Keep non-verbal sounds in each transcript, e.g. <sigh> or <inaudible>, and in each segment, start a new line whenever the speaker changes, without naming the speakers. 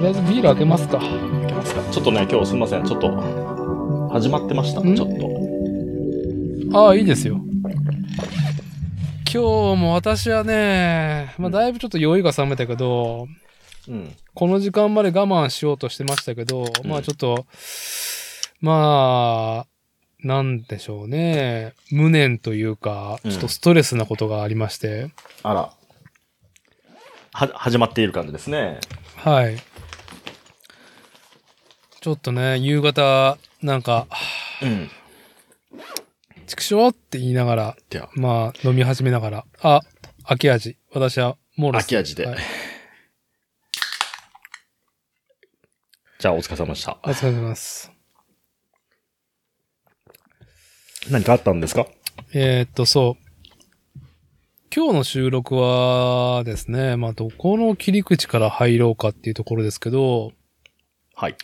りあえずビール開けますか。
いけますかちょっとね、今日すみません。ちょっと、始まってました。
ん
ちょっと。
ああ、いいですよ。今日も私はね、まあ、だいぶちょっと酔いが冷めたけど、
うん。
この時間まで我慢しようとしてましたけど、
うん
まあちょっと、まあ、なんでしょうね。無念というか、
うん
ちょっとストレスなことがありまして。
あら。は、始まっている感じですね。
はい。ちょっとね、夕方、なんか、はぁ
うん。
畜生って言いながら、
では、
まあ、飲み始めながら、あ、秋味。私は、モロス。
秋味で
はい
じゃあお疲れ様でした
お。疲れ様です。
何かあったんですか
えーっと、そう。今日の収録はですね、まあ、どこの切り口から入ろうかっていうところですけど、
はい。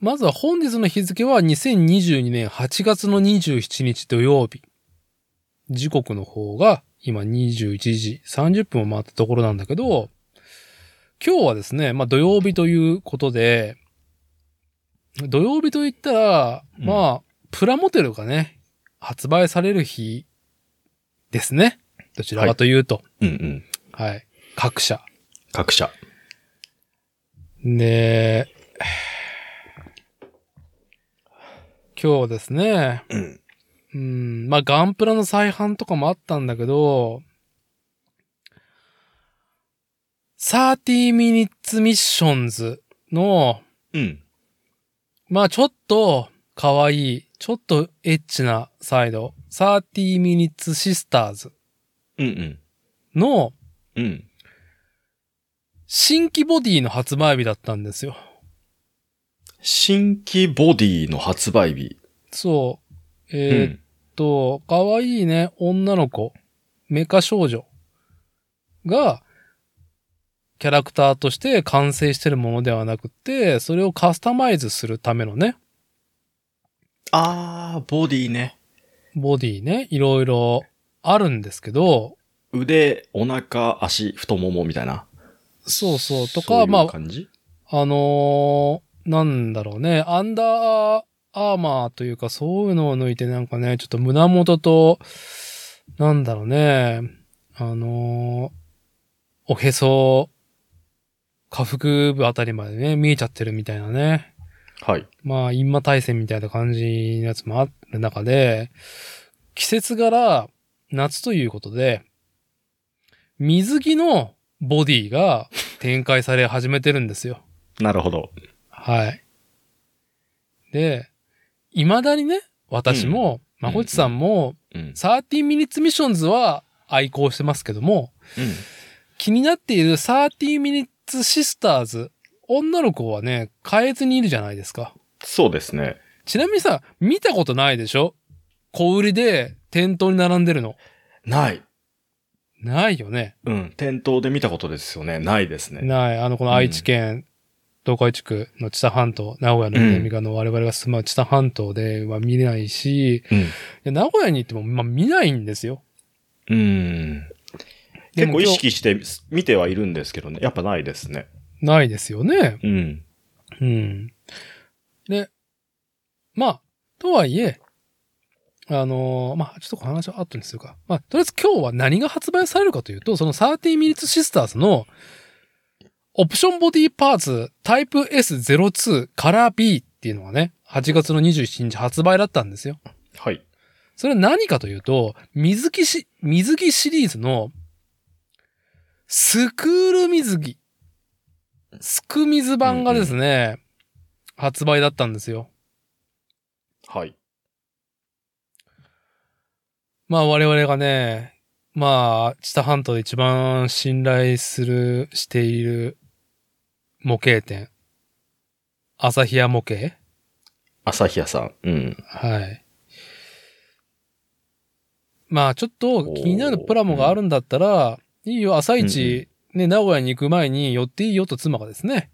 まずは本日の日付は2022年8月の27日土曜日。時刻の方が今21時30分を回ったところなんだけど、今日はですね、まあ土曜日ということで、土曜日と言ったら、
うん
まあ、プラモデルがね、発売される日ですね。どちらかというと、
うんうん。
はい、各社。
各社。
で、今日ですね、
うん。
うん、まあガンプラの再販とかもあったんだけど、30 minutes missions の、
うん。
まあちょっと可愛い、ちょっとエッチなサイド、30 minutes sisters
うんうん。
の
うん。
新規ボディの発売日だったんですよ。
新規ボディの発売日。
そう。え
う
ー
ん。
えっと、可愛いね、女の子、メカ少女が、キャラクターとして完成してるものではなくて、それをカスタマイズするためのね、
あー、ボディね。
ボディね、いろいろあるんですけど、
腕、お腹、足、太ももみたいな。
そうそう、と
そ
か、
ういう
まあ、
感じ
あのーなんだろうね、アンダーアーマーというか、そういうのを抜いてなんかね、ちょっと胸元と、なんだろうね、あのーおへそ、下腹部あたりまでね、見えちゃってるみたいなね。
はい。
まあ、インマ対戦みたいな感じのやつもある中で、季節柄、夏ということで、水着のボディが展開され始めてるんですよ。
なるほど。
はい。で、未だにね、私も、
うん
まこっちさんも、
うん。
13 minutes missions は愛好してますけども、気になっている13 minutes sisters、女の子はね、変えずにいるじゃないですか。
そうですね。
ちなみにさ、見たことないでしょ小売りで店頭に並んでるの。
ない。
ないよね。
うん。店頭で見たことですよね。ないですね。
ない。あの、この愛知県、東海地区の知多半島、名古屋の南側の我々が住まう知多半島では見れないし、
うん。
で名古屋に行っても、まあ、見ないんですよ。
うん。結構
で
意
も
識して見てはいるんですけどね。やっぱないですね。
今日ないですよね。
うん。
うん。で、まあ、とはいえ、あのーまあ、ちょっとこの話は後にするか。まあ、とりあえず今日は何が発売されるかというと、その 30minutes sisters のオプションボディパーツタイプ S02 カラー B っていうのがね、8月の27日発売だったんですよ。
はい。
それは何かというと、水着し、水着シリーズの、スクール水着。スク水版がですね、発売だったんですよ。
はい。
まあ我々がね、まあ、知多半島で一番信頼する、している模型店。旭屋模型
朝日屋さん。うん。
はい。まあちょっと気になるプラモがあるんだったら、いいよ、朝一、ね、名古屋に行く前に寄っていいよと妻がですね、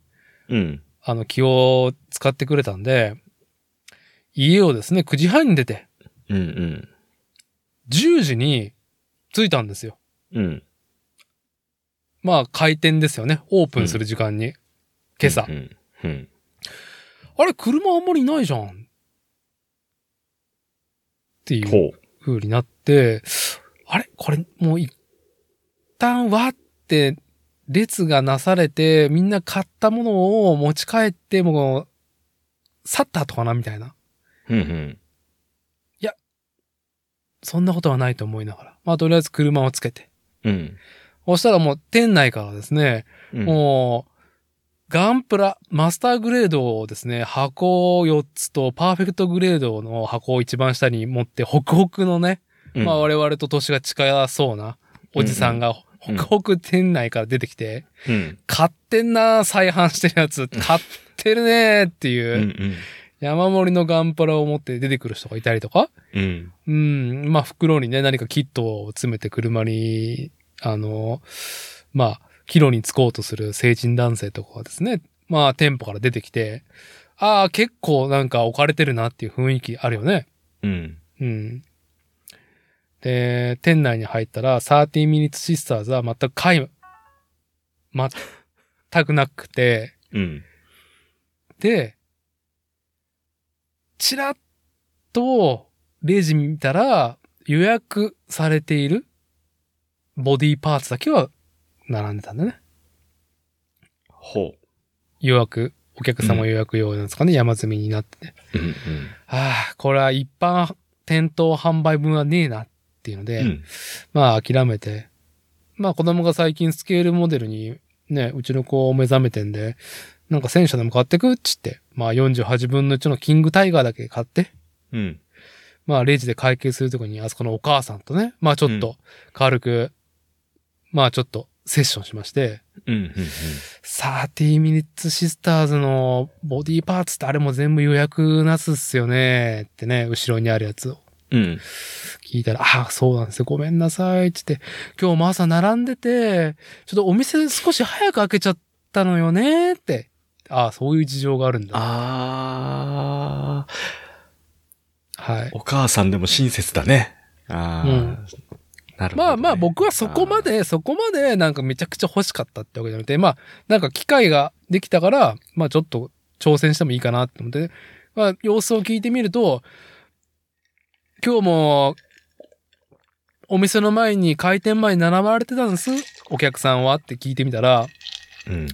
うん。
あの気を使ってくれたんで、家をですね、9時半に出て、
うんうん。
10時に着いたんですよ。
うん。
まあ開店ですよね、オープンする時間に。今朝。
うん。うん。
あれ、車あんまりいないじゃん。っていう
ほ
風になって、あれこれもう一旦わって列がなされて、みんな買ったものを持ち帰って、もう、去った後かなみたいな。
う。うんうん。
そんなことはないと思いながら。まあ、とりあえず車をつけて。
うん。
そしたらもう店内からですね、
うん
もう、ガンプラ、マスターグレードをですね、箱4つと、パーフェクトグレードの箱を一番下に持って、ホクホクのね、
うん
まあ我々と年が近そうなおじさんが、
うん
北北店内から出てきて、
うん。
買ってんな、再販してるやつ、買ってるねーって
うん
いう、山盛りのガンプラを持って出てくる人がいたりとか、
うん。うん。
うん、まあ袋にね、何かキットを詰めて車に、あの、まあ、帰路に着こうとする成人男性とかがですね、まあ店舗から出てきて、ああ、結構なんか置かれてるなっていう雰囲気あるよね。
うん。
うん。で、店内に入ったら、30 minutes sisters は全く買い、全くなくて、
うん。
で、ちらっと、レジ見たら、予約されているボディパーツだけは並んでたんだね。
ほ
予約、お客様予約用なんですかね、山積みになってて。
う。うん
ああ、これは一般店頭販売分はねえなっていうので、
うん。うん。
まあ諦めて。まあ子供が最近スケールモデルにね、うちの子を目覚めてんで、なんか戦車でも買ってくっつって、まあ48分の1のキングタイガーだけ買って、
うん。
まあレジで会計するときにあそこのお母さんとね、まあちょっ
う
と軽く、まあちょっとセッションしまして、
うん。うん。
30 minutes sisters のボディパーツってあれも全部予約なすっすよねってね、後ろにあるやつを
うん。
聞いたら、ああ、そうなんですよ。ごめんなさい。つって、今日も朝並んでて、ちょっとお店少し早く開けちゃったのよねって。ああ、そういう事情があるんだ。
あー、
はい。
お母さんでも親切だね。あー。
うん
なるほど、ね。
まあまあ僕はそこま
あー。
で、そこまでなんかめちゃくちゃ欲しかったってわけじゃなくて、まあなんか機会ができたから、まあちょっと挑戦してもいいかなって思って、まあ様子を聞いてみると、今日もお店の前に開店前に並ばれてたんです。お客さんはって聞いてみたら、 <laughs>
うん。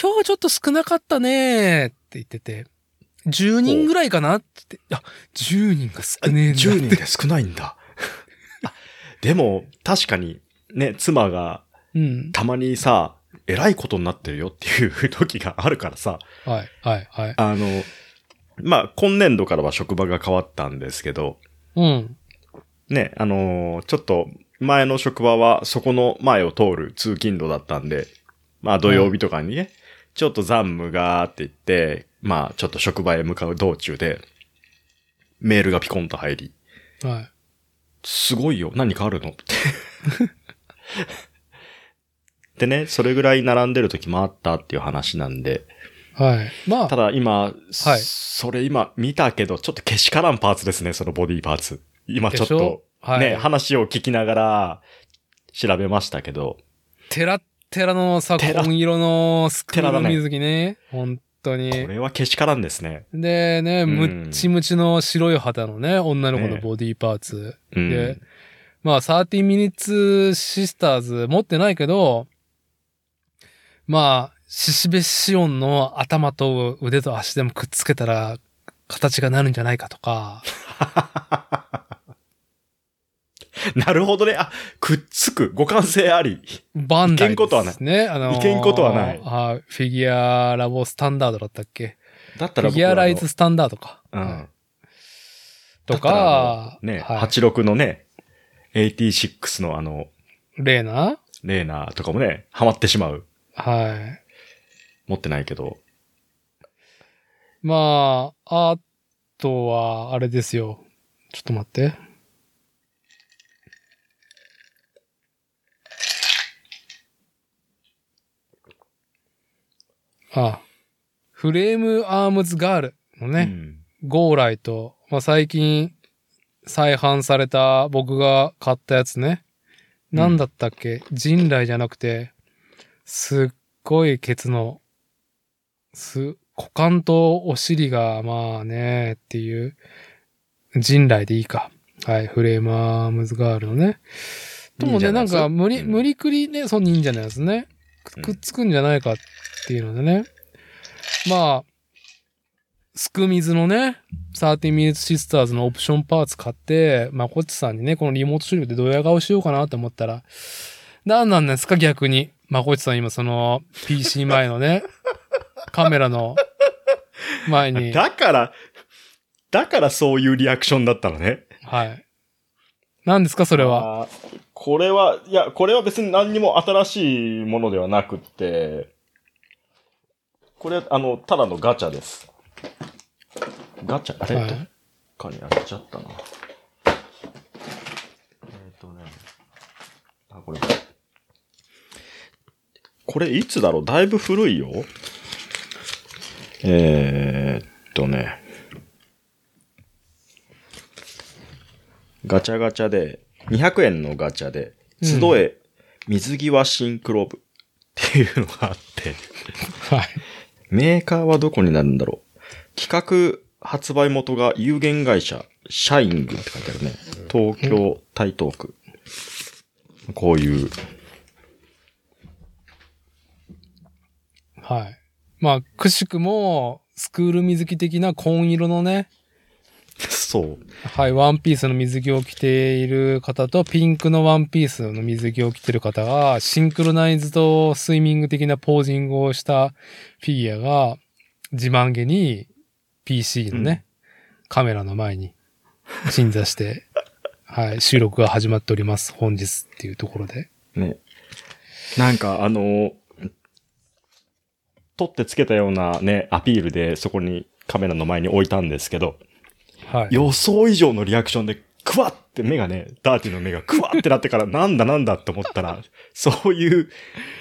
今日ちょっと少なかったねーって言ってて、10人ぐらいかなって言って、あ、10人が少ねえんだって。
10人って少ないん
<laughs>
だ。あでも、確かに、ね、妻が、
うん。
たまにさ、えらいことになってるよっていう時があるからさ、
はい、はい、はい。
あの、まあ、今年度からは職場が変わったんですけど、
うん。
ね、あのーちょっと前の職場はそこの前を通る通勤路だったんで、まあ土曜日とかにね、ちょっと残務がーって言って、まあちょっと職場へ向かう道中で、メールがピコンと入り、
はい。
すごいよ、何かあるのって。でね、それぐらい並んでる時もあったっていう話なんで、
はい。ま
た
あ、
だ今、
はい
それ今見たけど、ちょっとけしからんパーツですね、そのボディパーツ。今ちょっ
でし
と
ょ、はい
ね、話を聞きながら調べましたけど、
テラッテラのさ、
テラ
紺色のスクール
テラだ
の
ね
水着ね。本当
こ
に。
れはけしからんですね。
でね、
うん
ムッチムチの白い肌のね、女の子のボディパーツ。
うん。
でまあ、30 minutes sisters 持ってないけど、まあ、シシベシオンの頭と腕と足でもくっつけたら形がなるんじゃないかと
<laughs>
か、
なるほどね。あ、くっつく。互換性あり。
バンダイ
いけんことはない
ですね。あのー
いけんことはない
はいフィギュアラボスタンダードだったっけ
だった
フィ
ら僕
ギ
ら
ュ
の
アライズスタンダードか。
う
はい
ん。
と
だったらあ
か、
のね、
はい
86のね、86のあの、
レーナ
レーナーとかもね、ハマってしまう。
はい。
持ってないけど。
まあ、あとは、あれですよ。ちょっと待って。あフレームアームズガールのね、ゴーライと、まあ、最近再販された僕が買ったやつね。
うん
なんだったっけ、人来じゃなくて、すっごいケツのす、股間とお尻が、まあね、っていう、人来でいいか。はい、フレーマームズガールのね。ともね、
忍者の
な
や
ん
つ
か無理、
うん
無理くりね、そう忍者のやつね。く
うん
くっつくんじゃないかっていうのでね。まあ、すく水のね、30 Minutes Sisters のオプションパーツ買って、まあ、こっちさんにね、このリモート収録でドヤ顔しようかなと思ったら、何なんですか逆に。まこっちさん今その PC 前の
<laughs>
ね、カメラの前に、
だから、だからそういうリアクションだったのね。
はい。何ですかそれは。
あーこれは、いや、これは別に何にも新しいものではなくって、これ、あの、ただのガチャです。ガチャあれ、
はい
どっかにあげちゃったな。えっ、とね。あ、これ。これいつだろうだいぶ古いよ。えー、っとね。ガチャガチャで、200円のガチャで、
うん
集え、水際シンクロ部っていうのがあって、
はい。
メーカーはどこになるんだろう企画発売元が有限会社、シャイングって書いてあるね。東京、台東区。こういう。
はい。まあ、くしくも、スクール水着的な紺色のね、
そう。
はい、ワンピースの水着を着ている方と、ピンクのワンピースの水着を着ている方が、シンクロナイズとスイミング的なポージングをしたフィギュアが、自慢げに PC のね、カメラの前に鎮座
<laughs>
して、はい、収録が始まっております、本日っていうところで。
ね。なんかあの、取ってつけたようなね、アピールでそこにカメラの前に置いたんですけど、
はい。
予想以上のリアクションで、クワって目がね、ダーティの目がクワってなってから、なんだなんだって思ったら、そういう、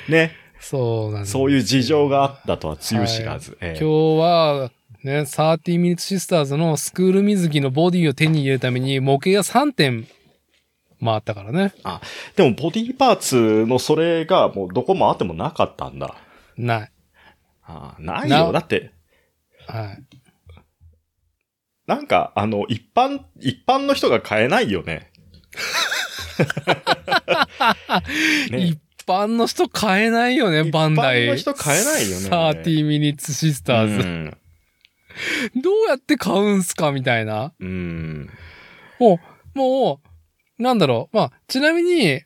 ね、
そうなんです。
そういう事情があったとはつゆ知らず。ええ
今日は、ね、30 Minutes Sisters のスクール水着のボディを手に入れるために模型が3点回ったからね。
あ、でもボディーパーツのそれがもうどこもあってもなかったんだ。
ない。
あない
な
よ。だって、
はい。
なんか、あの、一般、一般の人が買えないよ
<laughs>
ね。ね
一般の人買えないよね、
一般
バンダイ。
の人買えないよね
30 Minutes Sisters。
うん
どうやって買うんすかみたいな。
うん。
もう、もう、なんだろう。まあ、ちなみに、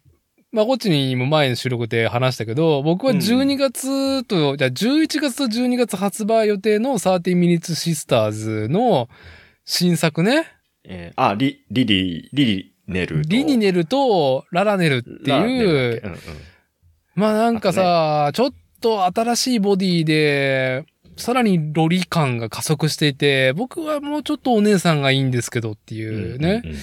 まあ、こっちにも前の収録で話したけど、僕は
うん
12月と、じゃあ11月と12月発売予定の30 Minutes Sisters の新作ね。
えーあ、リ、リリ、リリネルと。
リニネルとララネルって
ラネ
い
ル
う
だっけ、うんうん
まあなんかさ、ちょっと新しいボディで、さらにロリ感が加速していて、僕はもうちょっとお姉さんがいいんですけどっていうね、
うんうんうん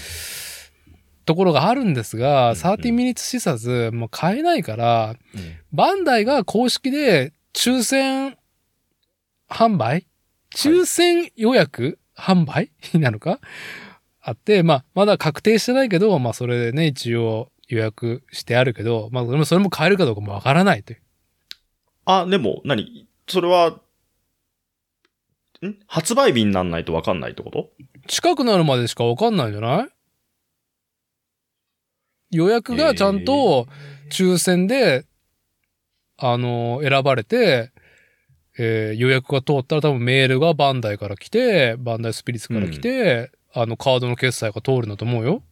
ところがあるんですが、
うん
30 minutes シサズもう買えないから、
うん
バンダイが公式で抽選販売抽選予約販売になるかあって、まあ、まだ確定してないけど、まあ、それでね、一応予約してあるけど、まあ、それも、それも買えるかどうかもわからないという。
あ、でも、何それは、ん発売日になんないとわかんないってこと
近くなるまでしかわかんないんじゃない予約がちゃんと抽選で、あの、選ばれて、えー予約が通ったら多分メールがバンダイから来て、バンダイスピリッツから来て、あの、カードの決済が通るんだと思うよ。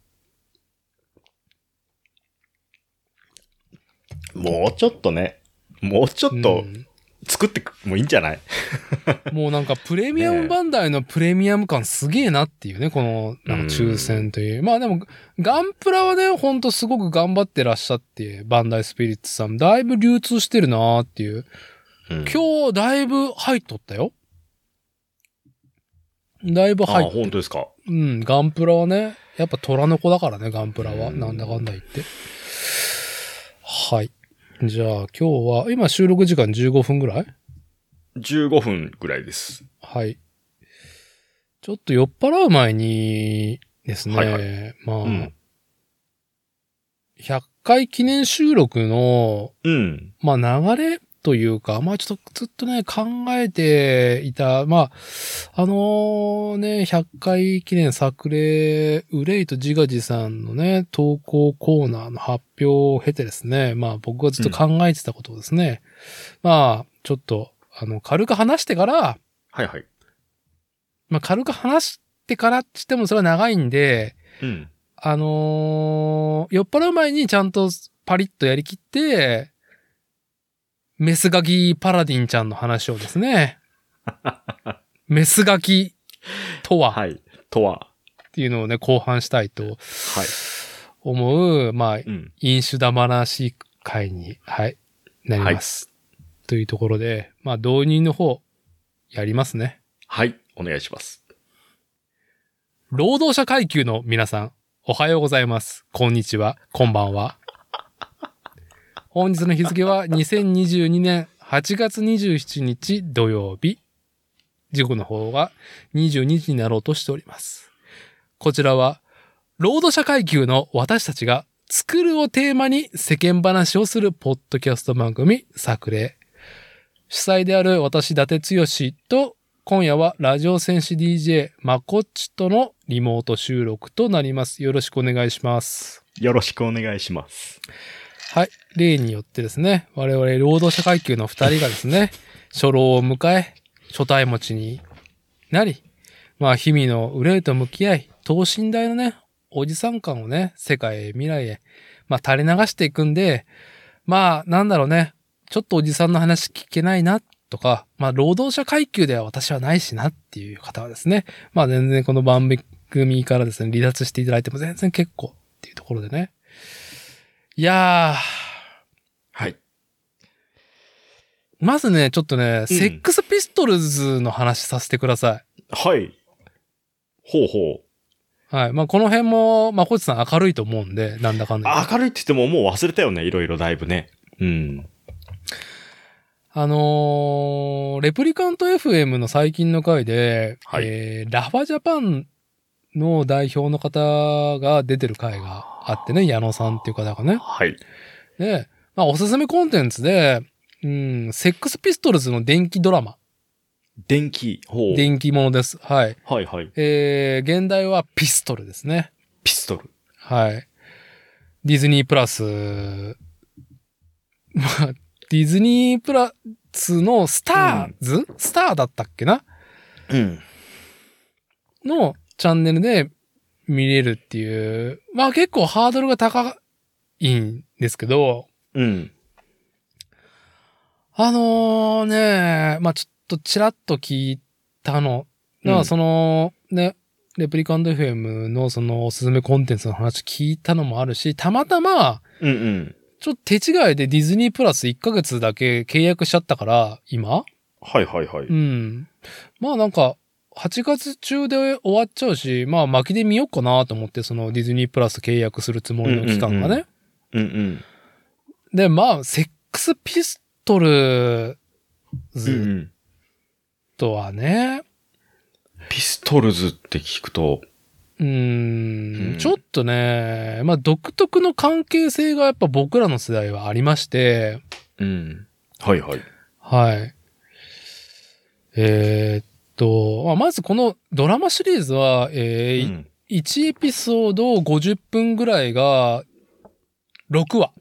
もうちょっとね、もうちょっ
う
と
ん
作ってくもういいんじゃない
もうなんかプレミアムバンダイのプレミアム感すげえなっていうね、このなんか抽選という。まあでも、ガンプラはね、ほんとすごく頑張ってらっしゃって、バンダイスピリッツさん、だいぶ流通してるなーっていう。
今
今日だいぶ入っとったよ。だいぶ入
あ、
っ、
本当ですか。
うん、ガンプラはね、やっぱ虎の子だからね、ガンプラは。
うん
なんだかんだ言って。はい。じゃあ今日は、今収録時間15分ぐらい
15分ぐらいです。
はい。ちょっと酔っ払う前にですね、
はいは
まあ、
うん
100回記念収録の、
うん。
まあ流れというか、まあちょっとずっとね、考えていた、まあ、あのね、100回記念作例、ウレイとジガジさんのね、投稿コーナーの発表を経てですね、まあ僕がずっと考えてたことをですね、まあちょっと、あの、軽く話してから、
はいはい。
まあ軽く話してからってしてもそれは長いんで、
うん。
あのー酔っ払う前にちゃんとパリッとやりきって、メスガキパラディンちゃんの話をです <laughs> ね、メスガキとは
はい。とは。
っていうのをね、後半したいと
はい。
思う、まあ、
うん。
飲酒だまなし会に、はい、なります。というところで、まあ、導入の方、やりますね。
はい。お願いします。
労働者階級の皆さん、おはようございます。こんにちは。こんばんは。本日の日付は2022年8月27日土曜日。時刻の方が22時になろうとしております。こちらは、労働者階級の私たちが作るをテーマに世間話をするポッドキャスト番組作例。主催である私、伊達剛と、今夜はラジオ戦士 DJ まこっちとのリモート収録となります。よろしくお願いします。
よろしくお願いします。
はい。例によってですね、我々労働者階級の二人がですね、初老を迎え、初対持ちになり、まあ、日々の憂いと向き合い、等身大のね、おじさん感をね、世界へ未来へ、まあ、垂れ流していくんで、まあ、なんだろうね、ちょっとおじさんの話聞けないな、とか、まあ、労働者階級では私はないしなっていう方はですね、まあ、全然この番組からですね、離脱していただいても全然結構っていうところでね。いや
はい。
ー、まずね、ちょっとね、
うん
セックスピストルズの話させてください。
はい。ほうほう。
はい。まあ、この辺も、まあ、こいつさん明るいと思うんで、なんだかんだ言って。
明るいって言ってももう忘れたよね。いろいろだいぶね。うん。
あのーレプリカント FM の最近の回で、
はい
えーラファジャパンの代表の方が出てる回があってね、矢野さんっていう方がね。
はい。
で、まあ、おすすめコンテンツで、うん、セックスピストルズの電気ドラマ。
電気。ほう。
電気ものです。はい。
はいはい。
えー、現代はピストルですね。
ピストル。
はい。ディズニープラス、まあ、ディズニープラスのスターズ、スターだったっけな
うん。
のチャンネルで見れるっていう、まあ結構ハードルが高いんですけど、
うん。
あのね、まあちょっとちらっと聞いたの。だか
う
ら
ん
その、ね、レプリカント FM のそのおすすめコンテンツの話聞いたのもあるし、たまたま、
うんうん。
ちょっと手違いでディズニープラス1ヶ月だけ契約しちゃったから、今
はいはいはい。
うん。まあなんか、8月中で終わっちゃうし、まあ巻きで見ようかなと思って、そのディズニープラス契約するつもりの期間がね。
うんうんうんうん。
で、まあ、セックスピストル
うんう
ズ
ん。
とはね、
ピストルズって聞くと、
うー
うん
ん、ちょっとね、まあ独特の関係性がやっぱ僕らの世代はありまして、
うん。はいはい。
はい。えーっと、まあまずこのドラマシリーズは、えー
うん
1エピソード50分ぐらいが6話。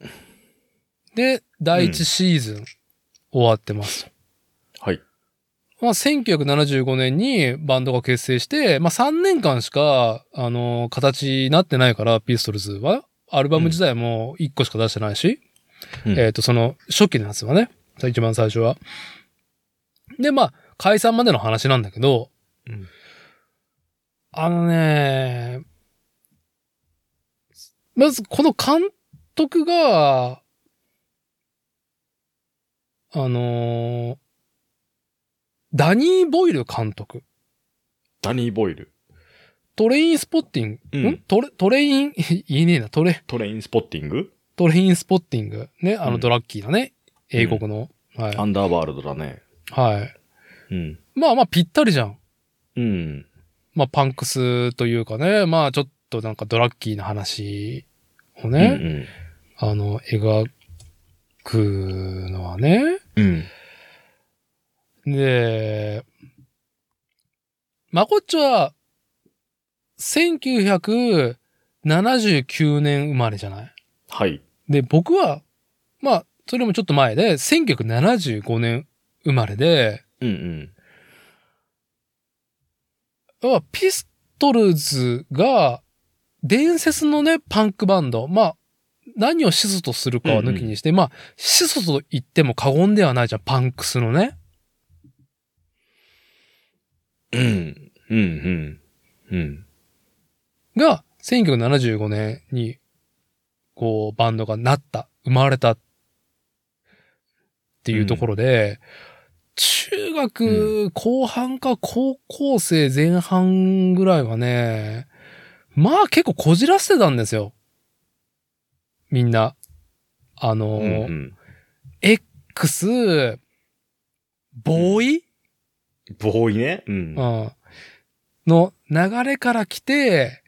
で、第1シーズン終わってます。
はい。
まあ、1975年にバンドが結成して、まあ、3年間しか、あの、形になってないから、ピストルズは。アルバム自体も1個しか出してないし、
うん
えっ、と、その、初期のやつはね、一番最初は。で、まあ、解散までの話なんだけど、
うん
あのね、まず、この監督が、あのーダニー・ボイル監督。
ダニー・ボイル。
トレインスポッティング。
うん
ん、トレ、トレイン、 <laughs> 言えねえな。トレ、
トレインスポッティング
トレインスポッティング。ね、あ
う
の
ん
ドラッキーのね。英国の。はい。
アンダーワールドだね。
はい。
うん。
まあまあぴったりじゃん。
うん。
まあパンクスというかね。まあちょっとなんかドラッキーな話を
うんう
ね、
ん
あの、描くのはね。
うん。
で、まこっちは、1979年生まれじゃない
はい。
で、僕は、まあ、それもちょっと前で、1975年生まれで、
うんうん。
要はピストルズが、伝説のね、パンクバンド。まあ、何を始祖とするかは抜きにして、まあ、始祖と言っても過言ではないじゃん、パンクスのね。
うん。うんうん。うん。
が、1975年に、こう、バンドがなった、生まれたっていうところで、中学後半か高校生前半ぐらいはね、まあ結構こじらせてたんですよ。みんな。あの、
うんうん。
X、ボーイ、
ボーイね。うん。
うんの流れから来て、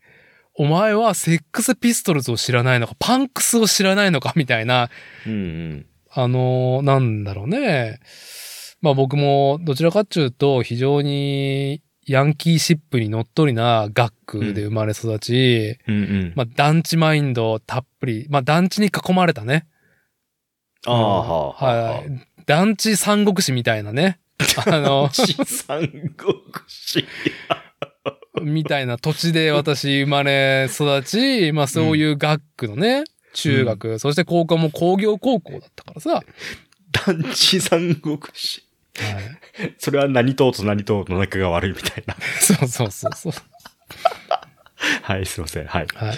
お前はセックスピストルズを知らないのか、パンクスを知らないのか、みたいな、
うんうん。
あのーなんだろうね。まあ僕もどちらかっていうと非常にヤンキーシップにのっとりな学区で生まれ育ち、
うんうん。
まあ団地マインドをたっぷり、まあ団地に囲まれたね。
ああ、はあ、はあ。
は。い。団地三国志みたいなね。あの、
地三国志。
みたいな土地で私生まれ育ち、まあそういう学区のね、中学、そして高校も工業高校だったからさ、はい
団地三国志。それは何党と何党の仲が悪いみたいな。
<laughs> そうそうそうそう。
はい、すいません。はい。
はい。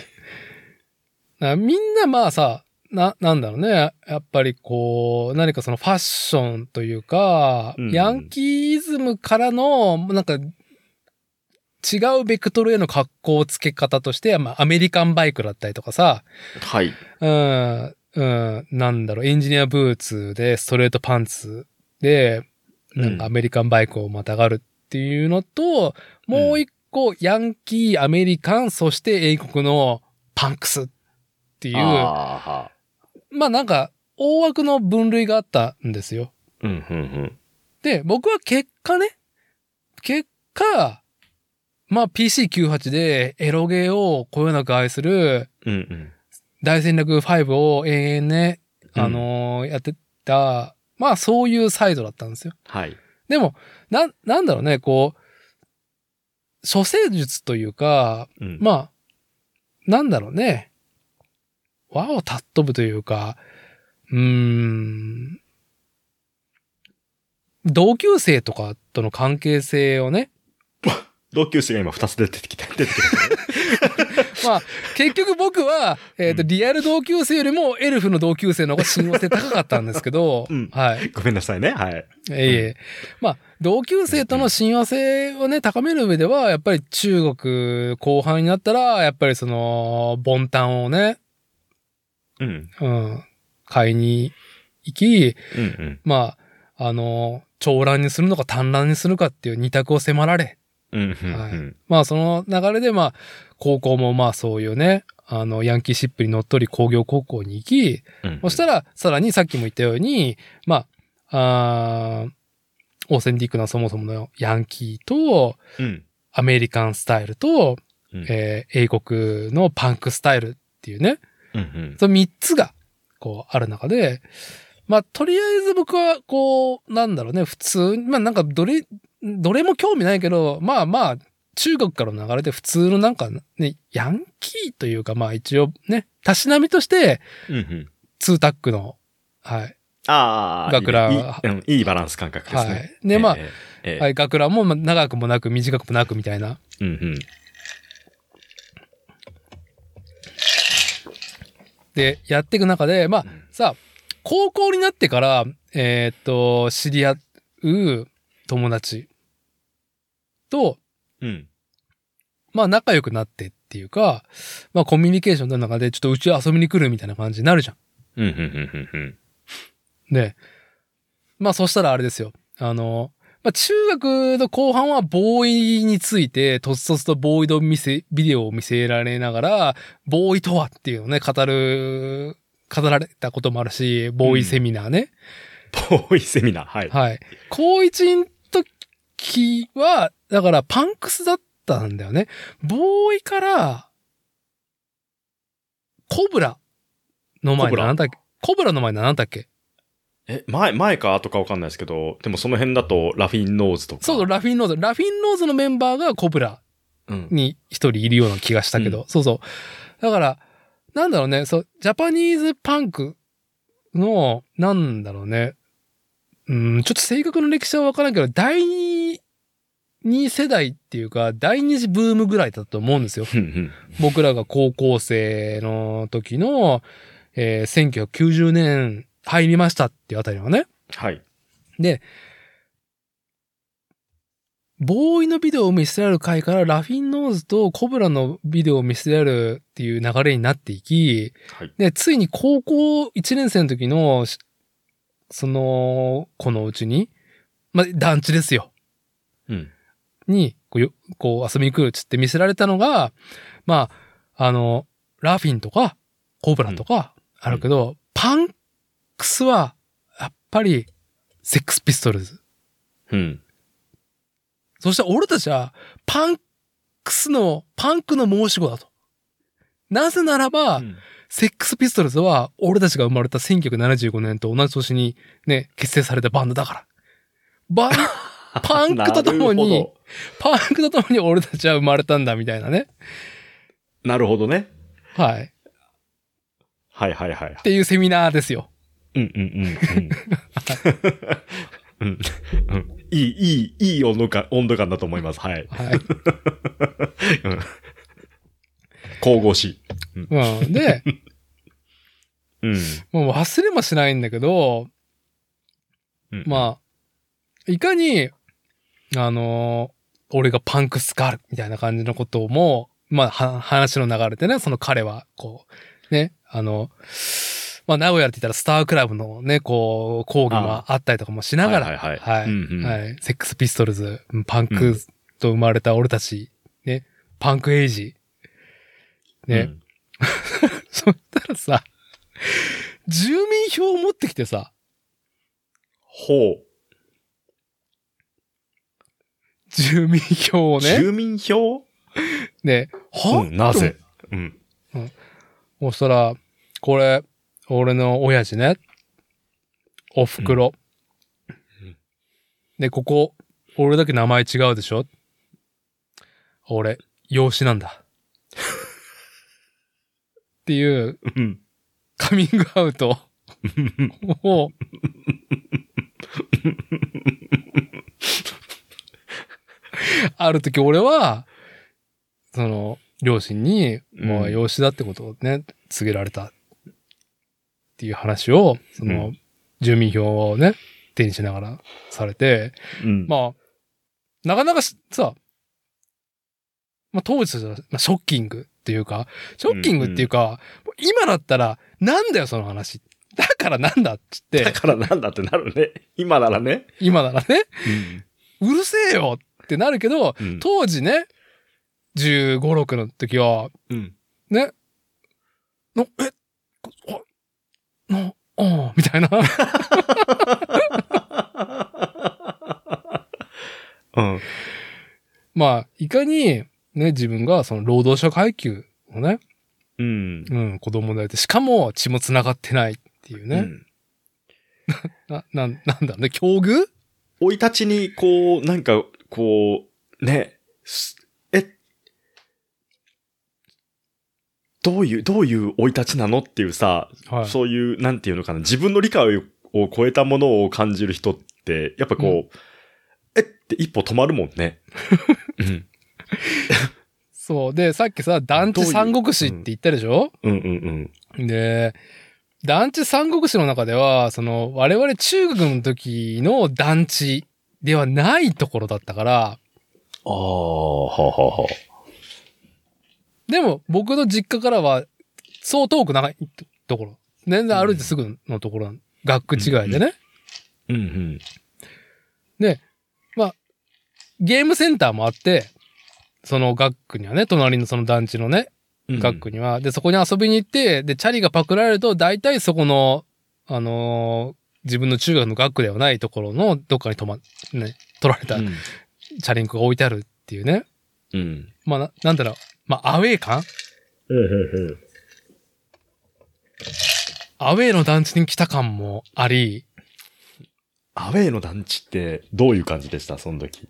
なみんなまあさ、な、なんだろうね。やっぱりこう、何かそのファッションというか、
うん
ヤンキーイズムからの、なんか、違うベクトルへの格好をつけ方として、まあアメリカンバイクだったりとかさ、
はい。
うん、うん、なんだろう、エンジニアブーツで、ストレートパンツで、なんかアメリカンバイクをまたがるっていうのと、もう一個、ヤンキー、アメリカン、そして英国のパンクスっていう、
ああ、はあ。
まあなんか、大枠の分類があったんですよ。
うん、うん、うん。
で、僕は結果ね、結果、まあ PC98 でエロゲーをこよなく愛する、
うん、うん。
大戦略5を永遠ね、
うん
あのーやってた、まあそういうサイドだったんですよ。
はい。
でも、な、なんだろうね、こう、処世術というか、
うん。
まあ、なんだろうね、和をたっとぶというか、うーん、同級生とかとの関係性をね、
同級生が今二つ出てきた。出てきた。
まあ、結局僕は、えっ、と、
うん
リアル同級生よりもエルフの同級生の方が親和性高かったんですけど、
うん
はい。
ごめんなさいね。はい。
えいえ。まあ、同級生との親和性をね、高める上では、やっぱり中国後半になったら、やっぱりその、ボンタンをね、
うん。
うん、買いに行き、
うん、うん。
まあ、あの、長乱にするのか短乱にするかっていう二択を迫られ、
うん、うん
はいうまあその流れでまあ高校もまあそういうね、あのヤンキーシップに乗っ取り工業高校に行き、
ん。
そしたらさらにさっきも言ったように、まあ、あーオーセンティックなそもそものヤンキーと
ら、うん。
アメリカンスタイルと、
うん
えー英国のパンクスタイルっていうね、
うん、うん。
その3つがこうある中で、まあとりあえず僕はこう、なんだろうね、普通に、まあなんかどれ、どれも興味ないけど、まあまあ、中国からの流れで普通のなんかね、ヤンキーというかまあ一応ね、たしなみとして、
うん、うん。
ツータックの、はい、
ああ、
学ラン
いいうんいいバランス感覚です
は
ね。
い。で、まあ
え、え、ええ
はい、学ランもまあ長くもなく短くもなくみたいな。
うん、うん。
で、やっていく中で、まあ、さあ、高校になってから、えーっと、知り合う友達と、
うん。
まあ仲良くなってっていうか、まあコミュニケーションの中でちょっとうち遊びに来るみたいな感じになるじゃ
うん、うん、うん、うん。うん
ん。で、まあそしたらあれですよ。あの、まあ中学の後半はボーイについて、とつとつとボーイの見せ、ビデオを見せられながら、ボーイとはっていうのをね、語る、語られたこともあるし、ボーイセミナーね。
ぽいセミナー。はい。
はい。高1の時は、だからパンクスだったんだよね。ボーイから、コブラの前
コブラ
なんだっけコブラの前なんだっけ
え、前、前か後かわかんないですけど、でもその辺だと、ラフィンノーズとか。
そう、ラフィンノーズ。ラフィンノーズのメンバーがコブラ
うん。
に一人いるような気がしたけど、そうそう。だから、なんだろうね、そう、ジャパニーズパンクの、なんだろうね、うん、ちょっと正確な歴史はわからんけど、第二世代っていうか、第二次ブームぐらいだと思うんですよ。
うんうん。
僕らが高校生の時の、えー1990年入りましたっていうあたりはね、
はい。
ボーイのビデオを見せられる回からラフィンノーズとコブラのビデオを見せられるっていう流れになっていき、
はい。
で、ついに高校1年生の時の、しその、このうちに、まあ、団地ですよ。
うん。
に、こうよ、こう遊びに来るっつって見せられたのが、まあ、あの、ラフィンとか、コブラとか、あるけど、パンクスは、やっぱり、セックスピストルズ。
うん。
そして俺たちは、パンクスの、パンクの申し子だと。なぜならば、
うん
セックスピストルズは、俺たちが生まれた1975年と同じ年にね、結成されたバンドだから。
<laughs>
バン、パンクとともに
なるほ
パンクとともに俺たちは生まれたんだ、みたいなね。
ど。なるほどね。
はい。
はいはいはい。
っていうセミナーですよ。
うんうんうんうん。うんうん、いい、いい、いい温度感、温度感だと思います。はい。
はい。
神々しい。
うん。で、
うん。
もう忘れもしないんだけど、
うん、
まあ、いかに、あのー俺がパンクスカールみたいな感じのことをも、まあ、は話の流れでね、その彼は、こう、ね、あの、まあ、名古屋って言ったらスタークラブのね、こう、講義もあったりとかもしながら、
はいはい
は
はいい。うんうん
はい。セックスピストルズ、パンクと生まれた俺たち、ね、パンクエイジ。ね、
うん
そしたらさ、住民票を持ってきてさ、
ほう。
住民票をね、
住民票
ね、は、
うん、なぜうん。
とそしたら、これ、俺の親父ね、お袋。
うん
で、ここ、俺だけ名前違うでしょ俺、養子なんだ。っていう
うん。
カミングアウトを、ある時俺は、その、両親に、
うん
もう養子だってことをね、告げられたっていう話を、その、
う
住民票をね、手にしながらされて、
うん。
まあ、なかなかしさ、まあ当時としては、まあ、ショッキングっていうか、ショッキングっていうか、今だったら、なんだよその話。だからなんだっつっ
だ
て、
からなんだってなるね。今ならね。
今ならね、うるせえよってなるけど、
うん。
当時ね、15、6の時は、
うん。
の、え、こあ、の、ああ、みたいな。 <laughs>
うん。
まあ、いかに、ね、自分がその労働者階級をね、
うん。
うん、子供だって、しかも血も繋がってないっていうね。
うん
な、なん、 <laughs> なんだね、境遇
生い立ちに、こう、なんか、こう、ね、すえ、どういう、どういう生い立ちなのっていうさ、
はい。
そういう、なんていうのかな、自分の理解を超えたものを感じる人って、やっぱこう、
う
えって一歩止まるもんね。うん。
そう。で、さっきさ、団地三国志って言ったでしょ
うんうん
で、団地三国志の中では、その、我々中学の時の団地ではないところだったから、
ああ、はあはあは
でも僕の実家からは、そう遠くないとところ。全然歩いてすぐのところなの、学区違いでね。
うんうん。
ゲームセンターもあって、その学区にはね、隣のその団地のね、
うん
学区には。で、そこに遊びに行って、で、チャリがパクられると、大体そこの、あのー自分の中学の学区ではないところのどっかに止ま、ね、取られたチャリンコが置いてあるっていうね。
うん。
まあ、ななんだろう。まあ、アウェー感
うん、うん、うん。
アウェーの団地に来た感もあり、
アウェイの団地ってどういう感じでしたその時。
い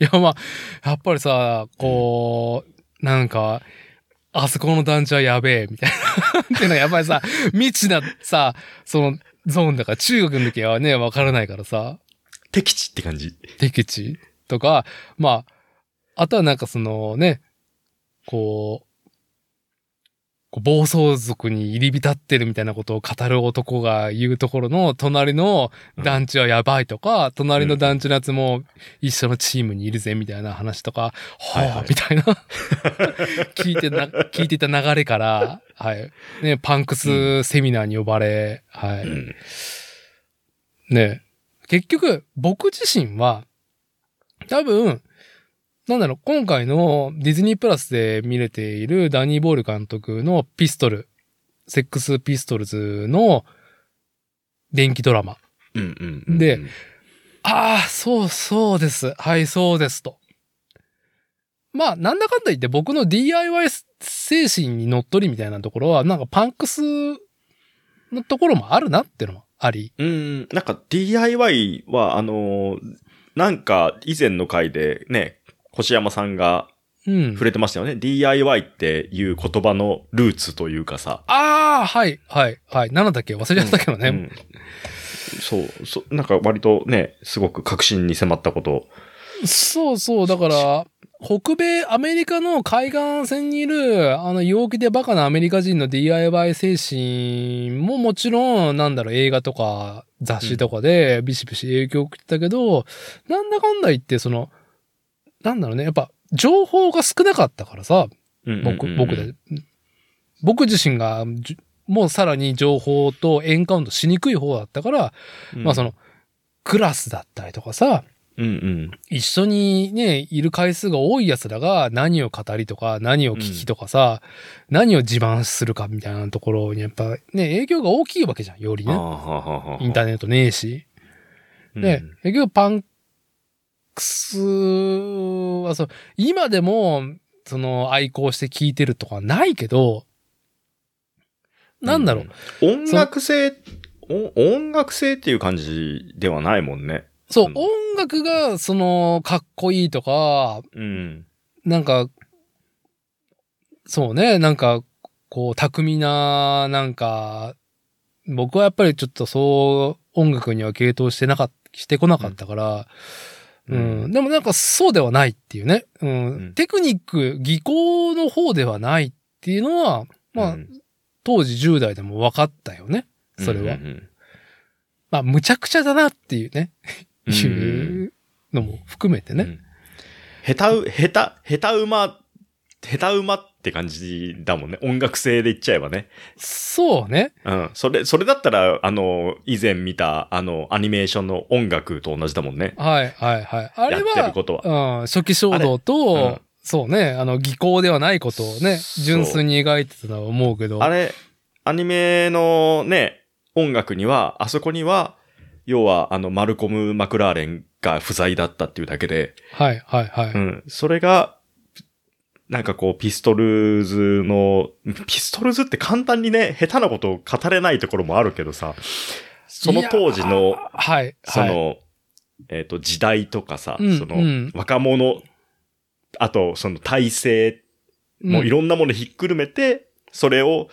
や、まあ、やっぱりさ、こう、なんか、あそこの団地はやべえ、みたいな。っていうのはやっぱりさ、未知なさ、そのゾーンだから、中学の時はね、わからないからさ、
敵地って感じ。
敵地とか、まあ、あとはなんかそのね、こう、こう暴走族に入り浸ってるみたいなことを語る男が言うところの、隣の団地はやばいとか、隣の団地のやつも一緒のチームにいるぜみたいな話とか、
はい
は
は
あ
い、
みたいな、聞いてな、聞いていた流れから、はい。ね、パンクスセミナーに呼ばれ、は
う
い。
ん。
ね結局、僕自身は、多分、なんだろう、今回のディズニープラスで見れているダニー・ボール監督のピストル、セックス・ピストルズの電気ドラマ。
うん、うんうん。
で、ああ、そうそうです。はい、そうですと。まあ、なんだかんだ言って僕の DIY 精神にのっとりみたいなところは、なんかパンクスのところもあるなっていうのもあり。
うん、なんか DIY は、あのーなんか以前の回でね、越山さんが
うん
触。れてましたよね。DIY っていう言葉のルーツというかさ。
ああ、はい、はい、はい。なんだっけ忘れちゃったけどね。
うんそう、そ、なんか割とね、すごく確信に迫ったことを。
そうそう、だから、北米、アメリカの海岸線にいる、あの、陽気でバカなアメリカ人の DIY 精神ももちろん、なんだろう、映画とか雑誌とかでビシビシ影響を受けてたけど、なんだかんだ言って、その、なんだろうね、やっぱ、情報が少なかったからさ、僕、僕で。僕自身が、じゅもうさらに情報とエンカウントしにくい方だったから、まあそ
の、
の、クラスだったりとかさ、
うんうん。
一緒にね、いる回数が多い奴らが何を語りとか、何を聞きとかさ、何を自慢するかみたいなところにやっぱね、影響が大きいわけじゃん、より
あー
ね。
はあはあはあ
インターネットねえし。で、
うん
結局パンクスはそう、今でも、その愛好して聞いてるとかないけど、なんだろう、
うん音楽性、お音楽性っていう感じではないもんね。
そう、
うん
音楽がその、かっこいいとか、
うん。
なんか、そうね、なんか、こう、巧みな、なんか、僕はやっぱりちょっとそう、音楽には傾倒してなかっしてこなかったから、うん、でもなんかそうではないっていうね、うん、
うん
テクニック、技巧の方ではないっていうのは、まあ、
うん
当時10代でも分かったよね、それは。
うんうん
まあ、むちゃくちゃだなっていうね、
うん
いうのも含めて
う
ね。
ん。下手う、下手、下手馬、下手馬って感じだもんね。音楽性で言っちゃえばね。
そうね。
うん。それ、それだったら、あの、以前見た、あの、アニメーションの音楽と同じだもんね。
はい、はい、はい。あれ
やってる
は、
ことは。
うん、初期衝動と、
あれうん
そうね、あの、技巧ではないことをね、
そう
純粋に描いてたとは思うけど。
あれ、アニメのね、音楽には、あそこには、要は、あの、マルコム・マクラーレンが不在だったっていうだけで、
はい、はい、はい。
うん。それが、なんかこう、ピストルズの、ピストルズって簡単にね、下手なことを語れないところもあるけどさ、その当時
い
の
や、ーはい、
そ
はい、
の、えっ、と、時代とかさ、
うん
その、
うん
若者、あと、その体制、
うん
もういろんなものひっくるめて、それを、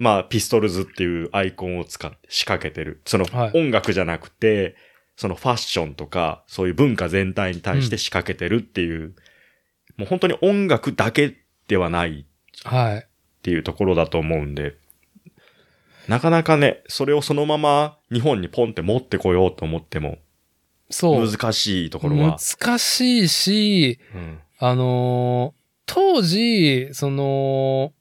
まあ、ピストルズっていうアイコンを使って仕掛けてる。その
はい、
音楽じゃなくて、そのファッションとか、そういう文化全体に対して仕掛けてるっていう、もう本当に音楽だけではない
はい。
っていうところだと思うんで、なかなかね、それをそのまま日本にポンって持ってこようと思っても、
そう。
難しいところは。
難しいし、
うん。
あのー当時、その、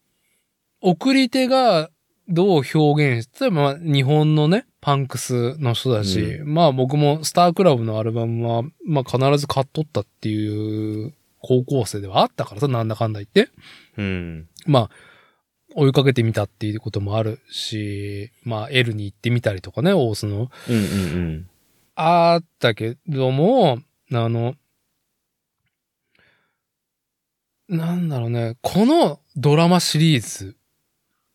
送り手がどう表現し、例えばまあ日本のね、パンクスの人だし、
う
まあ僕もスタークラブのアルバムは、まあ必ず買っとったっていう高校生ではあったからさ、なんだかんだ言って。
うん。
まあ、追いかけてみたっていうこともあるし、まあ、L に行ってみたりとかね、大須の。
うんうん
あったけども、あの、なんだろうね、このドラマシリーズ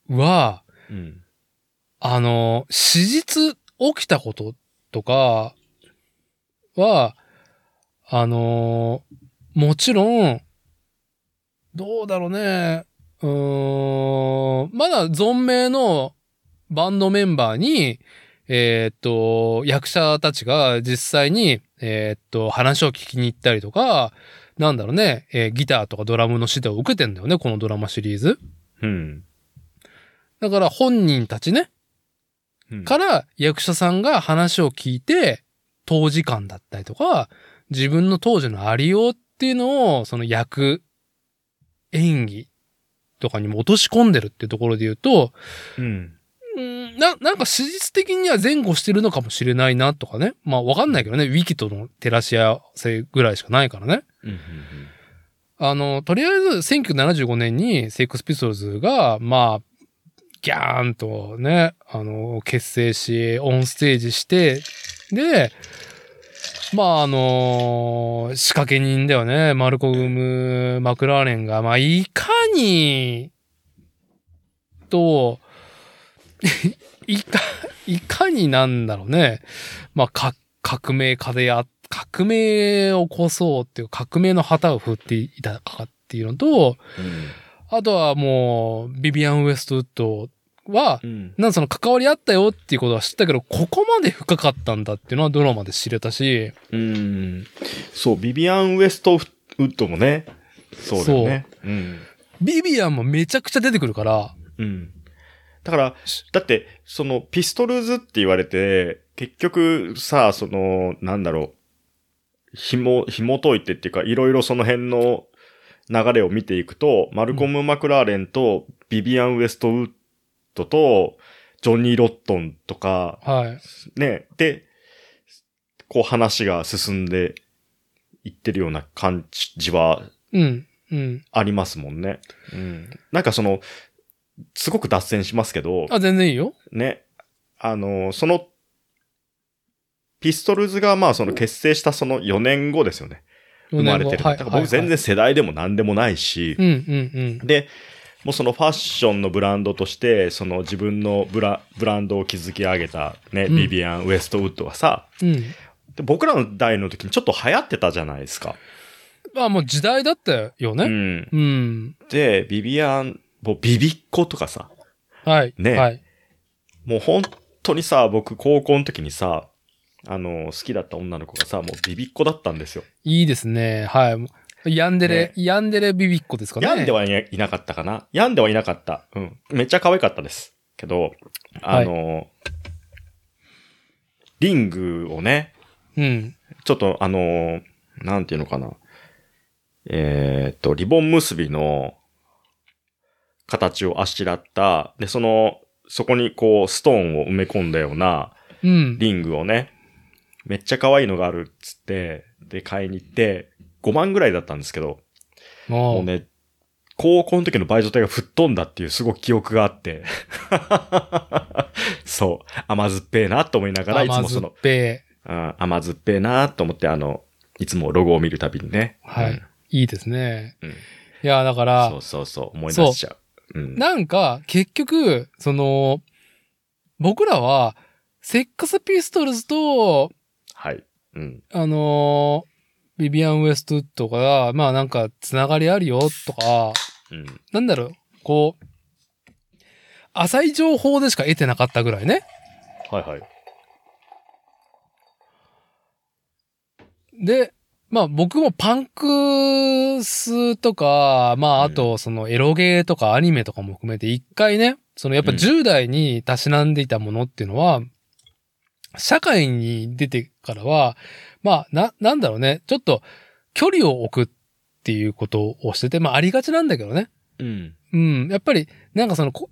は、
うん。うん。
あの、史実起きたこととかは、あの、もちろん、どうだろうね、うーん、まだ存命のバンドメンバーに、えーっと、役者たちが実際に、えーっと、話を聞きに行ったりとか、なんだろうね、えーギターとかドラムの指導を受けてんだよね、このドラマシリーズ。
うん。
だから本人たちね、
うん
から役者さんが話を聞いて、当時感だったりとか、自分の当時のありようっていうのを、その役、演技とかにも落とし込んでるっていうところで言うと、
うん。
うんな、なんか史実的には前後してるのかもしれないなとかね。まあわかんないけどね、ウィキとの照らし合わせぐらいしかないからね。
うんうん
あの、とりあえず1975年にセックスピストルズが、まあ、ギャーンとね、あの、結成し、オンステージして、で、まああの仕掛け人だよね、マルコム・マクラーレンが、まあいかに、と、 <laughs> いか、いかになんだろうね、まあか革命家であ、革命を起こそうっていう革命の旗を振っていたかっていうのと、あとはもう、ビビアン・ウエストウッドは、
うん。うん。
なんかその関わりあったよっていうことは知ったけど、ここまで深かったんだっていうのはドラマで知れたし、
うん。そう、ビビアン・ウエストウッドもね、そうだよね。うん。
ビビアンもめちゃくちゃ出てくるから、
うん。だから、だって、その、ピストルズって言われて、結局、さあ、その、なんだろう、紐、紐解いてっていうか、いろいろその辺の流れを見ていくと、マルコム・マクラーレンと、ビビアン・ウェストウッドと、ジョニー・ロットンとか、
はい。
ね、で、こう話が進んでいってるような感じは
うん、うん。
ありますもんね。うん。なんかその、すごく脱線しますけど、
あ、全然いいよ。
ね、あの、その、ピストルズがまあその結成したその4年後ですよね。生まれてる。だから僕全然。世代でも何でもないし、
うん、うん、
で、もうそのファッションのブランドとして、その自分のブラブランドを築き上げたね、
うん
ビビアン・ウエストウッドはさ、
うん。うん。
で僕らの代の時にちょっと流行ってたじゃないですか。
まあもう時代だったよ
う
ね。
ん。
うん。
で、ビビアン、もうビビッコとかさ、
はい。
ね
はい。
もう本当にさ、僕高校の時にさ、あの、好きだった女の子がさ、もうビビッコだったんですよ。
いいですね。はい。ヤンデレ
ね、
ヤンデレビビッコですかね。
病んではいないなかったかな病んではいなかった。うん。めっちゃ可愛かったです。けど、あの、リングをね、
うん。
ちょっとあの、なんていうのかな。えーっと、リボン結びの形をあしらった、で、その、そこにこう、ストーンを埋め込んだような
うん。
リングをね、めっちゃ可愛いのがあるっつって、で、買いに行って、5万ぐらいだったんですけど、
も
もうね、高校の時のバイト代が吹っ飛んだっていうすごく記憶があって。 <laughs> そう。甘酸っぱいなと思いながら、いつもそ
甘酸っ
の、
ぱい。
うん甘酸っぱいなと思って、あの、いつもロゴを見るたびにね。
はい。いいですね。
うん。うん
いや、だか
そ
ら
う、そうそう、思い出しちゃう。うん。
なんか、結局、その、僕らは、セックスピストルズと、
はい。うん。
あのービビアン・ウエストウッドが、まあなんか、つながりあるよ、とか、
うん。
なんだろう、こう、浅い情報でしか得てなかったぐらいね。
はいはい。
で、まあ僕もパンクスとか、まああとそのエロゲーとかアニメとかも含めて一回ね、そのやっぱ
うん
10代にたしなんでいたものっていうのは、社会に出てからは、まあな、なんだろうね、ちょっと距離を置くっていうことをしてて、まあありがちなんだけどね。
うん。
うん、やっぱり、なんかそのこ、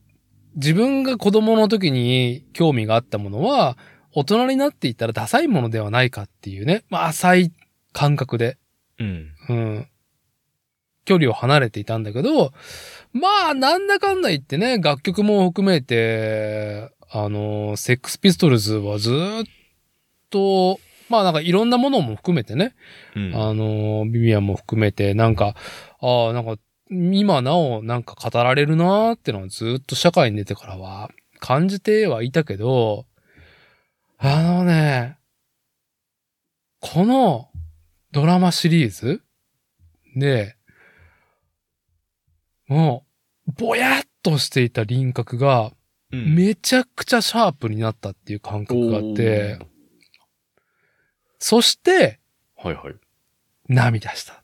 自分が子供の時に興味があったものは、大人になっていったらダサいものではないかっていうね、まあ浅い感覚で、
うん。
うん。距離を離れていたんだけど、まあ、なんだかんだ言ってね、楽曲も含めて、あの、セックスピストルズはずーっと、まあなんかいろんなものも含めてね、
うん
あの、ビビアンも含めて、なんか、ああ、なんか、今なおなんか語られるなーってのはずーっと社会に出てからは感じてはいたけど、あのね、このドラマシリーズで、もう、ぼやっとしていた輪郭が、
うん
めちゃくちゃシャープになったっていう感覚があって、そして、
おーはいはい。
涙した。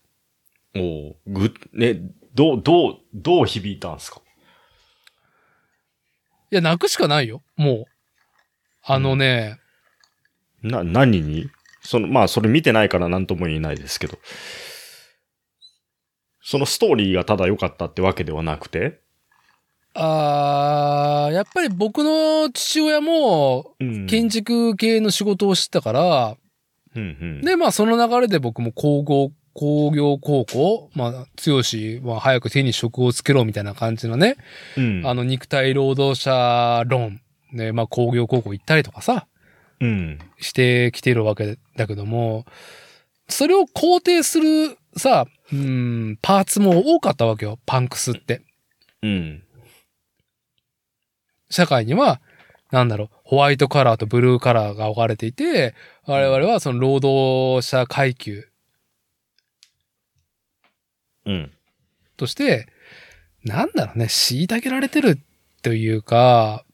おおぐ、ね、どう、どう、どう響いたんですか
いや、泣くしかないよ。もう。あのね、
な、何にその、まあ、それ見てないから何とも言えないですけど。そのストーリーがただ良かったってわけではなくて。
あーやっぱり僕の父親も
うん
建築系の仕事をしてたから、
うんうん。
で、まあその流れで僕も工業、工業高校、まあ、強し、まあ早く手に職をつけろみたいな感じのね、
うん。
あの肉体労働者論、ね、まあ工業高校行ったりとかさ、
うん。
してきてるわけだけども、それを肯定するさ、うん、パーツも多かったわけよ、パンクスって。
うん。
社会には、なんだろう、ホワイトカラーとブルーカラーが置かれていて、我々はその労働者階級
うん。
として、なんだろうね、虐げられてるというか、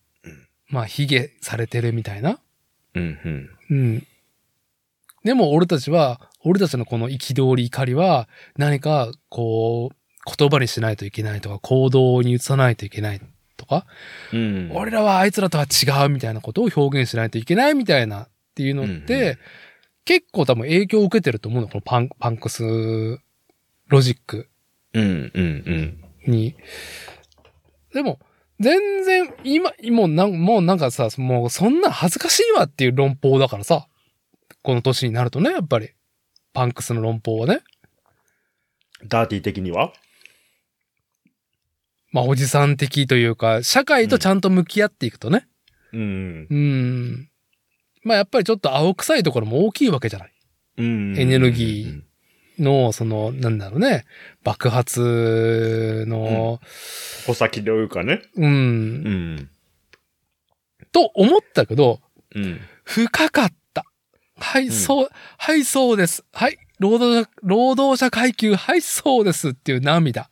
まあ、卑下されてるみたいな。
うん。うん。
うん。でも俺たちは、俺たちのこの憤り怒りは、何かこう、言葉にしないといけないとか、行動に移さないといけないとか、
うん
俺らはあいつらとは違うみたいなことを表現しないといけないみたいなっていうのって、
うんうん
結構多分影響を受けてると思うの、このパンパンクスロジック
うん。うん。うん。
に。でも、全然、今、もうなん、もうなんかさ、もうそんな恥ずかしいわっていう論法だからさ、この年になるとね、やっぱり、パンクスの論法はね、
ダーティー的には
まあおじさん的というか、社会とちゃんと向き合っていくとね、
うん。
うん、まあやっぱりちょっと青臭いところも大きいわけじゃない。
うん
エネルギの、その、なんだろうね、爆発の、
ー。穂先というかね。
うん、
ん。
と思ったけど、
うん。
深かった。はい、
ん
そう、はい、そうです。はい、労働者、労働者階級、はい、そうですっていう涙。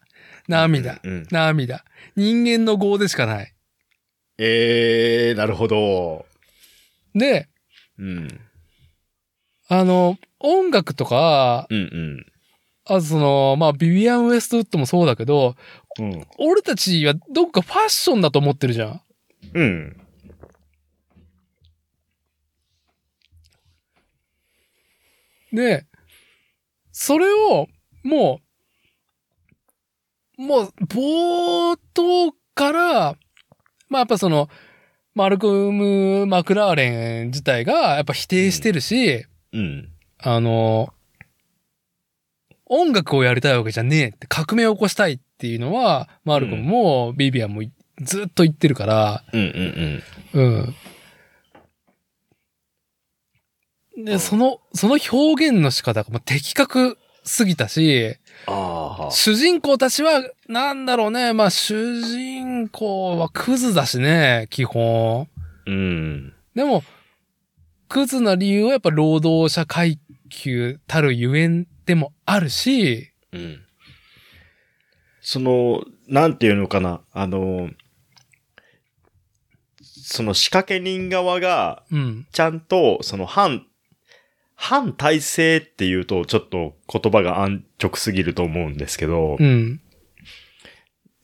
涙、
うん。
涙。人間の業でしかない。
えー、なるほど。
で、
うん。
あの、音楽とか、
うん
あとその、まあ、ビビアン・ウェストウッドもそうだけど、
うん。うん。
俺たちはどっかファッションだと思ってるじゃん。
うん。
で、それを、もう、もう、冒頭から、まあやっぱその、マルコム・マクラーレン自体がやっぱ否定してるし、
うん。
あの、音楽をやりたいわけじゃねえって、革命を起こしたいっていうのは、マルコムもビビアンもいずっと言ってるから、
うんうん
うん。で、その、その表現の仕方がもう的確すぎたし、
ああ。
主人公たちは、なんだろうね、まあ主人公はクズだしね、基本。
うん。
でも、クズな理由はやっぱ労働者階級たるゆえんでもあるし、
うん。その、なんていうのかな。あの、その仕掛け人側が、
うん。
ちゃんと、その反、反体制っていうと、ちょっと言葉が安直すぎると思うんですけど、
うん。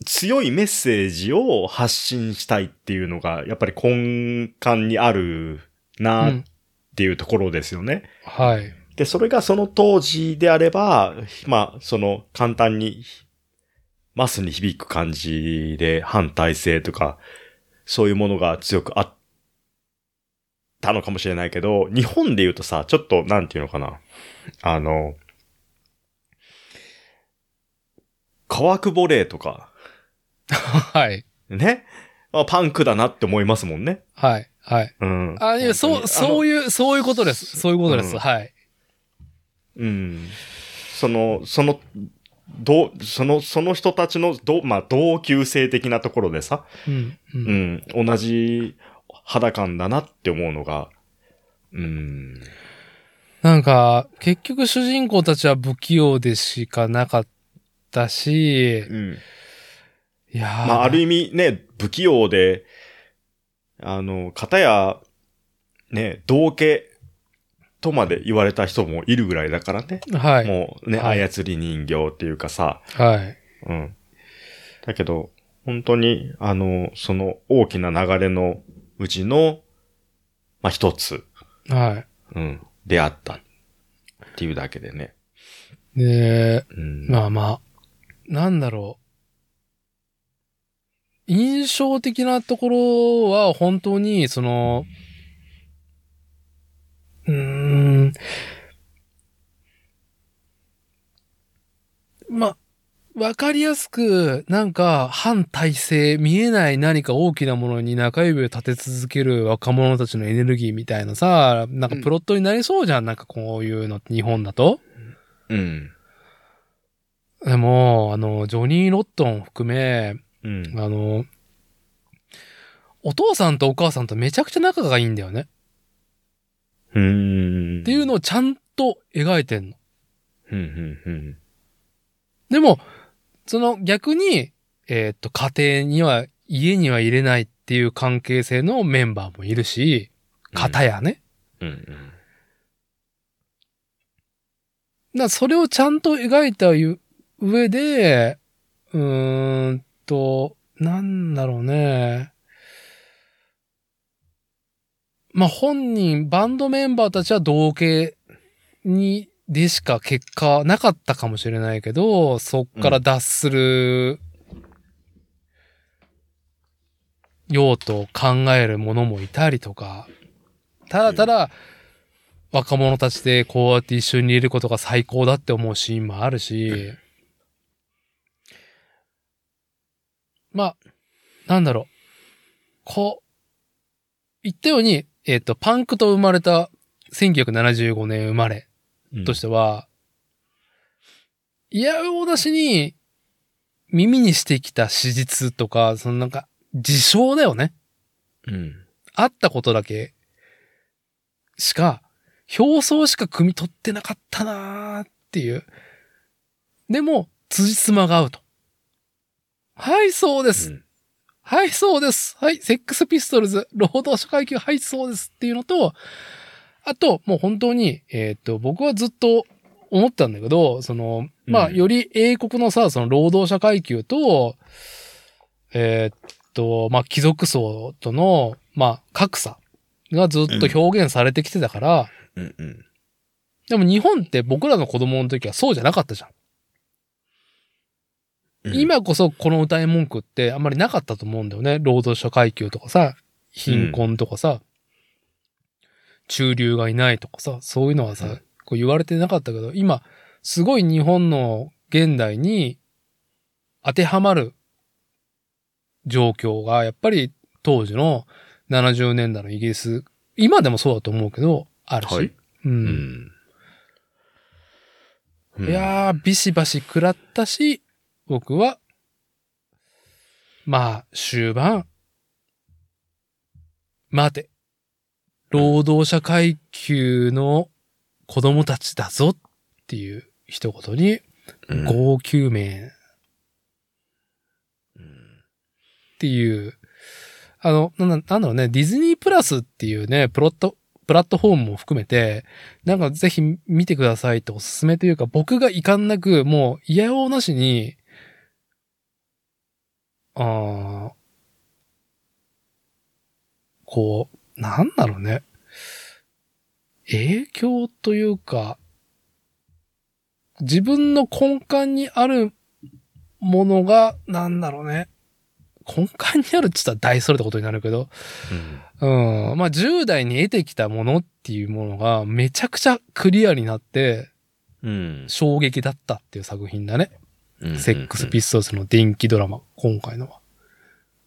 強いメッセージを発信したいっていうのが、やっぱり根幹にある
う
なっ
ん。
ていうところですよね。
はい。 <laughs>
で、それがその当時であれば、まあ、その簡単に、マスに響く感じで反体制とか、そういうものが強くあったのかもしれないけど、日本で言うとさ、ちょっと、なんていうのかな。あの、乾くボレーとか、
はい。
ね。あパンクだなって思いますもんね。
はい。はい。
うん。
あ、いや、
本当
そ
に
う、そう
あ
いう、そういうことです。そういうことです。
うん
はい。
のうん。その、その、どう、その、その人たちの、どう、まあ、同級生的なところでさ、
うん。う。
うんん、同じ肌感だなって思うのが、うん。
なんか、結局主人公たちは不器用でしかなかったし、
うん。
いやー
まあ、ある意味ね、不器用で、あの、片や、ね、道家とまで言われた人もいるぐらいだからね。
はい。
もうね、
はい
操り人形っていうかさ、
はい。
うん。だけど、本当に、あの、その大きな流れのうちの、まあ、一つ、
は
うん、出会ったっていうだけでね。
い。で、
うん。
まあまあ、なんだろう。印象的なところは本当に、その、うーん。まあ、わかりやすく、なんか、反体制、見えない何か大きなものに中指を立て続ける若者たちのエネルギーみたいなさ、なんかプロットになりそうじゃん、なんかこういうのって日本だと。
うん。
でも、あの、ジョニー・ロットン含め、
うん。
あの、お父さんとお母さんとめちゃくちゃ仲がいいんだよね。
うん。
っていうのをちゃんと描いてんの。
うん、うん、うん。
でも、その逆に、えーっと、家庭には、家には入れないっていう関係性のメンバーもいるし、方やね。
うん、うん。
だからそれをちゃんと描いたゆ上で、うーんと、なんだろうね。まあ、本人、バンドメンバーたちは同型に、でしか結果なかったかもしれないけど、そっから脱する、用途考える者もいたりとか、ただただ、若者たちでこうやって一緒にいることが最高だって思うシーンもあるし、まあ、なんだろう。こう、言ったように、えっ、と、パンクと生まれた1975年生まれ
うん
としては、嫌おうなしに耳にしてきた史実とか、そのなんか、自称だよね。
うん。
あったことだけしか、表層しか汲み取ってなかったなーっていう。でも、辻褄が合うと。はい、そうです。
うん
はい、そうです。はい、セックスピストルズ、労働者階級、はい、そうですっていうのと、あと、もう本当に、えーっと、僕はずっと思ったんだけど、その、まあ、
うん
より英国のさ、その労働者階級と、えーっと、まあ、貴族層との、まあ、格差がずっと表現されてきてたから、
うん、うん。
でも日本って僕らの子供の時はそうじゃなかったじゃん。
うん、
今こそこの歌い文句ってあんまりなかったと思うんだよね。労働者階級とかさ、貧困とかさ、中流がいないとかさ、そういうのはさ、
うん
こう言われてなかったけど、今、すごい日本の現代に当てはまる状況が、やっぱり当時の70年代のイギリス、今でもそうだと思うけど、あるし。
はい。
う
うんん。うん
いやー、ビシバシ食らったし、僕は、まあ、終盤、待て、労働者階級の子供たちだぞっていう一言に、
うん
号泣名っ
うん
ていう、あの、なんだなんだろうね、ディズニープラスっていうね、プロット、プラットフォームも含めて、なんかぜひ見てくださいっておすすめというか、僕が遺憾なく、もう嫌おうなしに、ああ、こう、なんだろうね。影響というか、自分の根幹にあるものが、なんだろうね。根幹にあるって言ったら大それたことになるけど、
うん
うん。まあ、10代に得てきたものっていうものがめちゃくちゃクリアになって
うん。
衝撃だったっていう作品だね。セックスピストルズの電気ドラマ、今回のは。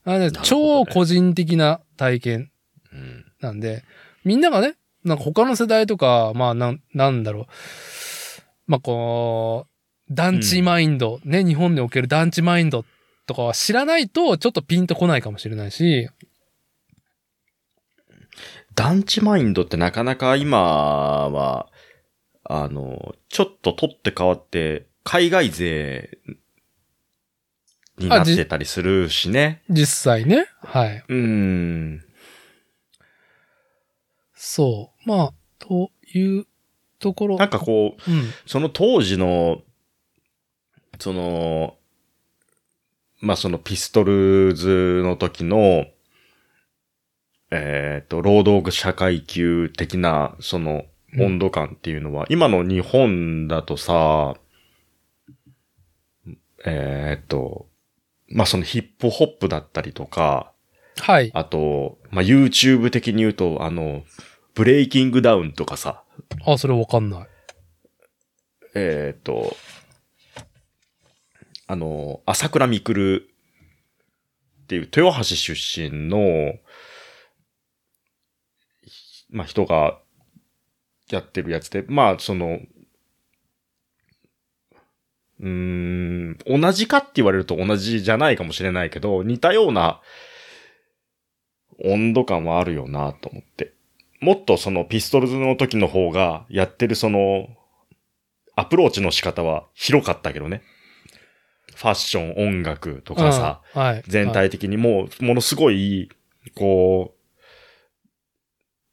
あのね
るほどね
超個人的な体験
うん
なんで、みんながね、なんか他の世代とか、まあなん、なんだろう。まあこう、団地マインド、ね、日本における団地マインドとかは知らないとちょっとピンとこないかもしれないし、
団地マインドってなかなか今は、あの、ちょっと取って変わって、海外勢になってたりするしね。
実際ね、はい。
うん。
そう。まあ、というところ。
なんかこう、
うん。
その当時の、その、まあ、そのピストルズの時の、えっ、と、労働社会級的な、その、
うん
温度感っていうのは、今の日本だとさ、えっ、と、まあ、そのヒップホップだったりとか、
はい。
あと、まあ、YouTube 的に言うと、あの、ブレイキングダウンとかさ、
あ、それわかんない。
えっ、と、あの、朝倉未来っていう豊橋出身の、ひまあ、人がやってるやつで、まあ、その、うーん、同じかって言われると同じじゃないかもしれないけど、似たような温度感はあるよなと思って。もっとそのピストルズの時の方がやってるそのアプローチの仕方は広かったけどね。ファッション、音楽とかさ、
うんはい。
全体的にもう、ものすごい、こ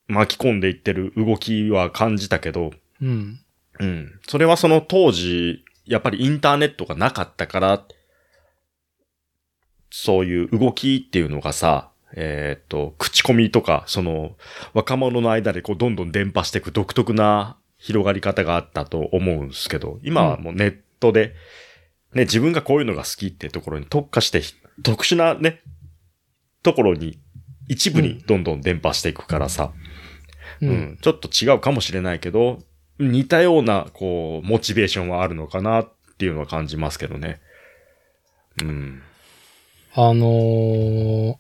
う、巻き込んでいってる動きは感じたけど、
うん。
うん。それはその当時、やっぱりインターネットがなかったから、そういう動きっていうのがさ、えーっと、口コミとか、その、若者の間でこう、どんどん伝播していく独特な広がり方があったと思うんですけど、今はもうネットで、ね、自分がこういうのが好きっていうところに特化して、ひ特殊なね、ところに、一部にどんどん伝播していくからさ、
う。
うんん、ちょっと違うかもしれないけど、似たような、こう、モチベーションはあるのかなっていうのは感じますけどね。うん。
あのー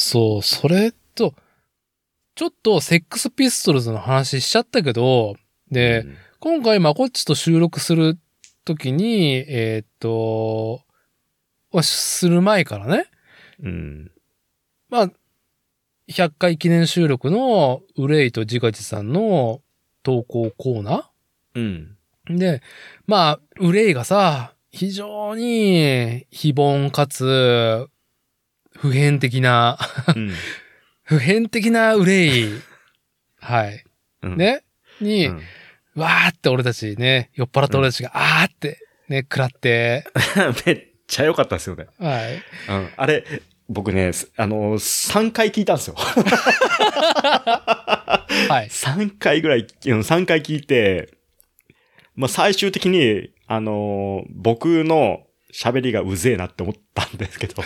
そう、それと、ちょっとセックスピストルズの話しちゃったけど、で、
うん
今回まこっちと収録するときに、えーっと、をする前からね、
うん。
まあ、100回記念収録の憂いとジガジさんの投稿コーナー
うん。
で、まあ、憂いがさ、非常に非凡かつ、普遍的な、 <laughs> 普遍的な憂い、はい、
うん。
ね、
う
に、
ん。 <laughs>
わーって俺たちね、酔っ払った俺たちが、あーって、ね、食らって、
めっちゃ良かったですよね。
はい。
うん。あれ、僕ね、すあのー、3回聞いたんですよ。 <laughs>
はい。
3回ぐらい、うん3回聞いて、まあ、最終的に、あのー、僕の喋りがうぜえなって思ったんですけど。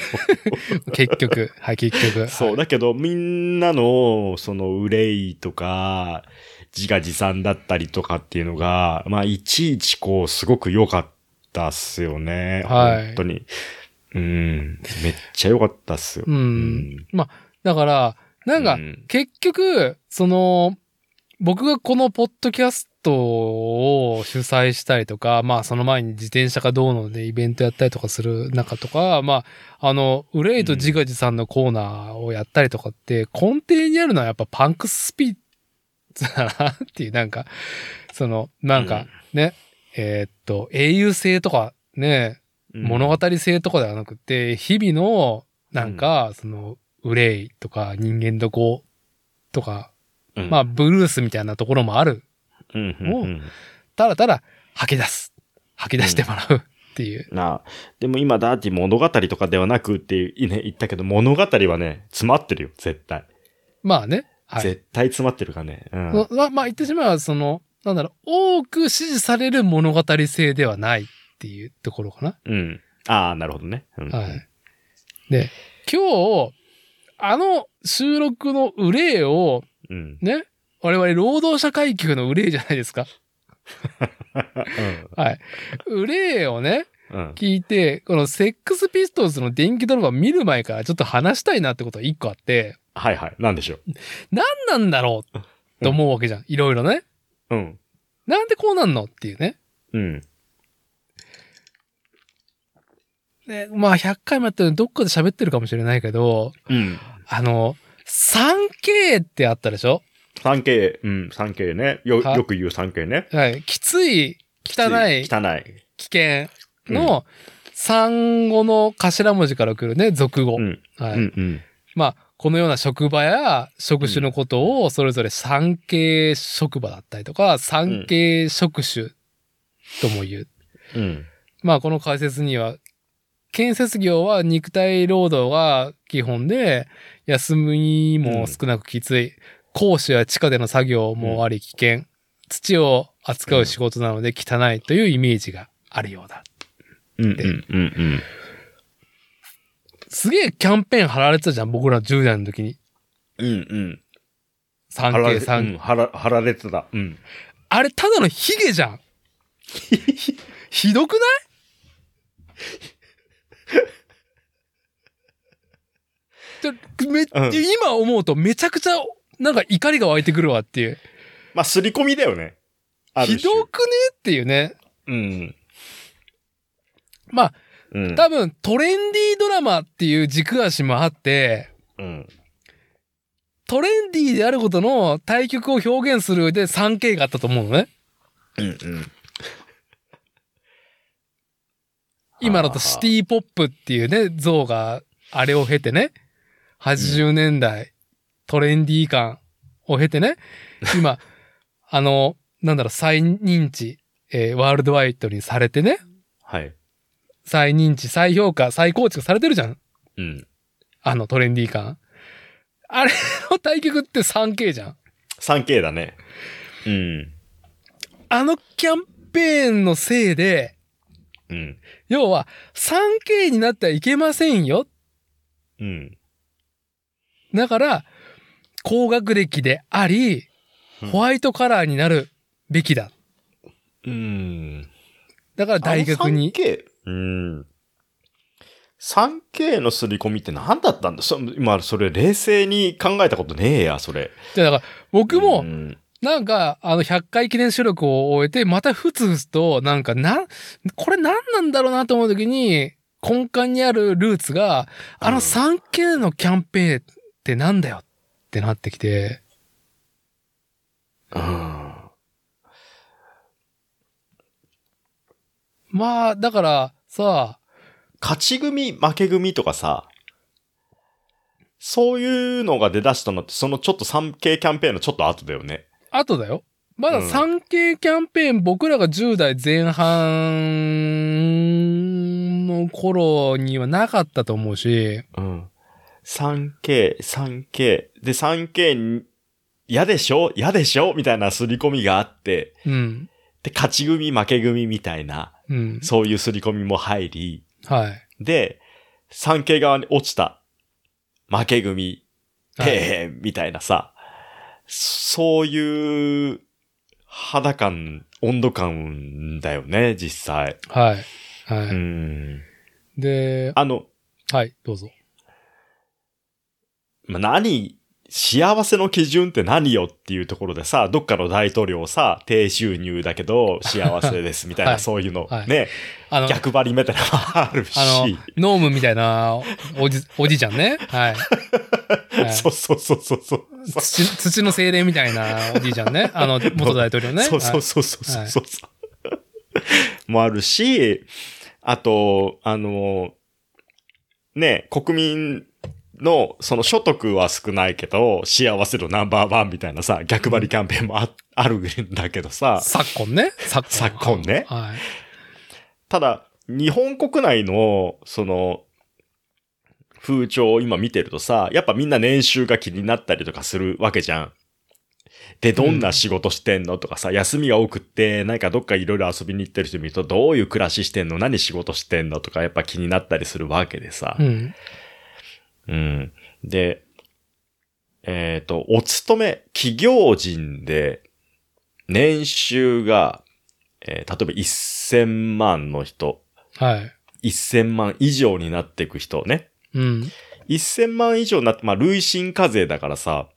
結局、はい、結局。
そう、だけどみんなの、その、憂いとか、自画自賛だったりとかっていうのが、まあ、いちいちこう、すごく良かったっすよね。
はい
本当に。うん。めっちゃ良かったっすよ。
う。。
うん
だから、なんか
う、ん
結局、その、僕がこのポッドキャストを主催したりとか、まあその前に自転車がどうのでイベントやったりとかする中とか、まあ、あの、憂いとジガジさんのコーナーをやったりとかって、根底にあるのはやっぱパンクスピッツだなっていう、なんか、その、なんかね、えーっと、英雄性とかね、
うん
物語性とかではなくて、日々の、なんか、その、憂いとか人間どことか、
うん
まあ、ブルースみたいなところもある。
うんうんうん
ただただ、吐き出す。吐き出してもらうっていう。
なあでも今、ダーティ物語とかではなくっていう、ね、言ったけど、物語はね、詰まってるよ、絶対。
まあね。はい。
絶対詰まってるからね。うん。
そまあ、まあ言ってしまえば、その、なんだろう、多く支持される物語性ではないっていうところかな。
うん。ああ、なるほどね。うん
はい。で、今日、あの収録の憂いを、
うん。
ね、我々労働者階級の憂いじゃないですか。はい。憂いをね、
うん。うん。
聞いて、このセックスピストルズの電気ドラマ見る前からちょっと話したいなってことが一個あって、
はいはい。なんでしょ
何なんだろうって思うわけじゃん。いろいろね。
う。うん。
なんでこうなんのっていうね。
うん。
ねまあ100回もやってるのどっかで喋ってるかもしれないけど、
うん。
あの、3K ってあったでしょ
3K、うん、3K ね。よ、
は
よく言う 3K ね。
はい。きつい、汚い、
汚い。
危険の産後の頭文字から来るね、俗語。
うん。
はい。
うん。うん。
まあ、このような職場や職種のことをそれぞれ産経職場だったりとか、産経職種とも言う。
うん。
まあ、この解説には、建設業は肉体労働が基本で、休みも少なくきつい。講師や地下での作業もあり危険。土を扱う仕事なので汚いというイメージがあるようだ。
うん。うん
で
うん。うん。
すげえキャンペーン貼られてたじゃん、僕ら10代の時に。
うん。うん。
産
貼ら
経
れて、う
産
ん、貼ら貼られてた。うん。
あれ、ただのヒゲ
<laughs>
じゃん。ひどくないでめ
うん
今思うとめちゃくちゃなんか怒りが湧いてくるわっていう。
まあ、すり込みだよね。ある
ひ
種
どくねっていうね。
うん。
まあ
うん。
多分トレンディードラマっていう軸足もあって、
うん。
トレンディーであることの対局を表現する上で 3K があったと思うのね。
うん。うん。
今だとシティポップっていうね、像があれを経てね、80年代、トレンディー感を経てね、今、 <laughs> あの、なんだろう、再認知、えーワールドワイドにされてね、
はい。
再認知、再評価、再構築されてるじゃん。
うん。
あのトレンディー感。あれの対局って 3K じゃん。
3K だね。うん。
あのキャンペーンのせいで、
うん。
要は 3K になってはいけませんよ
うん。
だから、高学歴であり、
うん
ホワイトカラーになるべきだ。
うん。
だから大学に。
3K。うん。3K の刷り込みって何だったんだそ今、それ冷静に考えたことねえや、それ。
じゃあだから、僕
う
も、
ん
なんか、あの、100回記念収録を終えて、またふつふつと、なんか、な、これ何なんだろうなと思うときに、根幹にあるルーツが、あ
う
の
ん
3K のキャンペーンってなんだよってなってきて、
うん。
まあ、だから、さ、
勝ち組、負け組とかさ、そういうのが出だしたのって、そのちょっと 3K キャンペーンのちょっと後だよね。
後だよ。まだ
うん
3K キャンペーン、僕らが10代前半の頃にはなかったと思うし、
うん。3K、3K。で、3K に、嫌でしょ嫌でしょみたいな刷り込みがあって、
うん。
で、勝ち組、負け組みたいな、
うん。
そういう刷り込みも入り、
はい。
で、3K 側に落ちた、負け組、
はい
へえ、みたいなさ、そういう肌感、温度感だよね、実際。
はい。は
う
い。
ん。
で、
あの、
はい、どうぞ。
ま何、幸せの基準って何よっていうところでさ、どっかの大統領さ、低収入だけど幸せですみたい
<laughs>
な、
はい
そういうの、
はい
ね、
あの、
逆張りみたいなのもあるし、
あの、ノームみたいなおじ、 <laughs> おじいちゃんね。はい。はい
そうそうそうそうそう。
土土の精霊みたいなおじいちゃんね。あの、元大統領ね。
そうそう
はい
そうそうそう <laughs> そう。もあるし、あと、あの、ね、国民のその所得は少ないけど、幸せのナンバーワンみたいなさ、逆張りキャンペーンもあ,、あるんだけどさ、
昨今ね。昨今。
昨今ね。
はい。
ただ、日本国内の、その、風潮を今見てるとさ、やっぱみんな年収が気になったりとかするわけじゃん。で、どんな仕事してんのとかさ、休みが多くって、なんかどっかいろいろ遊びに行ってる人見ると、どういう暮らししてんの何仕事してんのとか、やっぱ気になったりするわけでさ
う。ん。
うん。で、えっ、と、お勤め、企業人で、年収がえー例えば1000万の人、
はい。
1000万以上になっていく人ね。
うん。
1000万以上になって、まあ、累進課税だからさ、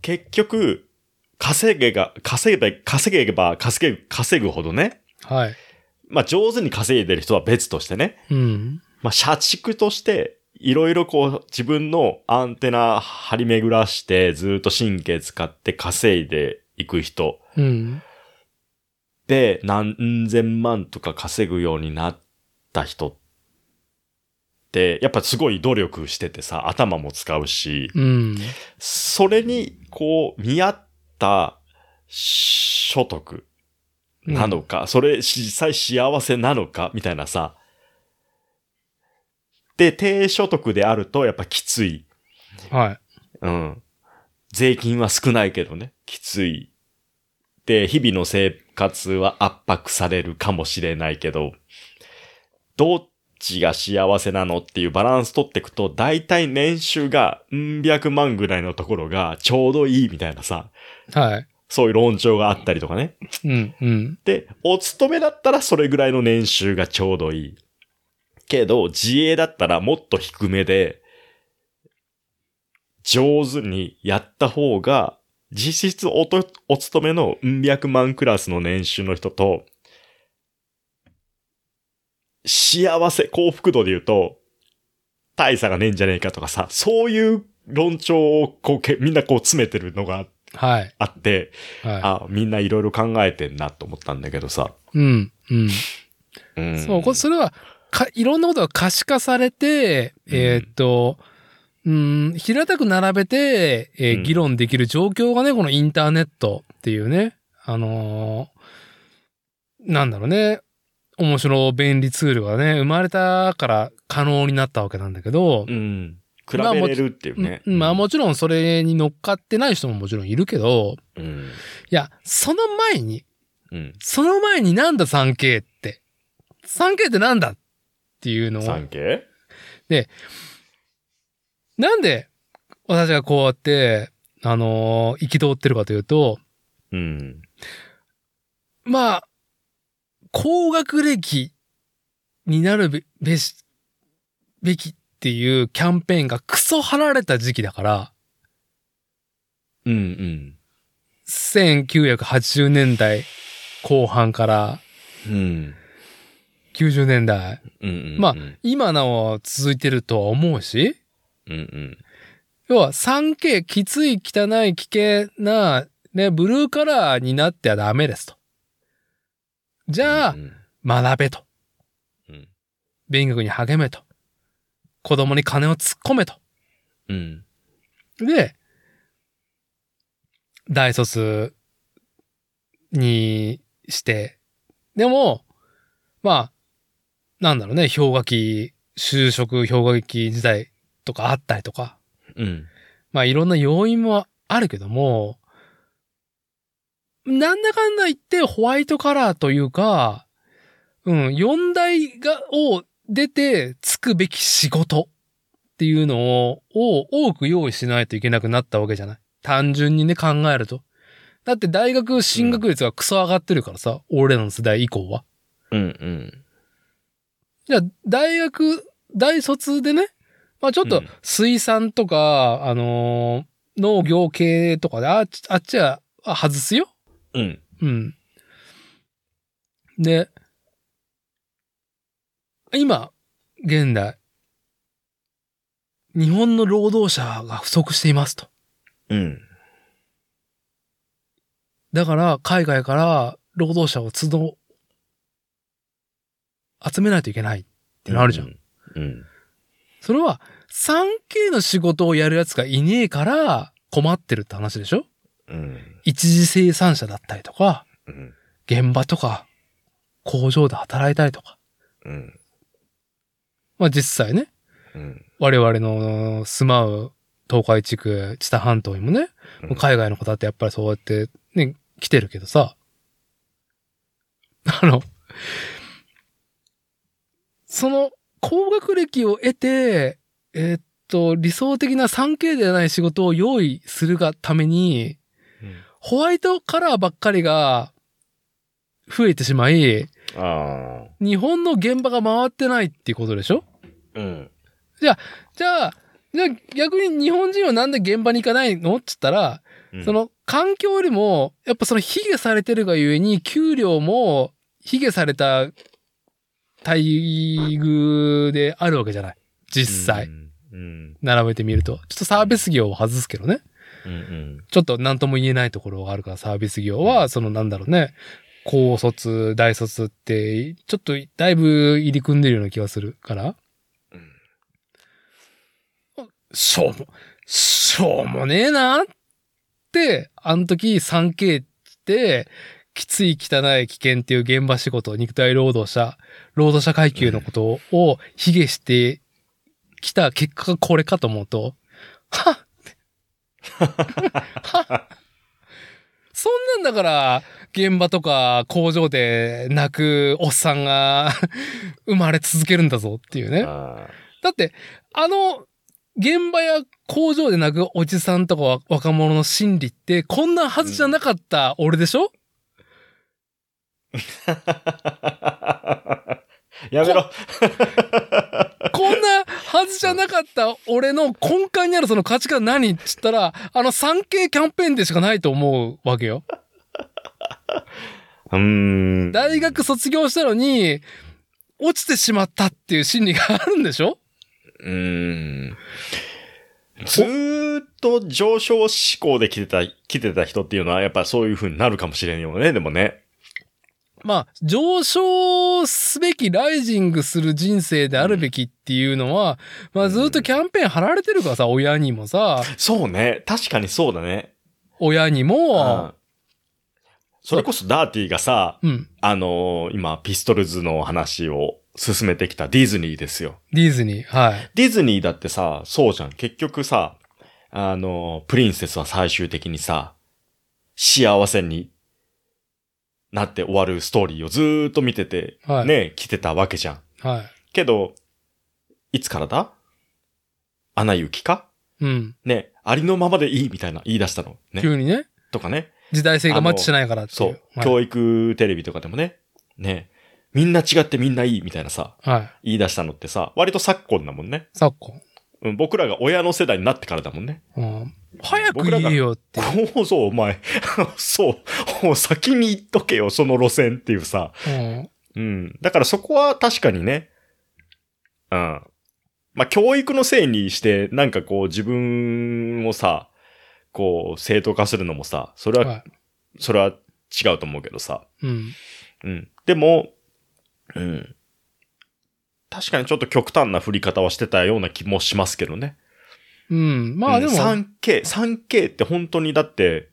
結局、稼げが、稼げば、稼げば、稼げ、稼ぐほどね、
はい。
まあ、上手に稼いでる人は別としてね、
うん。
まあ、社畜として、いろいろこう、自分のアンテナ張り巡らして、ずっと神経使って稼いでいく人
うん。
で、何千万とか稼ぐようになった人って、やっぱすごい努力しててさ、頭も使うし、
うん。
それに、こう、見合った所得なのか、それ実際幸せなのか、みたいなさ。で、低所得であると、やっぱきつい。
はい。
うん。税金は少ないけどね、きつい。で、日々の生活は圧迫されるかもしれないけど、どっちが幸せなのっていうバランス取っていくと、大体年収がうん百万ぐらいのところがちょうどいいみたいなさ、
はい。
そういう論調があったりとかね。
うん。うん。
で、お勤めだったらそれぐらいの年収がちょうどいい。けど、自営だったらもっと低めで、上手にやった方が、実質おと、お勤めのうん百万クラスの年収の人と、幸せ、幸福度で言うと、大差がねえんじゃねえかとかさ、そういう論調をこうけ、みんなこう詰めてるのが
はい。
あって、
は
あ、みんないろいろ考えてんなと思ったんだけどさ。
い。うん。うん。
うん
そう、こそれは、か、いろんなことが可視化されて、
うん
えーっと、うん、平たく並べて、えー
うん
議論できる状況がね、このインターネットっていうね、あのーなんだろうね、面白便利ツールがね、生まれたから可能になったわけなんだけど
う、ん。比べれるっていうね。
うんまあ
う
もちろんそれに乗っかってない人ももちろんいるけど、
ん。
いや、その前に、
うん。
その前になんだ 3K って。3K ってなんだっていうのを。
産経
なんで私がこうやって、あのー、憤ってるかというと、
うん。
まあ、高学歴になるべべし、べきっていうキャンペーンがクソ張られた時期だから、
うんうん。
1980年代後半から
うん。
90年代、
うんうん。
まあ
うん
今なお続いてるとは思うし、
うん。
要は 3K きつい汚い危険な、ね、ブルーカラーになってはダメですと。じ
じ
ゃあ、学べと。
うん。
勉学に励めと。子供に金を突っ込めと。
うん。
で、大卒にして、でも、まあ、なんだろうね、氷河期、就職氷河期時代とかあったりとか、
うん。
まあいろんな要因もあるけども、なんだかんだ言ってホワイトカラーというか、うん、4代が、を出てつくべき仕事っていうのを、を多く用意しないといけなくなったわけじゃない。単純にね、考えると。だって大学進学率がクソ上がってるからさ、俺らの世代以降は。
うんうん。
じゃあ、大学、大卒でね、まあちょっ
う
と
ん
水産とか、あのー農業系とかで、あっち、あっちはあ外すよ。
うん。
うん。で、今、現代、日本の労働者が不足していますと。
うん。
だから、海外から労働者を集う、集めないといけないってなるじゃん。。
うん。
それは 3K の仕事をやるやつがいねえから困ってるって話でしょ
うん。
一次生産者だったりとか、
うん。
現場とか、工場で働いたりとか。
うん。
まあ実際ね、
うん。
我々の住まう東海地区、知多半島にもね
うん、
もう海外の方ってやっぱりそうやってね、来てるけどさ、 <laughs> あの、その高学歴を得て、えーっと、理想的な 3K ではない仕事を用意するがために、ホワイトカラーばっかりが増えてしまい、
ああ。
日本の現場が回ってないっていうことでしょ
うん。
じゃあ、じゃあ逆に日本人はなんで現場に行かないのって言ったら、そ、の環境よりも、やっぱその卑下されてるがゆえに、給料も卑下された待遇であるわけじゃない。実際、。
うん。
並べてみると。ちょっとサービス業を外すけどね。
うん。
ちょっと何とも言えないところがあるから、サービス業は、そのなんだろうね。高卒、大卒って、ちょっとだいぶ入り組んでるような気がするから。しょうも、しょうもねえなって、あの時 3K って、きつい汚い危険っていう現場仕事、肉体労働者、労働者階級のことを卑下してきた結果がこれかと思うと、はっって。はっそんなんだから、現場とか工場で泣くおっさんが生まれ続けるんだぞっていうね。
あ
だって、あの、現場や工場で泣くおじさんとかわ若者の心理って、こんなはずじゃなかった俺でしょ、
あ。 <laughs> やめろ。
こんなはずじゃなかった俺の根幹にあるその価値観何っつったら、あの 3K キャンペーンでしかないと思うわけよ。
うーん。
大学卒業したのに、落ちてしまったっていう心理があるんでしょ
うーん。ずーっと上昇志向で来てた、来てた人っていうのは、やっぱそういう風になるかもしれんよね、でもね。
まあ、上昇すべき、ライジングする人生であるべきっていうのは、まあずっとキャンペーン貼られてるからさ、親にもさ、
そうね。確かにそうだね。
親に
う
も
ん、それこそダーティがさ、
うん、
あのー今、ピストルズの話を進めてきたディズニーですよ。
ディズニー、はい。
ディズニーだってさ、そうじゃん。結局さ、あのープリンセスは最終的にさ、幸せになって終わるストーリーをずーっと見てて、
はい
ね、来てたわけじゃん。
は
けど、いつからだアナ雪か
い。うん。
ね、ありのままでいいみたいな言い出したの。ね。
急にね、
とかね。
時代性がマッチしないからってい
そうう。。
はい
教育テレビとかでもね。ね。みんな違ってみんないいみたいなさ、
はい。
言い出したのってさ、割と昨今だもんね。
昨今。
うん、僕らが親の世代になってからだもんね。
うん早く
僕らが
言えよって。
こう <laughs> そう、お前。そう。もう先に言っとけよ、その路線っていうさ。
うん
うん。だからそこは確かにね。うん。まあ、教育のせいにして、なんかこう自分をさ、こう正当化するのもさ、それは、
はい
それは違うと思うけどさ。
うん。
うん。でも、うん。確かにちょっと極端な振り方はしてたような気もしますけどね。
うん。まあでも、
3K、3K って本当にだって、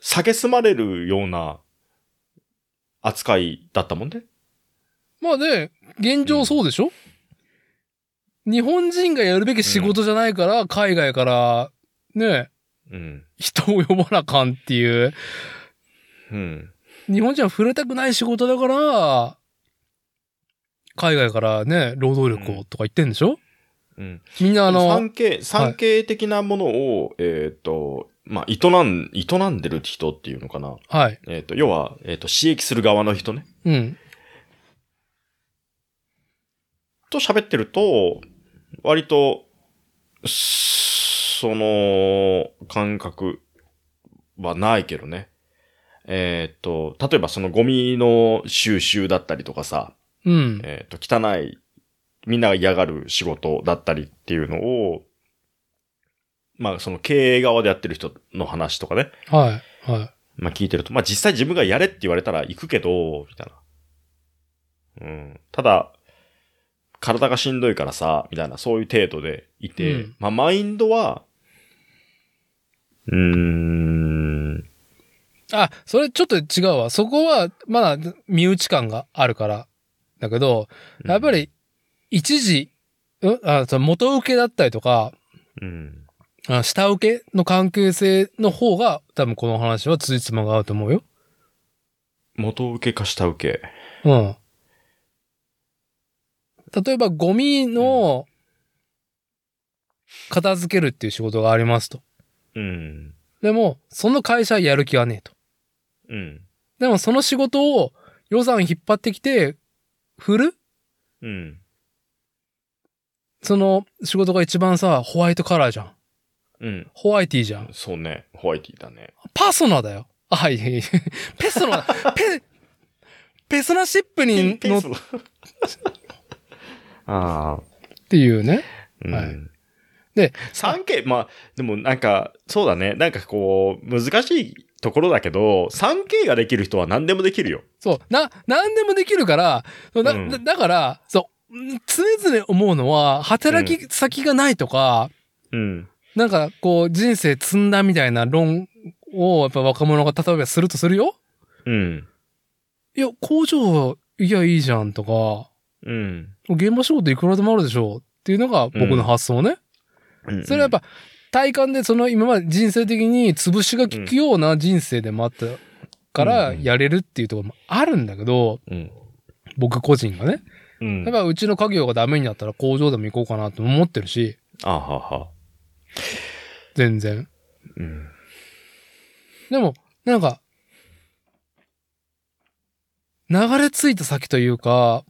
下げすまれるような扱いだったもんね。
まあね、現状そうでしょ、日本人がやるべき仕事じゃないから、海外から、ね、
うん。
人を呼ばなあかんっていう。
うん。
日本人は触れたくない仕事だから、海外からね、労働力をとか言ってんでしょ、
うん。
みんなあ
あの、
の、
3K、3K 的なものを、えっ、と、まあ、営ん、営んでる人っていうのかな。
はい。
えっ、と、要は、えっ、と、刺激する側の人ね。
うん。
と喋ってると、割と、その、感覚はないけどね。えーっと、例えばそのゴミの収集だったりとかさ、
うん。
えーっと、汚い、みんなが嫌がる仕事だったりっていうのを、まあその経営側でやってる人の話とかね、
はい。はい。
まあ聞いてると、まあ実際自分がやれって言われたら行くけど、みたいな。うん。ただ、体がしんどいからさ、みたいな、そういう程度でいて、
うん
まあマインドは、うーん。
あ、それちょっと違うわ。そこは、まだ身内感があるから。だけど、やっぱ、り、一時、うん、あその元請けだったりとか、
うん。
あ下請けの関係性の方が、多分この話は辻褄が合うと思うよ。
元受けか下受け。
うん。例えば、ゴミの、片付けるっていう仕事がありますと。
うん。
ででも、その会社はやる気はねえと。
うん。
でもその仕事を予算引っ張ってきて、振る
うん。
その仕事が一番さ、ホワイトカラーじゃん。
うん。
ホワイティじゃん。
そうね。ホワイティだね。
パーソナだよ。あ、はいやいやいや。ペソナ、ペ、ペソナシップに乗っ
ピースの <laughs> ああ。
ていうね。
うん
はいで、
3K、まあ、でもなんか、そうだね。なんかこう、難しいところだけど、3K ができる人は何でもできるよ。
そう、な、何でもできるから、そうだ、
うん
だだから、そう、ん常々思うのは、働き先がないとか、
うん。
なんかこう、人生積んだみたいな論を、やっぱ若者が例えばするとするよ。
うん。
いや、工場、いや、いいじゃんとか、
うん。
現場仕事いくらでもあるでしょうっていうのが僕の発想ね。
うん
それはやっ、ぱ、体感でその今まで人生的に潰しが効くような人生でもあったから
うん
やれるっていうところもあるんだけど、
うん。
僕個人がね。
うん。
やっぱうちの家業がダメになったら工場でも行こうかなと思ってるし、
あはは。
全然。
うん。
でも、なんか、流れ着いた先というか、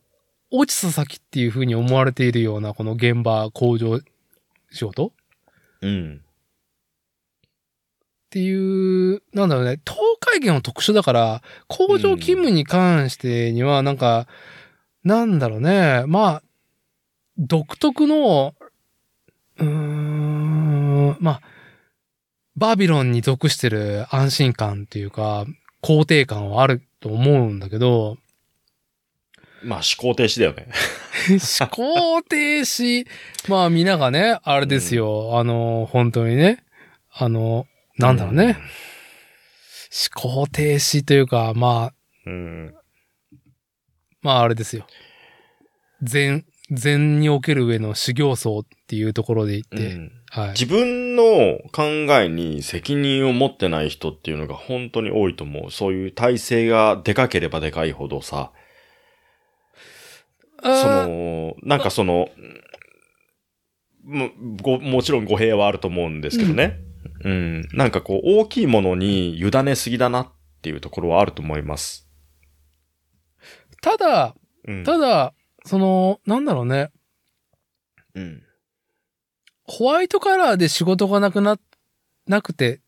落ちた先っていう風に思われているような、この現場、工場、仕事っ
うん。
ていう、なんだろうね、東海圏は特殊だから、工場勤務に関してには、なんか、なんだろうね、まあ、独特の、うーん、まあ、バビロンに属してる安心感っていうか、肯定感はあると思うんだけ <laughs> ど、
まあ、思考停止だよね。
思考停止、まあ皆がね、あれですよ、あの、本当にね、あの、なんだろうね、思考停止というか、まあ、
うん。
まああれですよ。禅、禅における上の修行僧っていうところで言っ
う
て、
ん。
はい。
自分の考えに責任を持ってない人っていうのが本当に多いと思う。そういう体制がでかければでかいほどさ、
あ
そ
ー
の、なんかその、もごもちろん語弊はあると思うんですけどね。うん、なんかこう、大きいものに委ねすぎだなっていうところはあると思います。
ただ、
うん。
ただ、その、なんだろうね、
うん。
ホワイトカラーで仕事がなくな、なくて、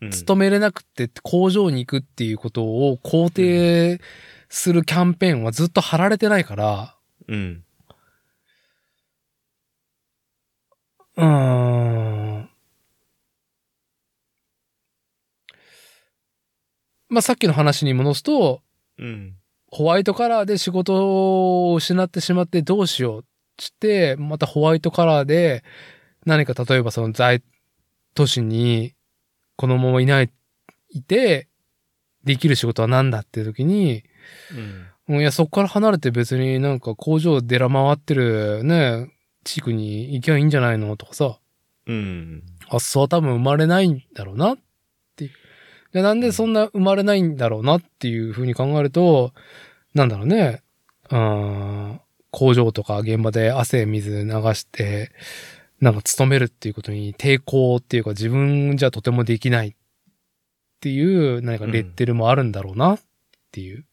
うん
勤めれなくて工場に行くっていうことを肯定するキャンペーンはずっと貼られてないから、
うん。
うーん。まあ、さっきの話に戻すと、
うん。
ホワイトカラーで仕事を失ってしまってどうしようっつって、またホワイトカラーで何か例えばその在都市にこのままいない、いて、できる仕事は何だっていう時に、
うん。
うんいや、そこから離れて別になんか工場出ら回ってるね、地区に行きゃいいんじゃないのとかさ、
うん。
発想は多分生まれないんだろうなっていう。で、なんでそんな生まれないんだろうなっていうふうに考えると、なんだろうね、うん、工場とか現場で汗水流して、なんか勤めるっていうことに抵抗っていうか自分じゃとてもできないっていう何かレッテルもあるんだろうなっていう。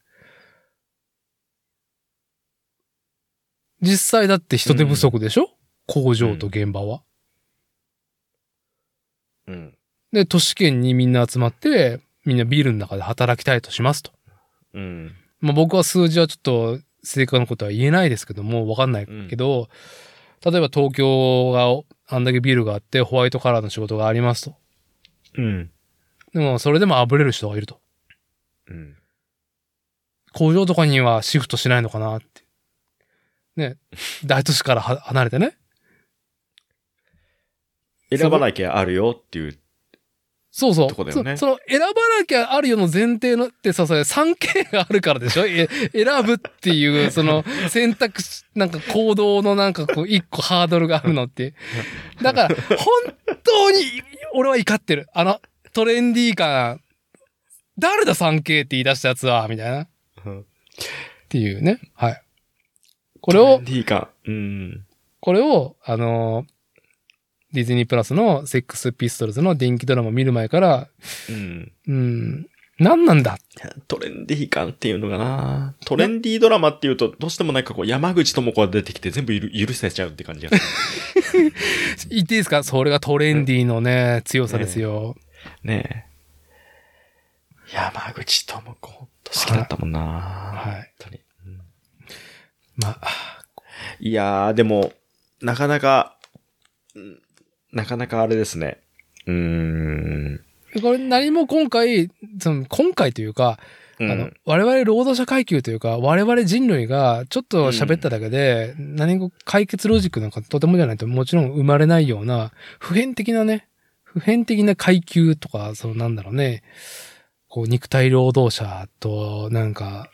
実際だって人手不足でしょ、工場と現場は。
うん。
で、都市圏にみんな集まって、みんなビールの中で働きたいとしますと。
うん。
まあ僕は数字はちょっと正確なことは言えないですけども、わかんないけど、例えば東京があんだけビールがあって、ホワイトカラーの仕事がありますと。
うん。
でもそれでもあぶれる人がいると。
うん。
工場とかにはシフトしないのかなって。ね、大都市からは離れてね。
選ばなきゃあるよっていう。
そうそう。
とこだよね
そその選ばなきゃあるよの前提のってさ、それ 3K があるからでしょ <laughs> え選ぶっていう、その選択肢、なんか行動のなんかこう <laughs> 一個ハードルがあるのって。だから、本当に俺は怒ってる。あの、トレンディー感。誰だ 3K って言い出したやつは、みたいな。っ
うん
ていうね。はい。これを、
いいか。うん。
これを、あのーディズニープラスのセックスピストルズの電気ドラマ見る前から、
うん。
うん、何なんだ
トレンディー感っていうのかなトレンディードラマっていうと、どうしてもなんかこう、山口智子が出てきて全部ゆる許せちゃうって感じがする。
言っていいですかそれがトレンディーのね、強さですよ。
ねえ。山口智子、ほんと好きだったもんな、
は
本
い。
当に。
まあ、
いやー、でも、なかなか、うんなかなかあれですね。うーん。
これ何も今回、その今回というか、
うん
あの、我々労働者階級というか、我々人類がちょっと喋っただけで、何も解決ロジックなんかとてもじゃないともちろん生まれないような、普遍的なね、普遍的な階級とか、そのなんだろうね、こう肉体労働者と、なんか、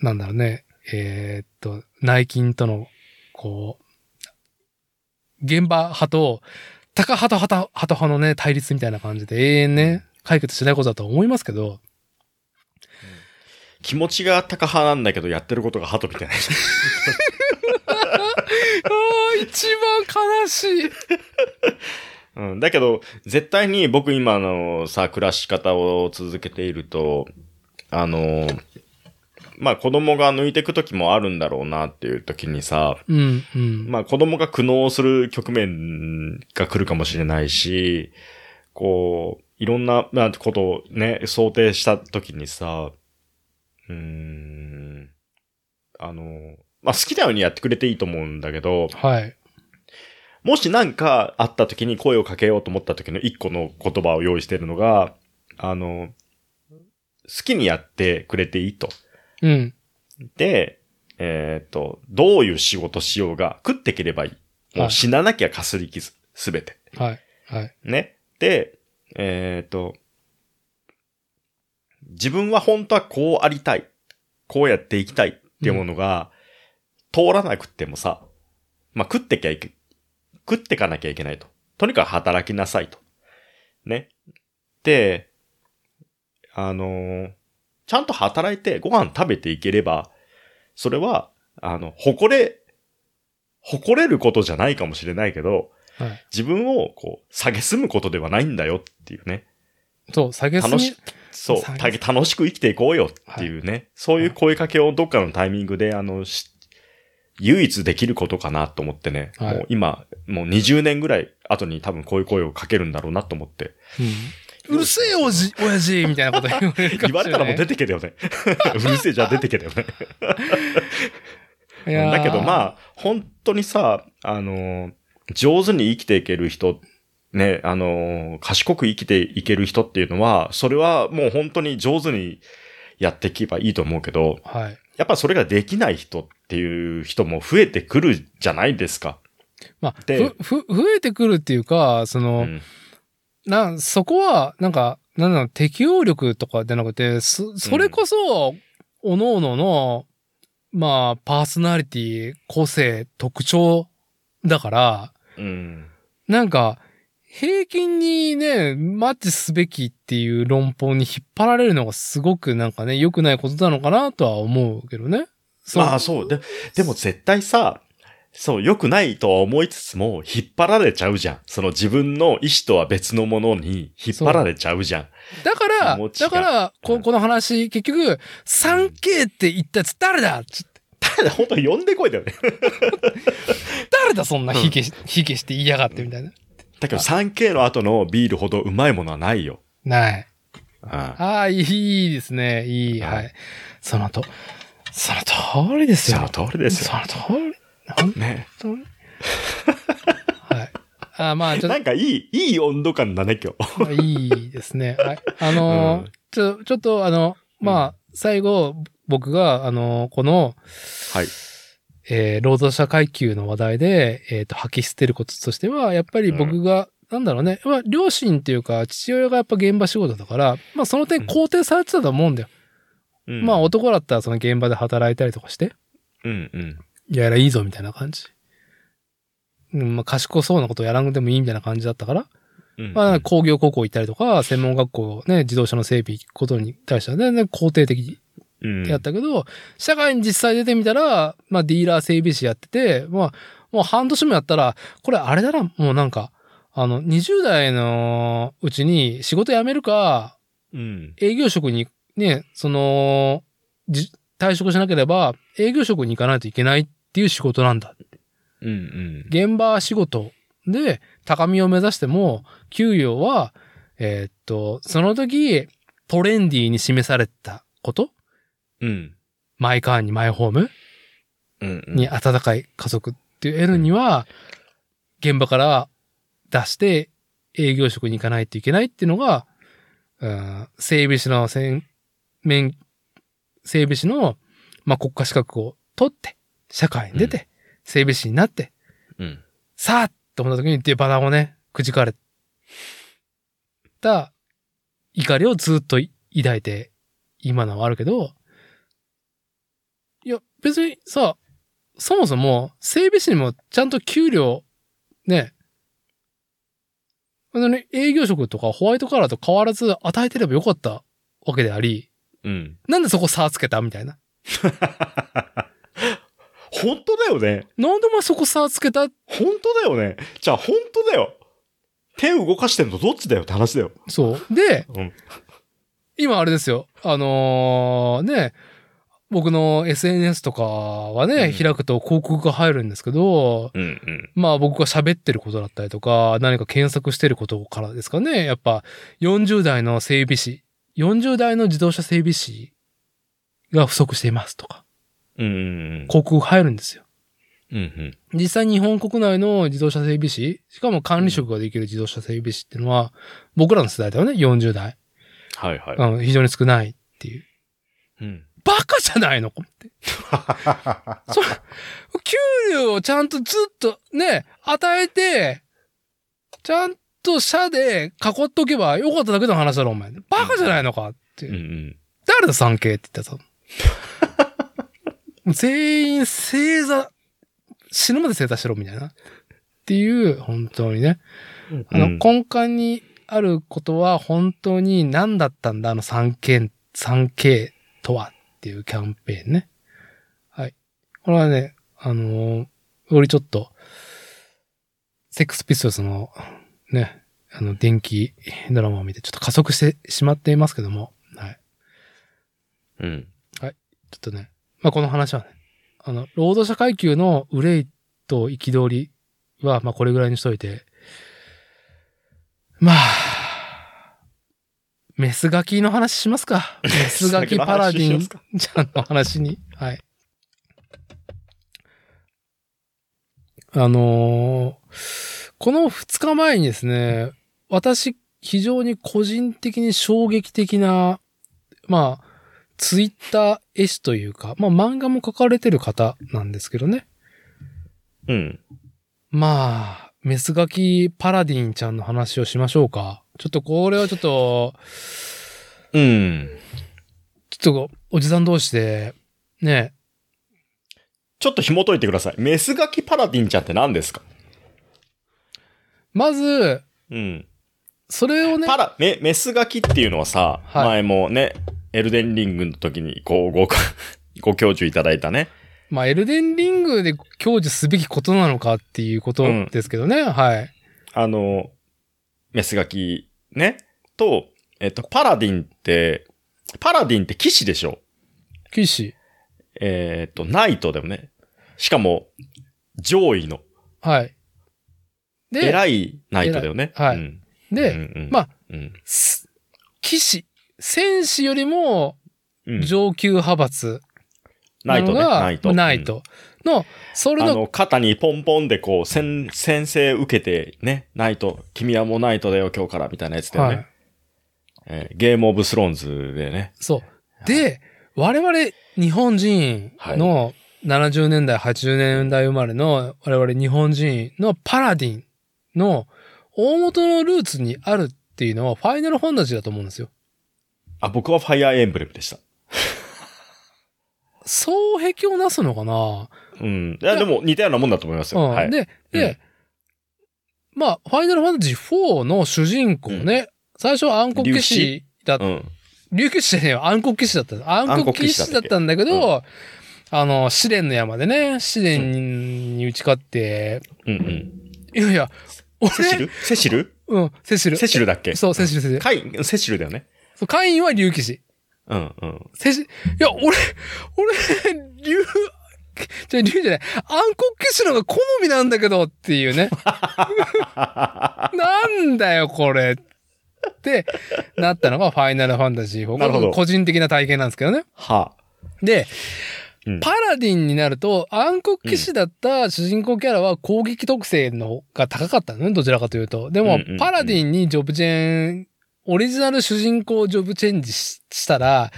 なんだろうね、えーっと、内勤との、こう、現場派と、高派と旗旗派のね、対立みたいな感じで永遠ね、解決しないことだと思いますけど、
気持ちが高派なんだけど、やってることが鳩みたいな。 <laughs>
ああ、一番悲しい。
うん、だけど、絶対に僕今あのさ、暮らし方を続けていると、あの、まあ子供が抜いてく時もあるんだろうなっていう時にさ、
うん、うん。
まあ子供が苦悩する局面が来るかもしれないし、こう、いろんなまあことをね、想定した時にさ、うーん、あの、まあ好きなようにやってくれていいと思うんだけど、
はい。
もしなんかあった時に声をかけようと思った時の一個の言葉を用意してるのが、あの、好きにやってくれていいと。
うん。
で、えっ、と、どういう仕事しようが食ってければいい。も
は
う
い
死ななきゃかすり傷、すべて。
はい。はい。
ね。で、えっ、と、自分は本当はこうありたい。こうやっていきたいっていうものが、通らなくってもさ、まあ、食ってきゃいけ、食ってかなきゃいけないと。とにかく働きなさいと。ね。で、あのーちゃんと働いてご飯食べていければ、それは、あの、誇れ、誇れることじゃないかもしれないけど、
はい。
自分をこう、下げすむことではないんだよっていうね。
そう、下げす
楽し
み。、
そう、
下げ
た楽しく生きていこうよっていうね。そういう声かけをどっかのタイミングで、あの、し唯一できることかなと思ってね。
はい
もう今、もう20年ぐらい後に多分こういう声をかけるんだろうなと思って。
<laughs> うん。うるせえおじ、親父みたいなこと言われるか
言わ
も
れ
しれ
た
な
ら
い。
もう出てけだよね。
<laughs>
うるせえじゃ出てけだよね。
いやー
だけどまあ、本当にさ、あのー上手に生きていける人、ね、あのー賢く生きていける人っていうのは、それはもう本当に上手にやっていけばいいと思うけど、
はい。
やっぱそれができない人っていう人も増えてくるじゃないですか。
まあ、
で
ふ、ふ、増えてくるっていうか、そうの、
ん。
な、そこは、なんか、なんだろう、適応力とかじゃなくて、そ、それこそ、各々の、まあ、パーソナリティ、個性、特徴だから、
うん。
なんか、平均にね、マッチすべきっていう論法に引っ張られるのがすごくなんかね、良くないことなのかなとは思うけどね。そう
まあそう。で、でも絶対さ、そう、良くないとは思いつつも、引っ張られちゃうじゃん。その自分の意志とは別のものに引っ張られちゃうじゃん。
だから
気持、ち
だ
が
から、
う
こ
ん
この話、結局、3K って言ったやつ誰だちょ
ただ、 <laughs> 本当呼んでこいだよね。
誰だそんな火消し、火消して言いやがってみたいな。
だけど 3K の後のビールほどうまいものはないよ。
ない。
うん。
ああ、いいですね。いい、
はい
はい。そのと、その通りです
その
よ。
通りですよ。
その通り。本
ね。
当に。 <laughs> はい。あーまあ、ちょっと
な。んかいい、いい温度感だね、今日。
まあいいですね。はい。あのー
うん
ちょ、ちょっとあの、まあ、
う
最後、僕が、あのーこの、
はい。
えー労働者階級の話題で、えっ、と、吐き捨てることとしては、やっぱり僕が、なんだろうね、まあ、両親っていうか、父親がやっぱ現場仕事だから、まあ、その点
うん
肯定されてたと思うんだよ。
うん
まあ、、男だったらその現場で働いたりとかして、
うんうん。
やらいいぞみたいな感じ。うん、まあ、賢そうなことをやらんでもいいみたいな感じだったから、
うん
まあ、なんか工業高校行ったりとか、専門学校、ね、自動車の整備行くことに対しては全然肯定的
うん
やったけど、社会に実際出てみたら、まあ、ディーラー整備士やってて、まあ、もう半年もやったら、これあれだな、もうなんか、あの、20代のうちに仕事辞めるか、
うん。
営業職にね、その、じ退職しなければ営業職に行かないといけないっていう仕事なんだ。
うんうん。
現場仕事で高みを目指しても、給与は、えーっと、その時、トレンディーに示されたこと
うん。
マイカーにマイホーム
うん、うん。
に温かい家族っていう L には、現場から出して営業職に行かないといけないっていうのが、うん整備士のせん免、整備士の、まあ、国家資格を取って、社会に出て、整備士になって、
うん。
さあと思った時に出花をね、くじかれた怒りをずっと抱いて、今のはあるけど、いや、別にさ、そもそも、整備士にもちゃんと給料、ね、あのね、営業職とかホワイトカラーと変わらず与えてればよかったわけであり、
うん。
なんでそこ差つけたみたいな。
本当だよね。
なんでお前そこ差つけた
本当だよね。じゃあ本当だよ。手動かしてんのどっちだよって話だよ。
そう。で、
うん
今あれですよ。あのーね、僕の SNS とかはね、
うん
開くと広告が入るんですけど、
うんうん。
まあ僕が喋ってることだったりとか、何か検索してることからですかね。やっぱ40代の整備士、40代の自動車整備士が不足していますとか、
うんうん
広告入るんですよ。
うん。うん
実際日本国内の自動車整備士、しかも管理職ができる自動車整備士っていうのは、僕らの世代だよね、40代。
はいはい。
うん、非常に少ないっていう。
うん。
バカじゃないのって。そ給料をちゃんとずっとね、与えて、ちゃんと社で囲っとけばよかっただけの話だろ、お前。バカじゃないのかって。
うんうん。
誰だ、産経って言った
<laughs>
の全員正座、死ぬまで正座しろ、みたいな。っていう、本当にね。あの、
うん
根幹にあることは本当に何だったんだ、あの 3K、3K とはっていうキャンペーンね。はい。これはね、あのーよりちょっと、セックスピストルズの、ね、あの、電気ドラマを見て、ちょっと加速してしまっていますけども、はい。
うん。
ちょっとね、まあ、この話はね、あの、労働者階級の憂いと憤りは、まあ、これぐらいにしといて、まあ、メスガキの話しますか。メ
<laughs>
スガキパラディンちゃんの話に。はい。あのーこの2日前にですね、私、非常に個人的に衝撃的な、まあ、ツイッター絵師というか、まあ漫画も描かれてる方なんですけどね。
うん。
まあ、メスガキパラディンちゃんの話をしましょうか。ちょっとこれはちょっと、
うん。
ちょっとおじさん同士で、ね、
ちょっと紐解いてください。メスガキパラディンちゃんって何ですか
まず、
うん。
それをね、
パラ、メ、メスガキっていうのはさ、
はい
前もね、エルデンリングの時にこうご、 <laughs> ご教授いただいたね。
まあエルデンリングで享受すべきことなのかっていうことですけどね、はい。
あの、メスガキね、と、えっと、パラディンって、パラディンって騎士でしょ
騎士、
えっと、ナイトだよね。しかも、上位の、
はい。で、
偉いナイトだよね。
偉いはい
うん
で、
うんうん
まあ、
うん
す騎士、戦士よりも
うん
上級派閥、
ナイトね。
のが
ナイト。
ナイ
うん
トの、それ
あ
の、
の、肩にポンポンでこう、先、先生受けて、ね、ナイト、君はもうナイトだよ、今日から、みたいなやつだよ
は
ね。
い。
えーゲームオブスローンズでね。
そう。で、我々、日本人の70年代、80年代生まれの、我々日本人のパラディンの大元のルーツにあるっていうのは、ファイナルファンタジーだと思うんですよ。
あ、僕はファイアーエンブレムでした。
双璧をなすのかな
うん。いや、でも似たようなもんだと思いますよ。
うん
はい。
で、で、まあ、ファイナルファンタジー4の主人公ね、最初は暗黒騎
竜
士だっ
うん。
琉球騎士じゃねえよ。暗黒騎士だった。暗黒騎士だったんだけ
暗黒
ど、あの、試練の山でね、試練に打ち勝って、
うんうん。
いやいや、
セシルセシル
うん、セシル。
セシルだっけ
そう、セシル、セシル。
カイン、セシルだよね。
そうカインは竜騎士。
うんうん。
セシ、いや、俺、俺、竜、じゃあ竜じゃない、暗黒騎士の方が好みなんだけどっていう
<laughs>
ね。なんだよ、これ。ってなったのがファイナルファンタジー4。
なるほど
個人的な体験なんですけどね。
は
で、
うん
パラディンになると暗黒騎士だった主人公キャラは攻撃特性の方が高かったのね、どちらかというと。でも、
うんうんうん
パラディンにジョブチェン、オリジナル主人公ジョブチェンジししたら、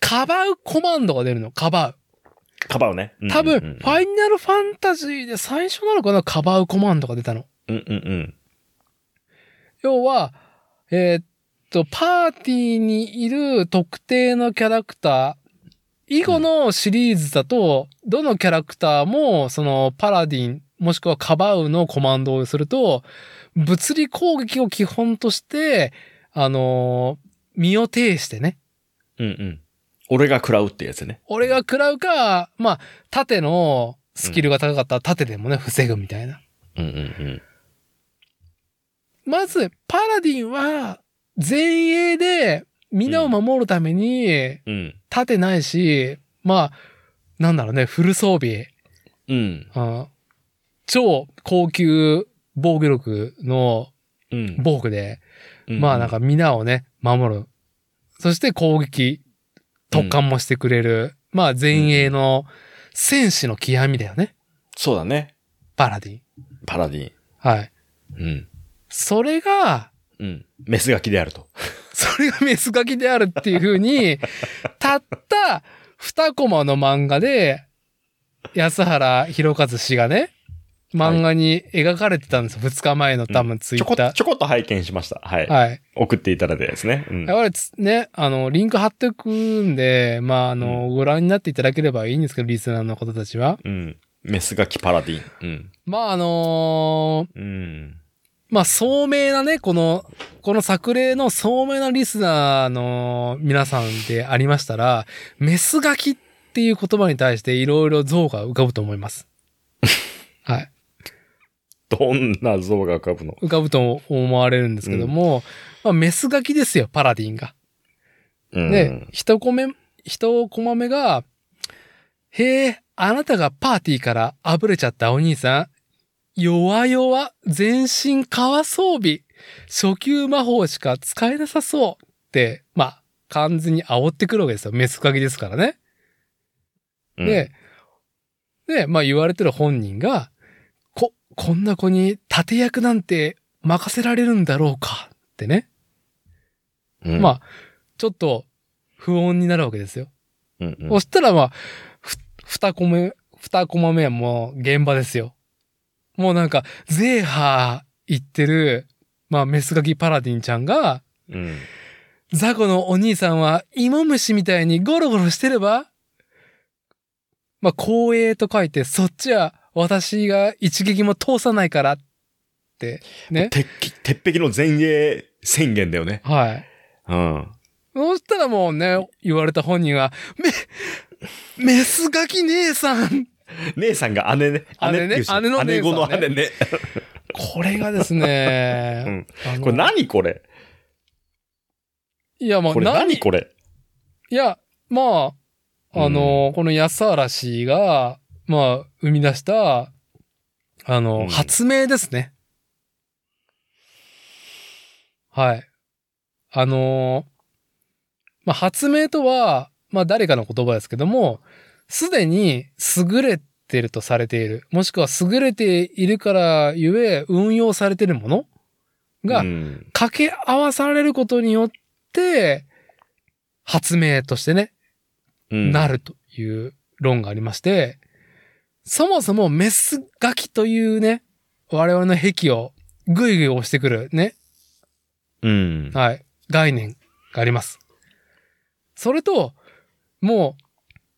かばうコマンドが出るの、かばう。
あ。かばうね。
多分、
うんうんうん
ファイナルファンタジーで最初なのかな、かばうコマンドが出たの。
うんうんうん。
要は、えーっと、パーティーにいる特定のキャラクター、以後のシリーズだと、どのキャラクターも、その、パラディン、もしくはカバウのコマンドをすると、物理攻撃を基本として、あのー身を挺してね。
うんうん。俺が食らうってやつね。
俺が食らうか、まあ、盾のスキルが高かったら盾でもね、防ぐみたいな。
うんうん
まず、パラディンは、前衛で、皆を守るために、
うん。うん。
盾ないし、まあ、なんだろうね、フル装備、
うん。
うん超高級防御力の
うん。
防具で、まあなん、か皆をね、守る。そして攻撃、突貫もしてくれる、まあ前衛の戦士の極みだよね、
そうだね。
パラディン。
パラディン。
はい。
うん。
それが、
うん。メスガキであると。
それがメス書きであるっていうふう
<laughs>
に、たった2コマの漫画で、安原博和氏がね、漫画に描かれてたんですよ。2日前の多分ツイ
ちょ
ッ
こっと、
タ
ちょこっと拝見しました。はい
ー。。はい。
送っていただいたやつね。うん。
やっぱりつね、あの、リンク貼っておくんで、まあ、あの、ご覧になっていただければいいんですけど、リスナーの方たちは。
うん。メスガキパラディン。
まあ、あのー
うん。うん。
まあ、聡明なね、この、この作例の聡明なリスナーの皆さんでありましたら、メスガキっていう言葉に対していろいろ像が浮かぶと思います。はい。
どんな像が浮かぶの
浮かぶと思われるんですけども、まあ、メスガキですよ、パラディンが。
うん
で、一コメ、一コマ目が、へえ、あなたがパーティーからあぶれちゃったお兄さん。弱々、全身革装備。初級魔法しか使えなさそう。って、まあ、完全に煽ってくるわけですよ。メスカギですからね。
うん、
で、で、まあ言われてる本人が、こ、こんな子に盾役なんて任せられるんだろうか。ってね。
うん
まあ、ちょっと不穏になるわけですよ。
うんうん
そしたらまあ、ふ、二コマ、二コマ目はもう現場ですよ。もうなんか、ゼーハー言ってる、まあメスガキパラディンちゃんが、
うん
ザコのお兄さんは芋虫みたいにゴロゴロしてればまあ光栄と書いて、そっちは私が一撃も通さないからって、ね。
鉄壁、鉄壁の前衛宣言だよね。
はい。
うん。
そしたらもうね、言われた本人は、め、メスガキ姉さん
姉さんが姉ね。
姉ね
っていうし
姉の姉さんね
姉子の姉ね。、
これがですね
<laughs> うん
あの
これ何これ
いや、まあ、
これ何これ
いや、まあ、あの、この安原氏が、まあ、生み出した、あの、
うん
発明ですね。はい。あの、まあ、発明とは、まあ、誰かの言葉ですけども、すでに優れてるとされている、もしくは優れているからゆえ運用されているものが、
うん
掛け合わされることによって、発明としてね、
うん
なるという論がありまして、そもそもメスガキというね、我々の癖をぐいぐい押してくるね、
うん。
はい、概念があります。それと、もう、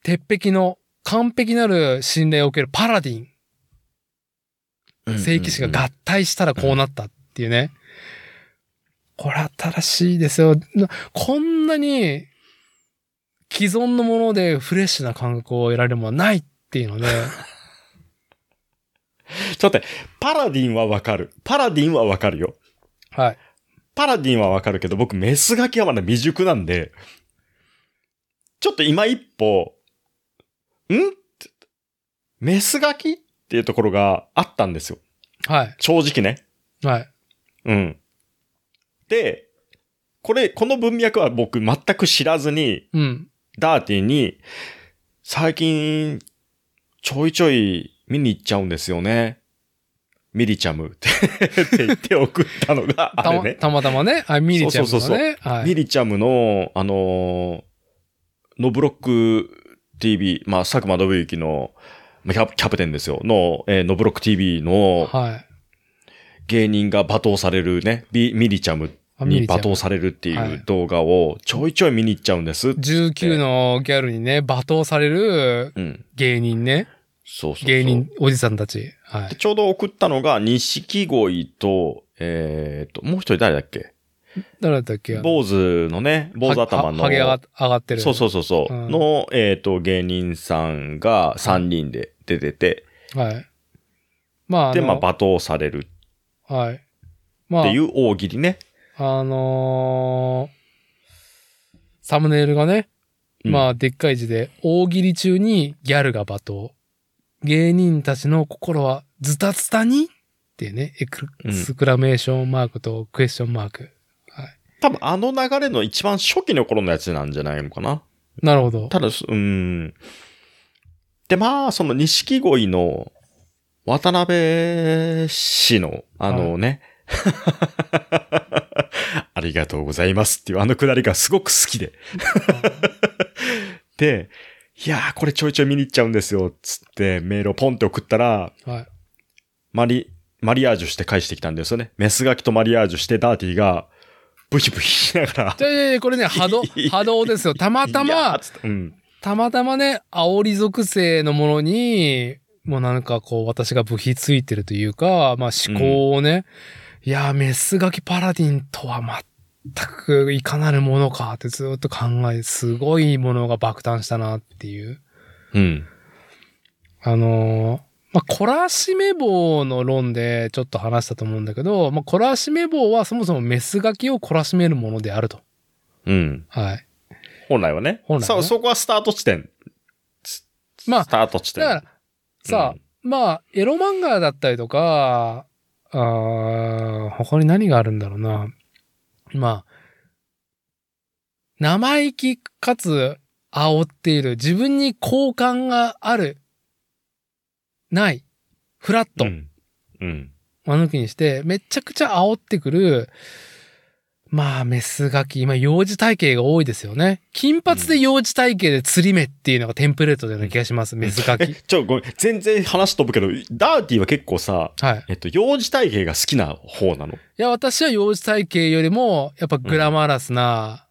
鉄壁の完璧なる信頼を受けるパラディン聖騎士が合体したらこうなったっていうね。これ新しいですよ。なこんなに既存の
<laughs>
ものでフレッシュな感覚を得られるものはないっていうので、
ちょっと待って、パラディンはわかる。パラディンはわかるよ。
はい。
パラディンはわかるけど、僕、メスガキはまだ未熟なんで、ちょっと今一歩、んってメスガキっていうところがあったんですよ。
はい。
正直ね。
はい。
うん。で、これ、この文脈は僕全く知らずに、
うん。
ダーティーに、最近、ちょいちょい見に行っちゃうんですよね。ミリチャムってって言って送ったのが、あ
た
れ
ま
ね。
たまたまね。あ、ミリちゃん
そう
と
そ
か
うそう
ね。はい。
ミリチャムの、あのーノブロック TV、まあ、佐久間信之の、まあキャプキャプテンですよ、の、えーノブロック TV の
はい。
芸人が罵倒されるね、ビミリチャム
あミ
に
リちゃ
罵
ん
倒されるってい
はいう
動画をちょいちょい見に行っちゃうんです。
19のギャルにね、罵倒される
うん。
芸人ね。
そうそうそう。
芸人、おじさんたち。は
で。
い。
ちょうど送ったのが、錦鯉と、えっ、と、もう一人誰だっけ
誰だったっけあの
坊主のね、坊主頭の。
ははげ上が上がってる。
そうそうそうそう。
うん
の、えっ、と、芸人さんが3人で出てて、
はい。まあ、あ
で、
の
まあ、罵倒される
はい。まあ
ってい、う大喜利ね。
あのーサムネイルがね、
うん
まあ、でっかい字で、大喜利中にギャルが罵倒。芸人たちの心はズタズタにっていうね、エク
うん
スクラメーションマークとクエスチョンマーク。
多分あの流れの一番初期の頃のやつなんじゃないのかな。
なるほど。
ただ、すうん。で、まあ、その錦鯉の渡辺氏の、あのね、 <laughs> ありがとうございますっていうあのくだりがすごく好きで。 <laughs> で、いやーこれちょいちょい見に行っちゃうんですよ、つってメールをポンって送ったら、
はい。
マリ、マリアージュして返してきたんですよね。メスガキとマリアージュしてダーティが、ブヒブヒしながら
じ、ゃあいやいや、これね、波
<laughs>
動、波動ですよ。たまた
いや
ま
ー、つってうん。
たまたまね、煽り属性のものに、もうなんかこう私が部費ついてるというか、まあ思考をね、いやー、メスガキパラディンとは全くいかなるものかってずっと考え、すごいものが爆誕したなっていう。
うん。
あのーまあ、コラシメ棒の論でちょっと話したと思うんだけど、まあ、コラシメ棒はそもそもメスガキを懲らしめるものであると。
うん。
はい。
本来はね。
本来はね
そうそこはスタート地点。ス
まあ
スタート地点。
だから、さあ、まあ、エロ漫画だったりとか、あー他に何があるんだろうな。まあ、生意気かつ煽っている、自分に好感がある、ない、フラッ
う
ト、
ん。うん。
間抜きにして、めちゃくちゃ煽ってくる、まあ、メスガキ、今、幼児体型が多いですよね。金髪で幼児体型で釣り目っていうのがテンプレートのような気がします、メスガ
え、 <laughs>
キ。
ちょ、ごめん。全然話飛ぶけど、ダーティは結構さ、
はい。
えっと、幼児体型が好きな方なの。
いや、私は幼児体型よりも、やっぱグラマラスな、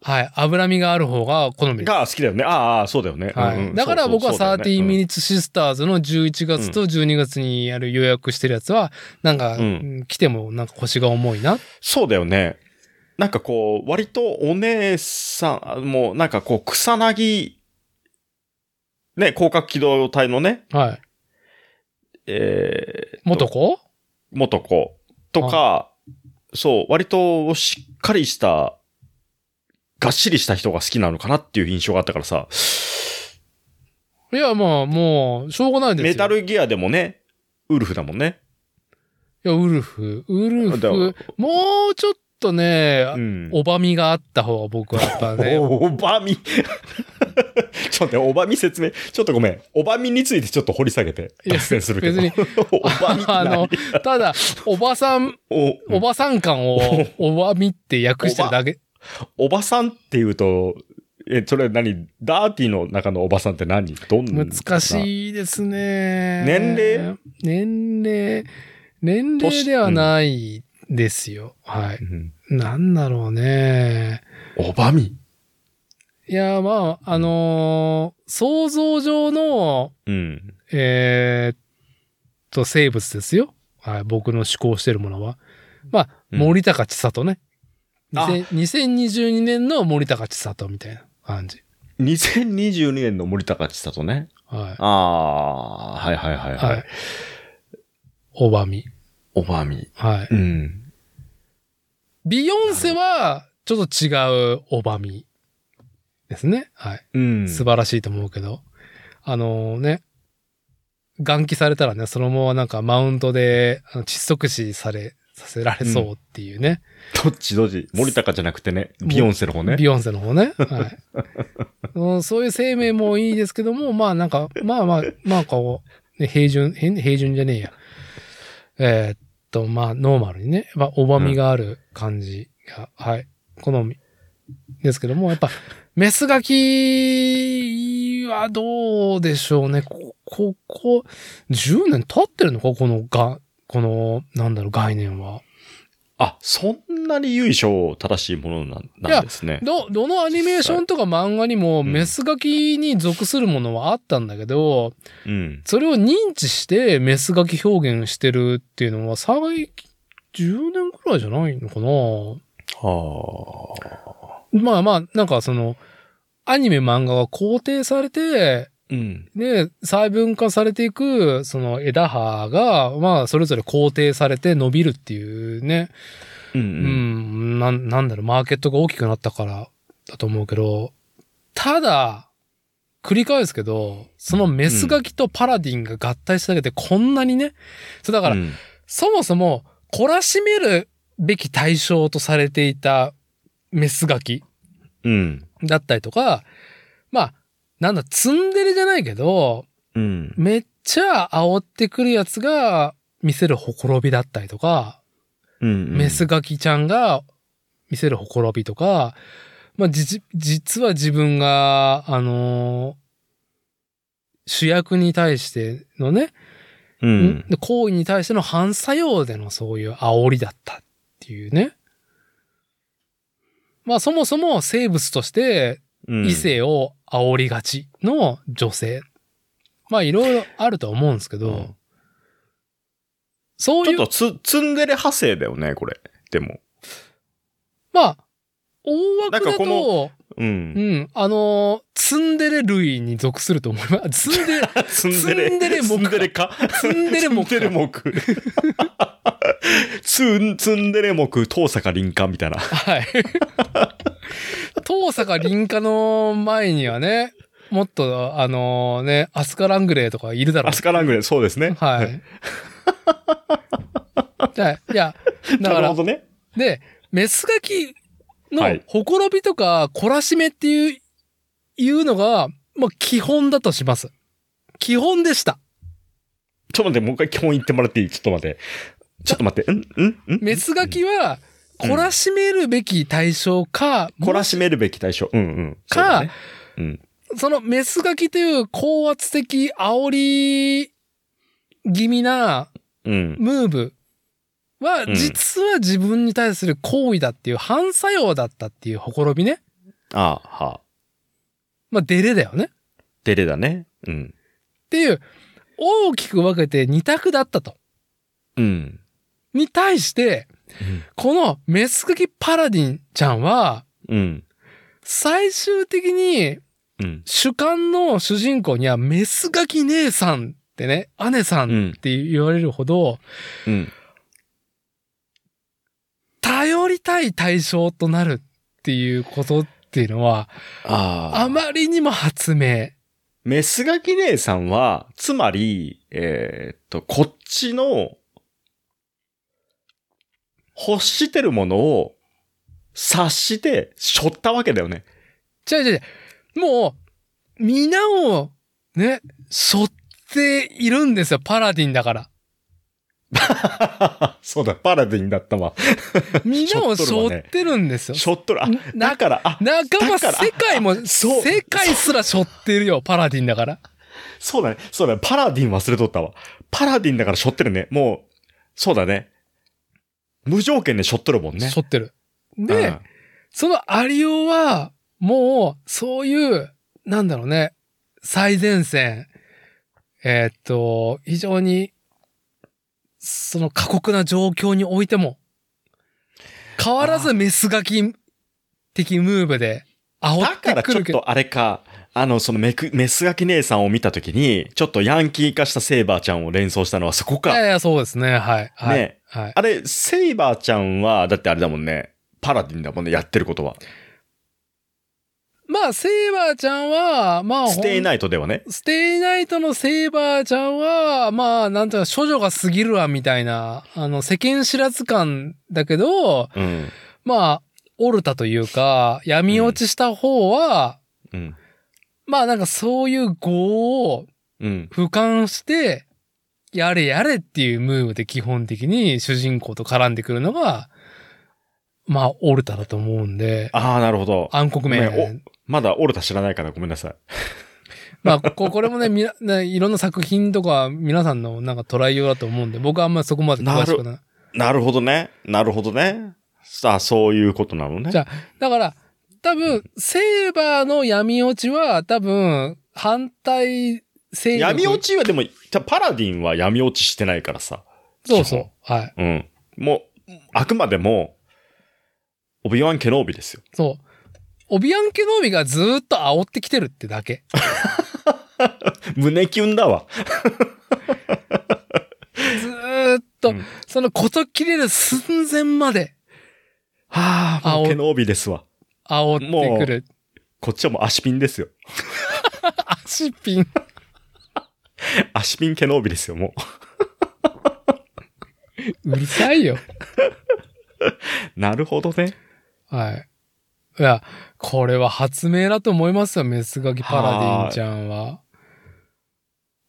はい、脂身がある方が好みです。
が好きだよね。ああ、そうだよね。
は
うんう
い、
ん
だから僕は
そうそうそうだよ
30ミ
ね
ニッツシスターズの11月と12月にやる予約してるやつは、なんか、
うん
うん来てもなんか腰が重いな。
そうだよね。なんかこう、割とお姉さん、もうなんかこう、草薙、ね、広角機動隊のね、
はい。
えー、
元子
元子とか、そう、割としっかりした、がっしりした人が好きなのかなっていう印象があったからさ、
いや、まあ、もう、しょうがないですよ。
メタ
い
ルギアでもね、ウルフだもんね。
や、ウルフ。ウル
だ
フ。もうちょっとね、
うん。
おばみがあった方が僕はやっぱね、
<laughs> おおばみ。ちょっと待って、おばみ説明。ちょっとごめん。おばみについてちょっと掘り下げて。
いや
脱線するけど。
別
<laughs> おばみって
あの
何、
ただ、おばさん
お
おばさん
<laughs>
感を、おばみって訳してるだけ。
おばさんっていうと、え、それ何ダーティの中のおばさんって何どんな
難しいですね。
年齢
年齢。年齢ではないですよ。はい。
うん
なんだろうね。
おばみ。
いや、まあ、あのー想像上の、
うん。
えーっと、生物ですよ。はい。僕の思考してるものは。まあ、
うん
森高千里ね。
あ
2000 2022年の森高千里みたいな感じ。
2022年の森高千里ね。
は
ああー、はいはいはい
い。
は
はいい。。オバミ。
オバミ。
はい。
うん。
ビヨンセは、ちょっと違うオバミですね。はい。
うん。
素晴らしいと思うけど。あのね、元気されたらね、そのままなんかマウントであの窒息死され、させられそうっていうね。
どっちどっち。森高じゃなくてね、ビヨンセの方ね
ビ。ヨンセの方ね。はい。うんそういう生命もいいですけども、 <laughs> まあなんか、まあまあ、まあこう、ね、平準、平平準じゃねえや。えーっと、まあノーマルにね、まあ、おばみがある感じが、はい、好みですけども、やっぱ、メスガキはどうでしょうね。ここ、こ、10年経ってるのかこのが、この、なんだろう、概念は。
あ、そんなに由緒正しいものなんなんですね。
ど、どのアニメーションとか漫画にも、
うん
メス書きに属するものはあったんだけど、
うん。
それを認知してメス書き表現してるっていうのは、最近10年くらいじゃないのかな
はあ。
まあまあ、なんかその、アニメ漫画が肯定されて、
うん。
で、細分化されていく、その枝葉が、まあ、それぞれ肯定されて伸びるっていうね、
うんう。
うんん、なん、なんだろう、マーケットが大きくなったからだと思うけど、ただ、繰り返すけど、そのメスガキとパラディンが合体しただけでこんなにね、そうだ
だ
から、
うん
そもそも懲らしめるべき対象とされていたメスガキ
うん。
だったりとか、まあ、なんだ、ツンデレじゃないけど、
うん。
めっちゃ煽ってくるやつが見せるほころびだったりとか、
うん
メス。ガキちゃんが見せるほころびとか、まあ、じじ、実は自分が、あのー主役に対してのね、
うん。
で行為に対しての反作用でのそういう煽りだったっていうね。まあそもそも生物として
うん
異。性を煽りがちの女性。まあいろいろあるとは思うんですけど、
うん
そう
ちょ
い
っ
う
とつ、ツンデレ派生だよね、これ。でも。
まあ、大枠
なん
だ、
かことう。
うんん、あのーツンデレ類に属すると思い
<laughs>
ます。ツンデレ、
<laughs> ツンデレ。
ツンデレ目
ツンデレか。
ツンデレ目
ツンデレ目。ツン、ツンデレ目、遠坂林間みたいな。 <laughs>
はい。遠坂林家の前にはね、もっと、あのーね、アスカラングレーとかいるだろ
アスカラングレー、そうです
う。
ね。
はい。じゃあ、いや、だ
な
か
る
ら
ほ、どね。
で、メスガキ
は
の
い
ほころびとか懲らしめっていう、いうのが、まあ、基本だとします。基本でした。
ちょっと待って、もう一回基本言ってもらっていいちょっと待って。ちょっと待って、んんん
メスガキは、懲らしめるべき対象か、
懲らしめるべき対象。うんうん。
か
そうだねうん。
そのメスガキという高圧的煽り気味な
うん。
ムーブは、
うん
実は自分に対する行為だっていう反作用だったっていうほころびね。
ああ、はあ。
まあ、デレだよね。っ
デレだね。うん。
ていう、大きく分けて二択だったと。
うん。
に対して、このメスガキパラディンちゃんは、
うん。
最終的に
うん。
主観の主人公にはメスガキ姉さんってね、姉さ
うん
っ
ん。
て言われるほど、
うん。
頼りたい対象となるっていうことっていうのは、
ああ。
あまりにも発明。
メスガキ姉さんは、つまり、えーっと、こっちの、欲してるものを察して、しょったわけだよね。 <laughs>
違う違う違う。もう、皆をね、背負っているんですよ、パラディンだから。
そうだ、パラディンだったわ。
皆を
背
背
負っとるわ
負
ね
ってるん
<laughs>
ですよ。
しょっとる。あ、
な
だから、あ、
仲間、
だから
世界も、
そう
世界すら背負ってるよ、パラディンだから。
そうだね、そうだね、パラディン忘れとったわ。パラディンだからしょってるね。もう、そうだね。無条件でしょっとるもんね。
背負ってる。で、そのありようは、もう、そういう、なんだろうね、最前線。えーっと、非常に、その過酷な状況においても、変わらずメスガキ的ムーブで煽
だ
っ
か
て
ら
く
ちょ
る
っ
けど。
とあれか、あの、そのメクメスガキ姉さんを見たときに、ちょっとヤンキー化したセイバーちゃんを連想したのはそこ
いや
か。
いや、そうですね。はい。はい。
ね
はい。
あれ、セイバーちゃんは、だってあれだもんね。パラディンだもんね、やってることは。
まあ、セイバーちゃんは、まあ、
ステイ
イ
ナイトではね。
ステイナイトのセイバーちゃんは、まあ、なんていうか、処女が過ぎるわ、みたいな、あの、世間知らず感だけど、
うん。
まあ、オルタというか、闇落ちした方は、
うん。
まあ、なんかそういう業を
うん。
俯瞰して、やれやれっていうムーブで基本的に主人公と絡んでくるのが、まあ、オルタだと思うんで、
ああ、なるほど。
暗黒
ごめんお
面。
まだオルタ知らないからごめんなさい。
まあ、ここれもね、みなねいろんな作品とか皆さんのなんか捉えようだと思うんで、僕はあんまりそこまで詳しくない。
なるほどね。なるほどね。さあ、そういうことなのね。
じゃだから、多分、セーバーの闇落ちは、多分、反対勢力。
闇落ちはでも、たパラディンは闇落ちしてないからさ。
そうそう。はい。
うん。もう、あくまでも、オビワン・ケノービですよ。
そう。オビアンケノービがずーっと煽ってきてるってだけ。
胸キュンだわ。
ずーっと、
うん
そのこと切れる寸前まで
は
あ
あ、もう
お
ケノービですわ。
煽ってくる。
こっちはもう足ピンですよ。
<laughs> 足ピン。
足ピンケノービですよ、も
うるさいよ。
う。なるほどね。
はい。いや、これは発明だと思いますよ、メスガキパラディンちゃんは。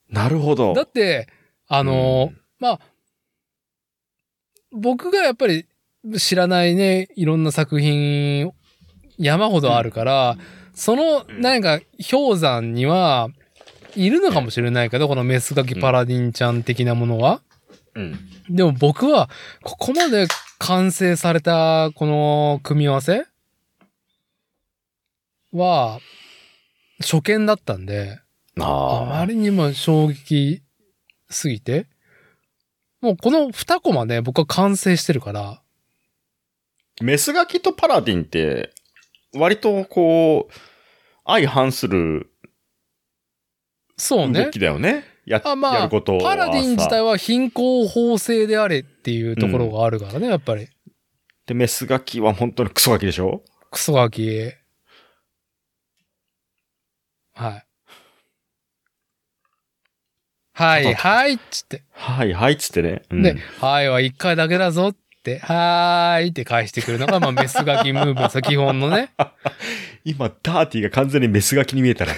なるほど。
だって、あのー、
う
まあ、僕がやっぱり知らないね、いろんな作品、山ほどあるから、その、
ん
何か氷山には、いるのかもしれないけど、このメスガキパラディンちゃん的なものは。
うん。
でも僕は、ここまで完成された、この組み合わせは、初見だったんで、あ
あ
ま
あ。
りにも衝撃すぎて、もうこの2コマで僕は完成してるから、
メスガキとパラディンって、割とこう、相反する
そうね
動。きだよね。や
あまあ
やることは
パラディン自体
さ
は貧困法制であれっていうところがあるからね、やっぱり。
で、メスガキは本当にクソガキでしょ
クソガキ。はい。はい、はい、っつって。
はいはいっつってね。うん
で、はいは一回だけだぞって、はーいって返してくるのが、まあ、メスガキムーブ
<laughs>
の基本のね。
今、ダーティが完全にメスガキに見え
<laughs>
たら。い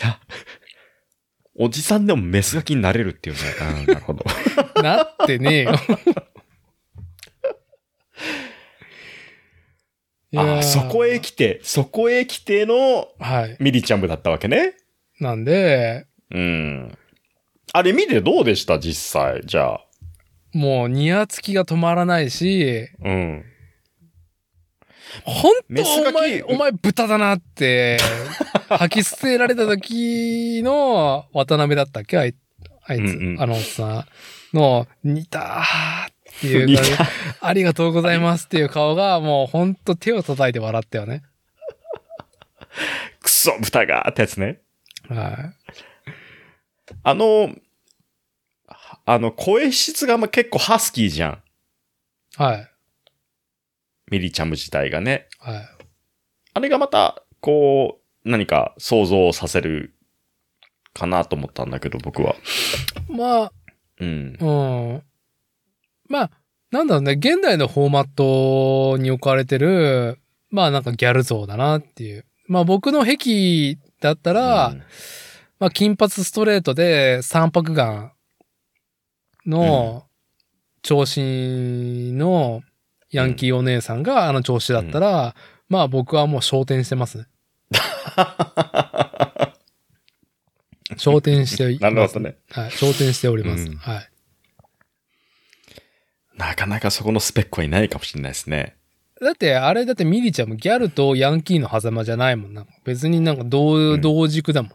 や、おじさんでもメスガキになれるっていうね。うんなるほど。
なってね
<laughs>
えよ。 <laughs> いやー
あそこへ来て、そこへ来ての
はい。
ミリチャムだったわけね。
なんで、
うん。あれ見てどうでした実際、じゃあ。
もう、ニヤつきが止まらないし、
うん。
ほん
メ
と
スガ
お
キ
前、お前豚だな
<laughs>
って、吐き捨てられた時の渡辺だったっけあいあいつ、
うんうん
あのおっさんの、似たーっていう
似
感じ
た、
ありがとうございますっていう顔が、もうほんと手を叩いて笑ったよね。
クソ豚がーってやつね。
は
あの、あの、声質がま結構ハスキーじゃん。
い。はい。
ミリチャム自体がね。
はい。
あれがまた、こう、何か想像させるかなと思ったんだけど、僕は。
まあ、
うん。
うん。まあ、なんだろうね、現代のフォーマットに置かれてる、まあなんかギャル像だなっていう。まあ僕の癖だったら、
うん
まあ、金髪ストレートで三白眼の長身のヤンキーお姉さんがあの調子だったら、まあ僕はもう昇天してます
<laughs>
ね。昇天してい
なる
ま
ほ
す
ど。ね。
はい、昇天しております。
うん
はい。
なかなかそこのスペックはいないかもしれないですね。
だって、あれだってミリちゃんもギャルとヤンキーの狭間じゃないもんな。別になんか同、
うん
同軸だもん。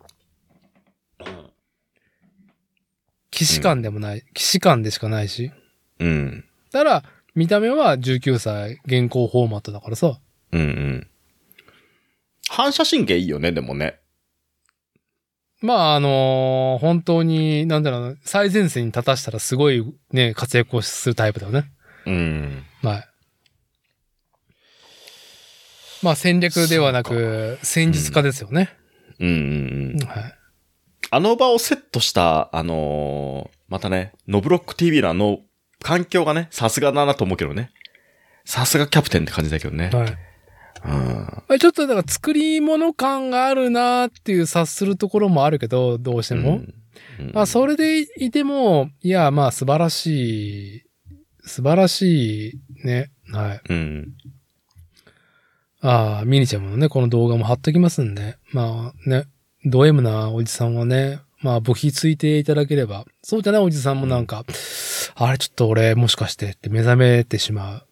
騎士官でもない。騎士官でしかないし。
うん。
ただ、見た目は19歳、現行フォーマットだからさ。
うんうん。反射神経いいよね、でもね。
まあ、あのー本当に、なんだろうな、最前線に立たしたらすごいね、活躍をするタイプだよね。
うん。
はい。まあ、戦略ではなく、戦術家ですよね。
うんうんうん。
はい。
あの場をセットした、あのーまたね、ノブロック TV のあの、環境がね、さすがだなと思うけどね。さすがキャプテンって感じだけどね。
はい
うん。
まあ。ちょっとだから作り物感があるなーっていう察するところもあるけど、どうしても。
うん、
まあ、それでいても、いや、まあ、素晴らしい、素晴らしい、ね。はい。
うん。
ああ、ミニちゃんのね、この動画も貼っときますんで。まあね、ド M なおじさんはね、まあ、部費ついていただければ、そうじゃないおじさんもなんか、あれ、ちょっと俺、もしかしてって目覚めてしまう。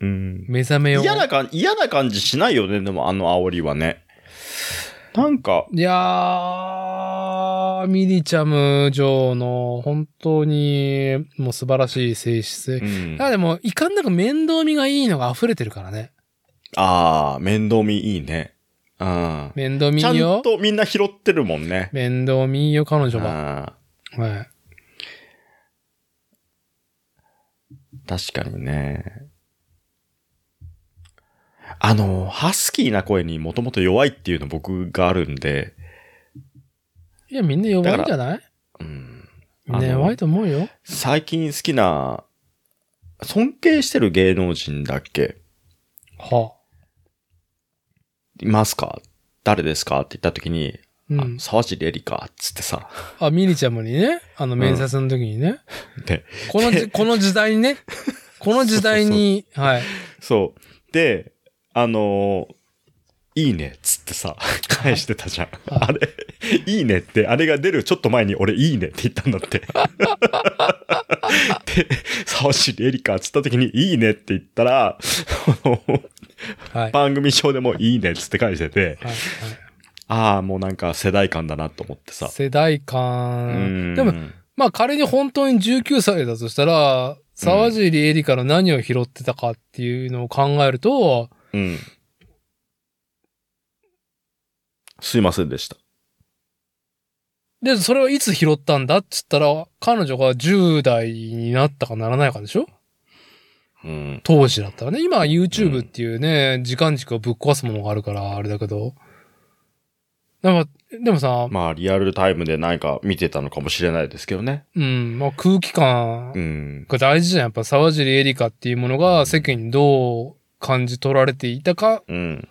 うん。
目覚めよう。
嫌な感じ、嫌な感じしないよね、でもあの煽りはね。なんか、
いやー、ミリチャム女王の本当にもう素晴らしい性質
う。ん
あ、でも、いかんなく面倒見がいいのが溢れてるからね。
ああ、面倒見いいね。うん。
面倒見
ちゃ
い
ん
いよ。
とみんな拾ってるもんね。
面倒見いいよ、彼
う
女は。
ん
はい。
確かにね。あの、ハスキーな声にもともと弱いっていうの僕があるんで、
いや、みんな弱いんじゃない
うん、
みんな弱いと思うよ。
最近好きな、尊敬してる芸能人だっけ
はい
ますか誰ですかって言った時に、
あ。う
あ
ん。
沢尻エリかっつってさ、 <laughs>
あ、ミリちゃムにね、あの、面接の時にね。
で
このじ、この時代にね。この時代に、はい。
そう。で、あのーいいねっつってさ、 <laughs> 返してたじゃん。あれ、いいねって、あれが出るちょっと前に俺いいねって言ったん
<laughs>
だって。で、沢尻エリカっつった時にいいねって言ったら、 <laughs> あの
はい。はい。
番組上でもいいねっつって返してて、
はい
ああ、もうなんか世代間だなと思ってさ。
世代
う
間。
ん
でも、まあ仮に本当に19歳だとしたら、沢尻エリカの何を拾ってたかっていうのを考えると、
うん。すいませんでした。
で、それはいつ拾ったんだっつったら、彼女が10代になったかならないかでしょ
うん。
当時だったらね。今は YouTube っていうね、時間軸をぶっ壊すものがあるから、あれだけど。でも、でもさ、
まあ、リアルタイムで何か見てたのかもしれないですけどね。
うん、まあ空気感
うん。
が大事じゃん。やっぱ沢尻エリカっていうものが世間にどう感じ取られていたか
うん。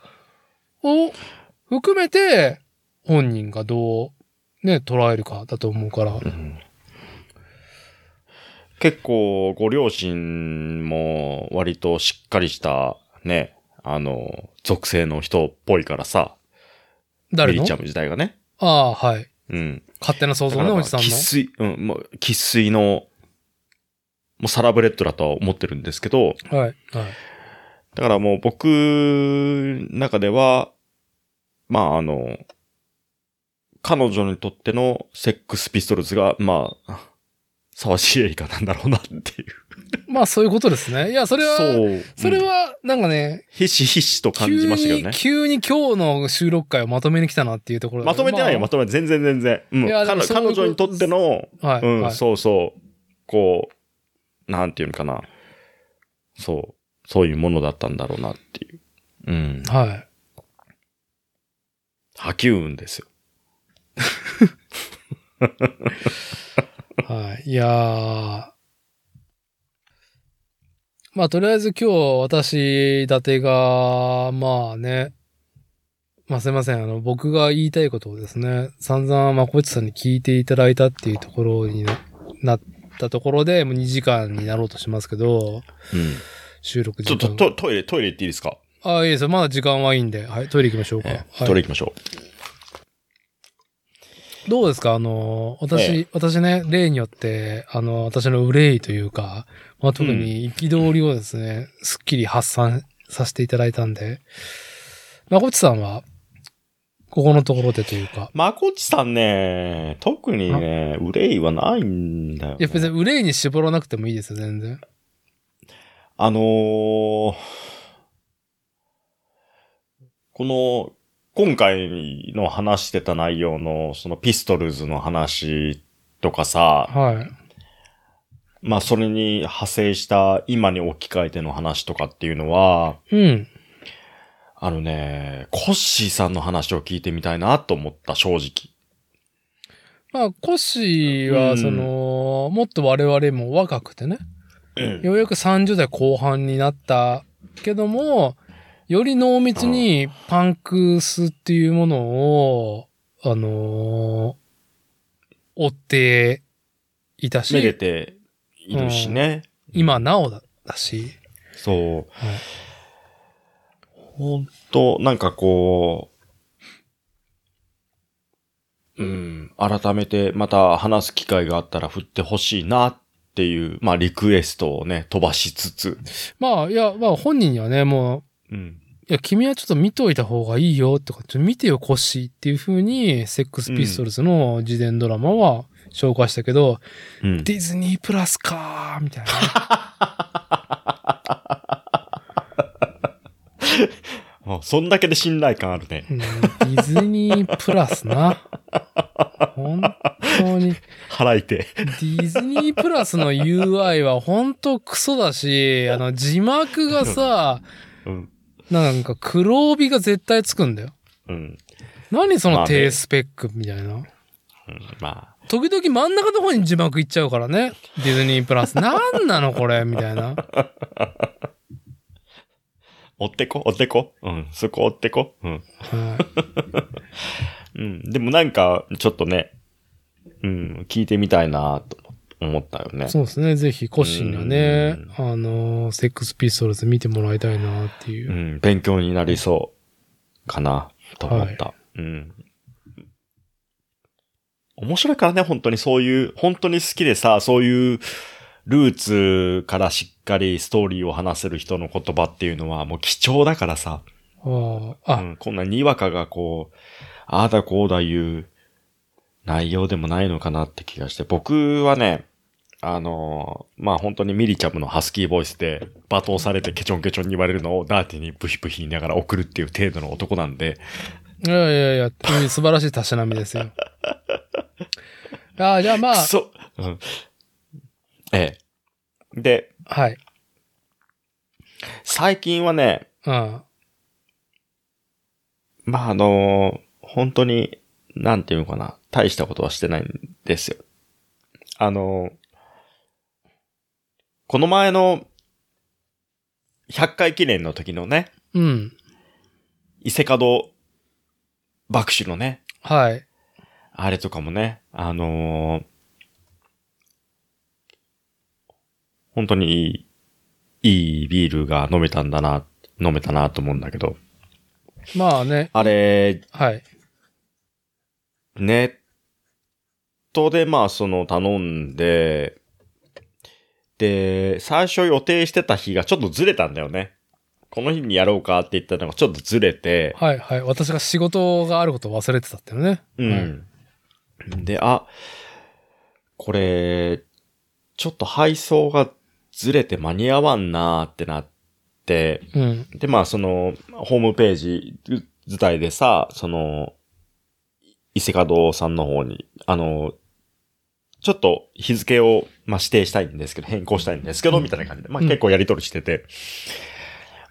を含めて本人がどうね、捉えるかだと思うから。
結構、ご両親も割としっかりした、ね、あの、属性の人っぽいからさ、
誰
ミ
の
リちゃんの時代がね。
ああ、はい。
うん。
勝手な想
だ
像
か
ね、
らま
お
あ
じさん
生
の。
粋、うん、もう、生粋の、もうサラブレッドだとは思ってるんですけど、
はい。はい。
だからもう僕の中では、まああの、彼女にとってのセックスピストルズが、まあ、沢尻エリカなんだろうなっていう。
まあそういうことですね。いや、それは、そ
そう。
れ
うん、
は、なんかね、
ひしひしと感じましたけどね。
急に、急に今日の収録回をまとめに来たなっていうところだ
ま
けど
とめてないよ、ま
ま
とめて。全然全然。うん
いやでも
彼
そういうこ
彼
と
女にとっての、
あはい。
うん、
はい
そうそう。こう、なんていうのかな。そう。そういうものだったんだろうなっていう。うん。
はい。
波及運ですよ。
はい。いやーまあ、とりあえず今日、私、伊達が、まあね、まあすいません、あの、僕が言いたいことをですね、散々まこっちさんに聞いていただいたっていうところにななったところで、もう2時間になろうとしますけど、
うん。
収録
ちょ
時
っと
間。
トトイレ、トイレ行っていいですか
あ、いいですよ。まだ時間はいいんで。はい、トイレ行きましょうか。
え
は
え
い
どれ行きましょ
どうですかあの、私、
え
私ね、例によって、あの、私の憂いというか、まあ、特に憤りをですね、すっきり発散させていただいたんで、まこっちさんは、ここのところでというか、
う。まこっちさんね、特にね、憂いはないんだよ、ね。
いや別に憂いに絞らなくてもいいですよ、全然。
あのーこの、今回の話してた内容の、そのピストルズの話とかさ、
はい。
まあそれに派生した今に置き換えての話とかっていうのは、
うん。
あのね、コッシーさんの話を聞いてみたいなと思った、正直。
まあ、コッシーは、その、もっと我々も若くてね、ようやく30代後半になったけども、より濃密にパンクスっていうものを、あのー追っていた
めで
し、
ているしね。
今なおだだし、
そう
はい。
ほんと、なんかこう、うん、改めてまた話す機会があったら振ってほしいなっていう、まあリクエストをね、飛ばしつつ。
まあ、いや、まあ本人にはね、も
うん。
う、いや、君はちょっと見といた方がいいよとか、ちょっと見てよ、コッシーっていう風に、セックスピストルズの自伝ドラマは紹介したけど、
うん。
ディズニープラスかー、みたいなね。
あそんだけで信頼感あるね。
うんディズニープラスな。本当に。
払いて。
ディズニープラスの UI は本当クソだし、あの字幕がさ、
うん。
なんか黒帯が絶対つくんだよ。
うん。
何そ
まあ
の
ね
低スペックみたいな。
うん、まあ。
時々真ん中の方に字幕いっちゃうからね。ディズニープラス。なんなのこれみたいな。
追ってこ、追ってこ。うん。そこ追ってこ。うん。
は
うん。でもなんか、ちょっとね、うん、聞いてみたいなと思ったよね
い、。そうですね。ぜひコッシーにはね、あの、セックスピストルズ見てもらいたいなっていうう。
ん、勉強になりそうかな、と思った。うん。面白いからね、本当にそういう、本当に好きでさ、そういうルーツからしっかりストーリーを話せる人の言葉っていうのはもう貴重だからさ、
ああ、あ
うん、こんなにわかがこう、ああだこうだ言う内容でもないのかなって気がして、僕はね、あのーまあ、本当にミリキャムのハスキーボイスで罵倒されてケチョンケチョンに言われるのをダーティにブヒブヒ言いながら送るっていう程度の男なんで、
いやいやいや、君素晴らしいたしなみですよ。ああ、じゃあまあ
く、そ、うん、ええ。で、
はい。
最近はね、
うん。
まあ、あのー本当に、なんていうのかな、大したことはしてないんですよ。あのーこの前の、100回記念の時のね、
うん。
伊勢門爆死のね、
はい。
あれとかもね、あのー本当にいい、いいビールが飲めたんだな、飲めたなと思うんだけど、
まあね、
あれ、
はい。
ネットでまあその頼んで、で、最初予定してた日がちょっとずれたんだよね。この日にやろうかって言ったのがちょっとずれて、
はいはい。私が仕事があることを忘れてたっていうね。
うん。で、あ、これ、ちょっと配送がずれて間に合わんなーってなって、
うん。
で、まあ、その、ホームページ自体でさ、その、伊勢門さんの方に、あの、ちょっと日付を、まあ、指定したいんですけど、変更したいんですけど、みたいな感じで、まあ、
うん
結構やりとりしてて、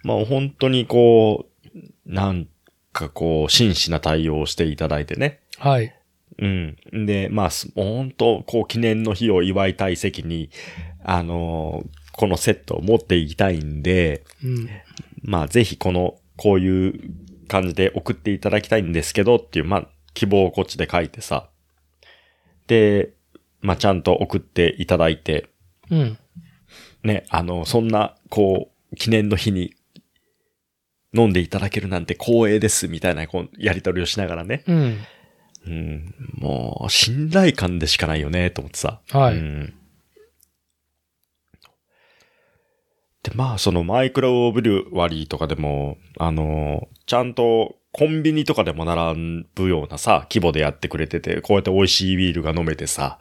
まあ、本当にこう、なんかこう、真摯な対応をしていただいてね。
はい。
うん。で、まあ、す本当こう、記念の日を祝いたい席に、あのこのセットを持っていきたいんで、
うん。
まあ、ぜひこの、こういう感じで送っていただきたいんですけどっていう、まあ、希望をこっちで書いてさ。で、まあ、ちゃんと送っていただいて、
うん。
ね、あの、そんな、こう、記念の日に飲んでいただけるなんて光栄です、みたいな、こう、やり取りをしながらね。
うん。
うん、もう、信頼感でしかないよね、と思ってさ。
はい。
うんで、まあ、そのマイクロブリュワリーとかでも、あの、ちゃんとコンビニとかでも並ぶようなさ、規模でやってくれてて、こうやって美味しいビールが飲めてさ、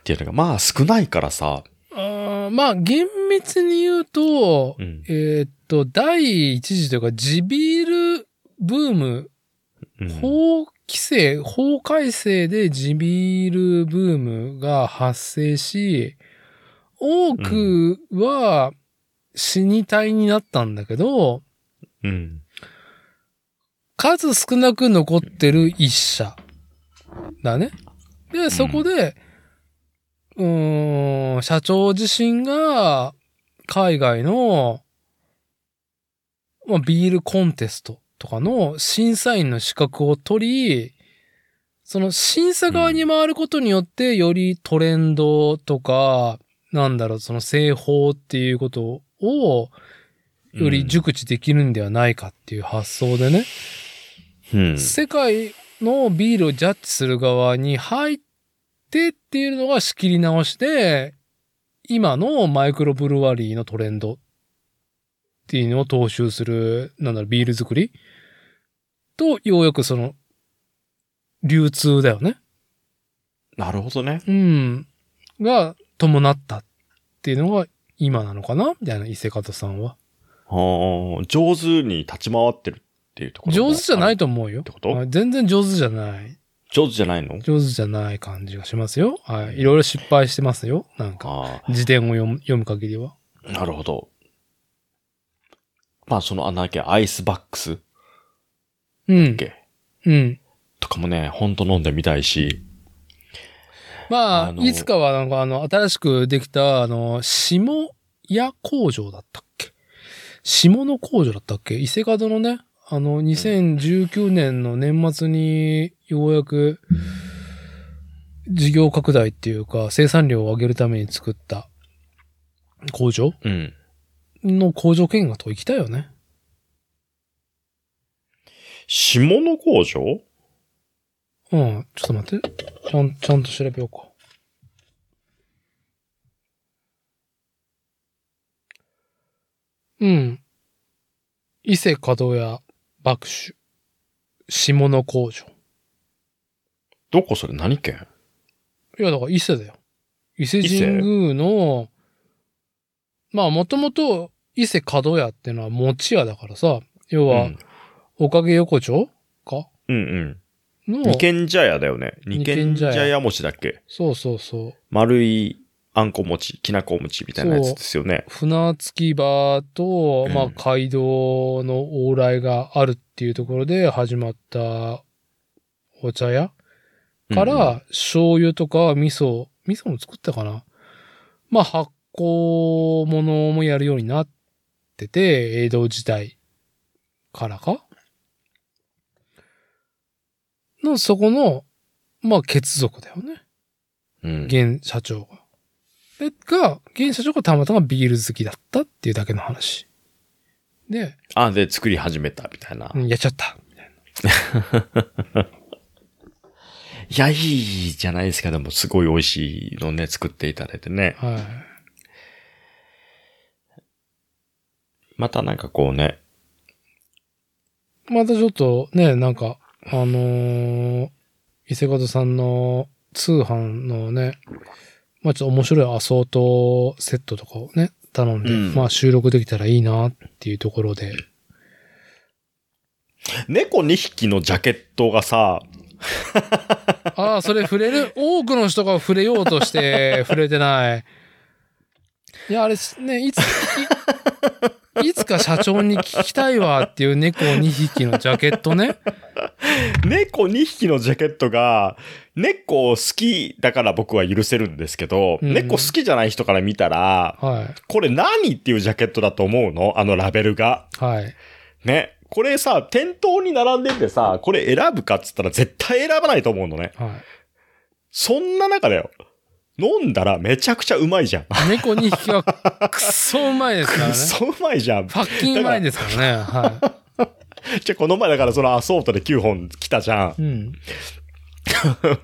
っていうのが、まあ少ないからさ、
あーまあ、厳密に言うと、
うん。
えーっと、第一次というか、地ビールブーム、
うん
法規制、法改正で地ビールブームが発生し、多くは死に体になったんだけど、
うん。
数少なく残ってる一社だね。で、そこで、うーん、社長自身が海外の、まあ、ビールコンテストとかの審査員の資格を取り、その審査側に回ることによって、よりトレンドとか、なんだろう、その製法っていうことを、より熟知できるんではないかっていう発想でね、
うん。
世界のビールをジャッジする側に入ってっていうのが仕切り直しで、今のマイクロブルワリーのトレンドっていうのを踏襲する、なんだろう、ビール作りと、ようやくその、流通だよね。
なるほどね。
うん。が伴ったっていうのが今なのかなみたいな、伊勢方さんは。
あー上手に立ち回ってるっていうところ。
上手じゃない
と。
と思うよ。
てこと
はい全然上手じゃない。
上手じゃないの
上手じゃない感じがしますよ。はい。いろいろ失敗してますよ。なんか、
あ
辞典を読む読む限りは。
あ、なるほど。まあ、その、あ、なんだっけ、アイスバックス
うん。
け
うん。
とかもね、ほんと飲んでみたいし。
まあ、
あの
いつかは、なんか、あの、新しくできた、あの、下屋工場だったっけ下の工場だったっけ伊勢門のね、あの、2019年の年末に、ようやく、事業拡大っていうか、生産量を上げるために作った工場
うん。
の工場見学と行きたいよね。
下の工場
うん、ちょっと待って。ちゃん、ちゃんと調べようか。うん。伊勢門屋爆酒。下野工場。
どこそれ何県
いや、だから伊勢だよ。伊勢
伊勢
神宮の、まあ、もともと伊勢門屋ってのは餅屋だからさ、要
う
は
ん、
おかげ横丁か
うんうん。
の、
二軒茶屋だよね。二
二軒
軒
茶屋
茶屋餅だっけ
そうそうそう。
丸いあんこ餅、きなこ餅みたいなやつですよね。
船着き場と、
うん
まあ、街道の往来があるっていうところで始まったお茶屋か
うんうん、
ら、醤油とか味噌、味噌も作ったかなまあ、発酵物もやるようになってて、江戸時代からかの、そこの、まあ、血族だよね。
うん
現社長が。で、が、現社長がたまたまビール好きだったっていうだけの話。で、
あ、で、作り始めたみたいな。
うんやっちゃった。
いや、いいじゃないですか。でも、すごい美味しいのね、作っていただいてね。
はい。
またなんかこうね。
またちょっとね、なんか、あのー伊勢門さんの通販のね、まあちょっと面白いアソートセットとかをね、頼んで、
うん
まあ収録できたらいいなっていうところで。
猫2匹のジャケットがさ、
ああ、それ触れる。多くの人が触れようと
<laughs>
して触れてない。いや、あれね、いつ、い
<laughs>
いつか社長に聞きたいわっていう猫2匹のジャケットね。
猫2匹のジャケットが、猫好きだから僕は許せるんですけど、
うん
猫好きじゃない人から見たら、
は
これ何っていうジャケットだと思うのあのラベルが。
い。はい。
ね。これさ、店頭に並んでてさ、これ選ぶかっつったら絶対選ばないと思うのね。
は
そんな中だよ。飲んだらめちゃくちゃうまいじゃん。
い。猫2匹はくっそうまいですから
く
ね
<laughs> っ。そうまいじゃん。
ファッキンうまいですからね。は
じゃ、この前だからそのアソートで9本来たじゃん <laughs>
い。。うん。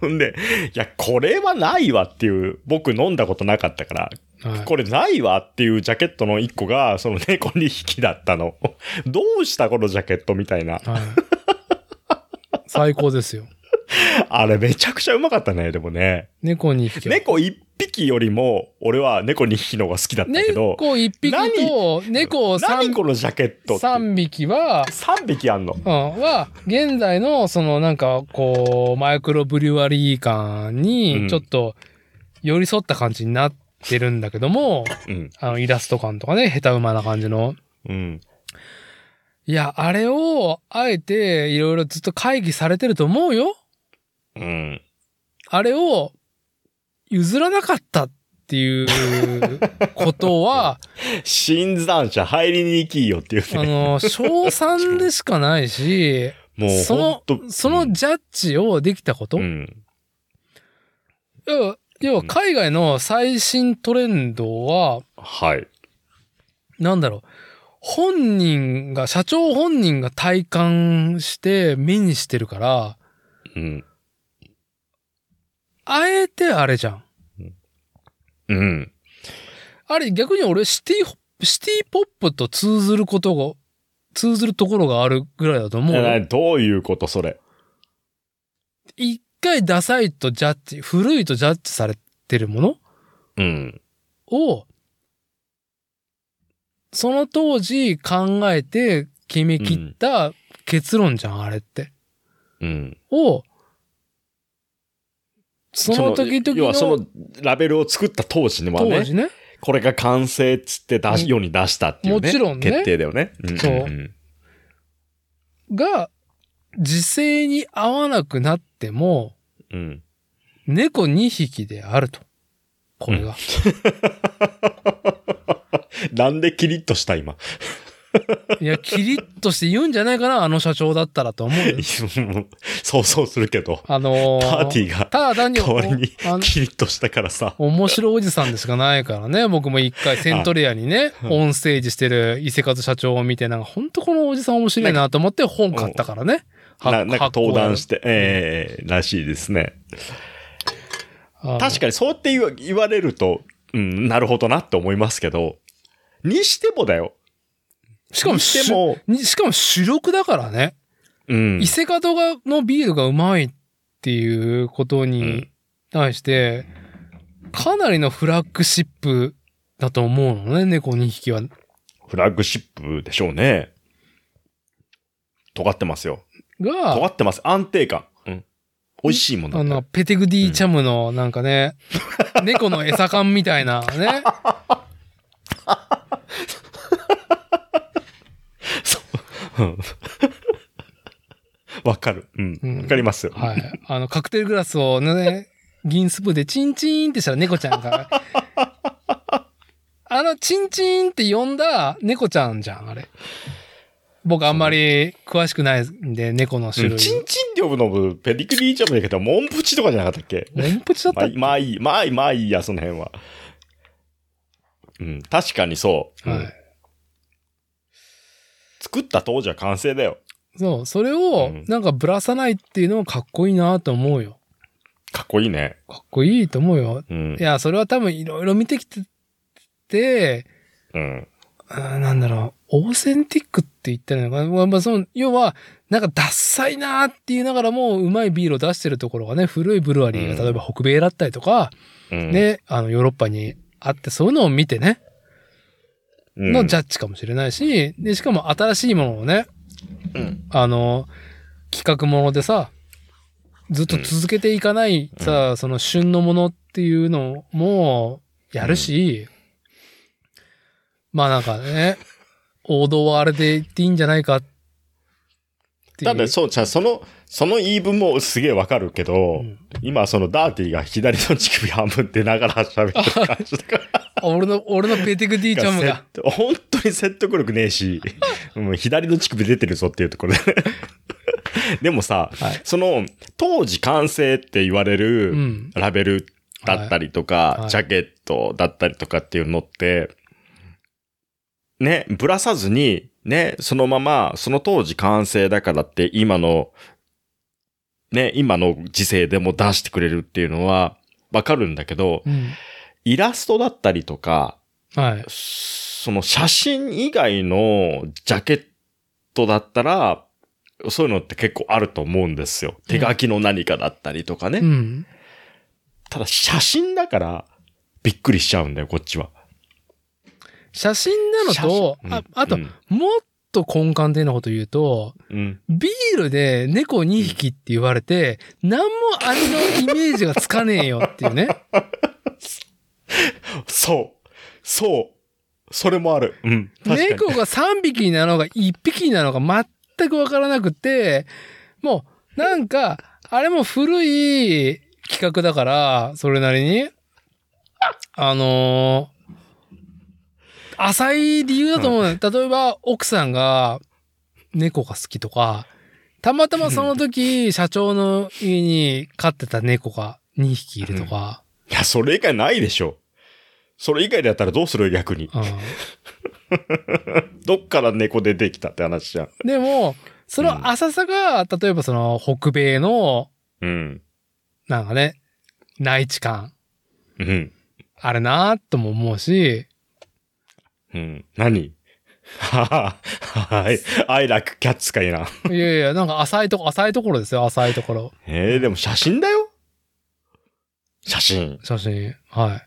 んで、いや、これはないわっていう、僕飲んだことなかったから、
はい、
<laughs> これないわっていうジャケットの1個が、その猫2匹だったの。 <laughs> どうしたこのジャケットみたいな。
はい、最高ですよ。
あれめちゃくちゃうまかったね、でもね。
猫2匹は。
猫1匹よりも、俺は猫2匹の方が好きだったけど、
猫一匹と、猫を
何
三
このジャケットって。
三匹は、
3匹あんの。
うん、は、現在の、そのなんか、こう、マイクロブリュワリー感
うん
に、ちょっと、寄り添った感じになってるんだけども、
うん。
あの、イラスト感とかね、下手馬な感じの。
うん。
いや、あれを、あえて、いろいろずっと会議されてると思うよ。
うん。
あれを、譲らなかったっていうことは、
新参者入りに行きよ <laughs> っていう
あ
ね。
の、賞賛でしかないし、
もう
そ
ほん
の
と、、
そのジャッジをできたこと、
うん。
要は要は海外の最新トレンドは、
はい。
なんだろう、本人が、社長本人が体感して目にしてるから、
うん。
あえてあれじゃん。
うん。
あれ逆に俺シティホ、シティポップと通ずることが、通ずるところがあるぐらいだと思う
え
よ。
どういうことそれ。
一回ダサいとジャッジ、古いとジャッジされてるもの
うん。
を、その当時考えて決め切った結論じゃん、あれって。
うん。
を、その時々の
要はそのラベルを作った当時には
当
ね、
時ね、
これが完成っつって出
う
し、
ん
世に出したっていうね。
もちろんね
決定だよね。ん
そうんが、時勢に合わなくなっても、
うん。
猫2匹であると。これが。
なんでキリッとした今。 <laughs>
いや、キリッとして言うんじゃないかな、あの社長だったらと思
<laughs>
うよ。
そうそうするけど。
あのー
パーティーが
ただ単に、
代わりに
おあの
キリッとしたからさ。
面白おじさんでしかないからね、僕も一回セントレアにね、
あうん
オンステージしてる伊勢和社長を見て、なんか本当このおじさん面白いなと思って本買ったからね。。
ななんか登壇してて、ええらしいですね。確
か
かにそうって言わ言われると、うん、なるほどなって思いますけど、にしてもだよ。
しかも
に
し
しても、
にしかも主力だからね。
うん
伊。勢門がのビールがうまいっていうことに対して、かなりのフラッグシップだと思うのね、猫2匹は。
フラッグシップでしょうね。尖ってますよ。尖
が、
ってます。安定感。うん。美味しいもんだ
あ
っ
の、
た。
ペテグディチャムのなんかね、
<laughs>
猫の餌感みたいなね。
そううん。 <laughs> わかる。うん
う。ん
わかりますよ。
はい。あの、カクテルグラスをね、銀スプーンでチンチンってしたら猫ちゃん
<laughs>
が。あの、チンチンって呼んだ猫ちゃんじゃん、あれ。僕あんまり詳しくないんで、猫の種
うん
類。
チンチンって呼ぶのも、ペリクリーチャムだけど、モンプチとかじゃなかったっけ
モンプチだった
まあ
っ
いい、
け
まあいい、まあいい、まあいいや、その辺は。うん、確かにそう。
は
うん
い。
作った当時は完成だよ。
そう、それ
う
を
ん
なんかぶらさないっていうのもかっこいいなと思うよ。
かっこいいね。
かっこいいと思うよ。
うん
い。や、それは多分いろいろ見てきてて、
うん。
あーなんだろう、オーセンティックって言ったらいいのかなまあまあその、要は、なんかダッサいなーって言いながらも、うまいビールを出してるところがね、古いブルワリー
うん
が、例えば北米だったりとか、
うん、
ね、あの、ヨーロッパにあって、そういうのを見てね、
うん、
のジャッジかもしれないし、で、しかも新しいものをね、
うん
あの、企画ものでさ、ずっと続けていかない、さ、その旬のものっていうのもやるし、まあなんかね、王道はあれで言っていいんじゃないかっていう。
ただ、そう、じゃあその、その言い分もすげえわかるけ
う
ど、
ん
今、そのダーティーが左の乳首半分出ながら喋ってる感じだから。
あ俺の、俺のペティクディチャムが。
せ本当に説得力ねえし、 <laughs> うん、左の乳首出てるぞっていうところで。 <laughs> でもさ、
はい
その、当時完成って言われる、
うん。
ラベルだったりとか、
はい
ジャケットだったりとかっていうのって、ね、ぶらさずに、ね、そのまま、その当時完成だからって、今の、ね、今の時世でも出してくれるっていうのは、わかるんだけど、
うん。
イラストだったりとか、
はい。
その写真以外のジャケットだったら、そういうのって結構あると思うんですよ。手書きの何かだったりとかね。
うん。
ただ写真だから、びっくりしちゃうんだよ、こっちは。
写真なの
写真
と、ああと、
うん。
もっと根幹的なこと言うと、
うん
ビールで猫2匹って言われて、何も味のイメージがつかねえよっていうね。
そう。そう。それもある。うん。確かに。
猫が3匹なのか1匹なのか全くわからなくて、もうなんか、あれも古い企画だから、それなりに。あのー浅い理由だと思うのよ。例えば奥さんが猫が好きとか、たまたまその時社長の家に飼ってた猫が2匹いるとか、
いや、それ以外ないでしょ。それ以外だったらどうする逆
う
に。
ん
どっから猫出てきたって話じゃん。
でも、その浅さが、例えばその北米の
うん。
なんかね、内地感、
うん。
あるなとも思うし、
うん。何 <laughs> ははは、はい。愛楽キャッツかいいな。
いやいや、なんか浅いとこ、浅いところですよ、浅いところ。
えー、でも写真だよ写真。
写真。は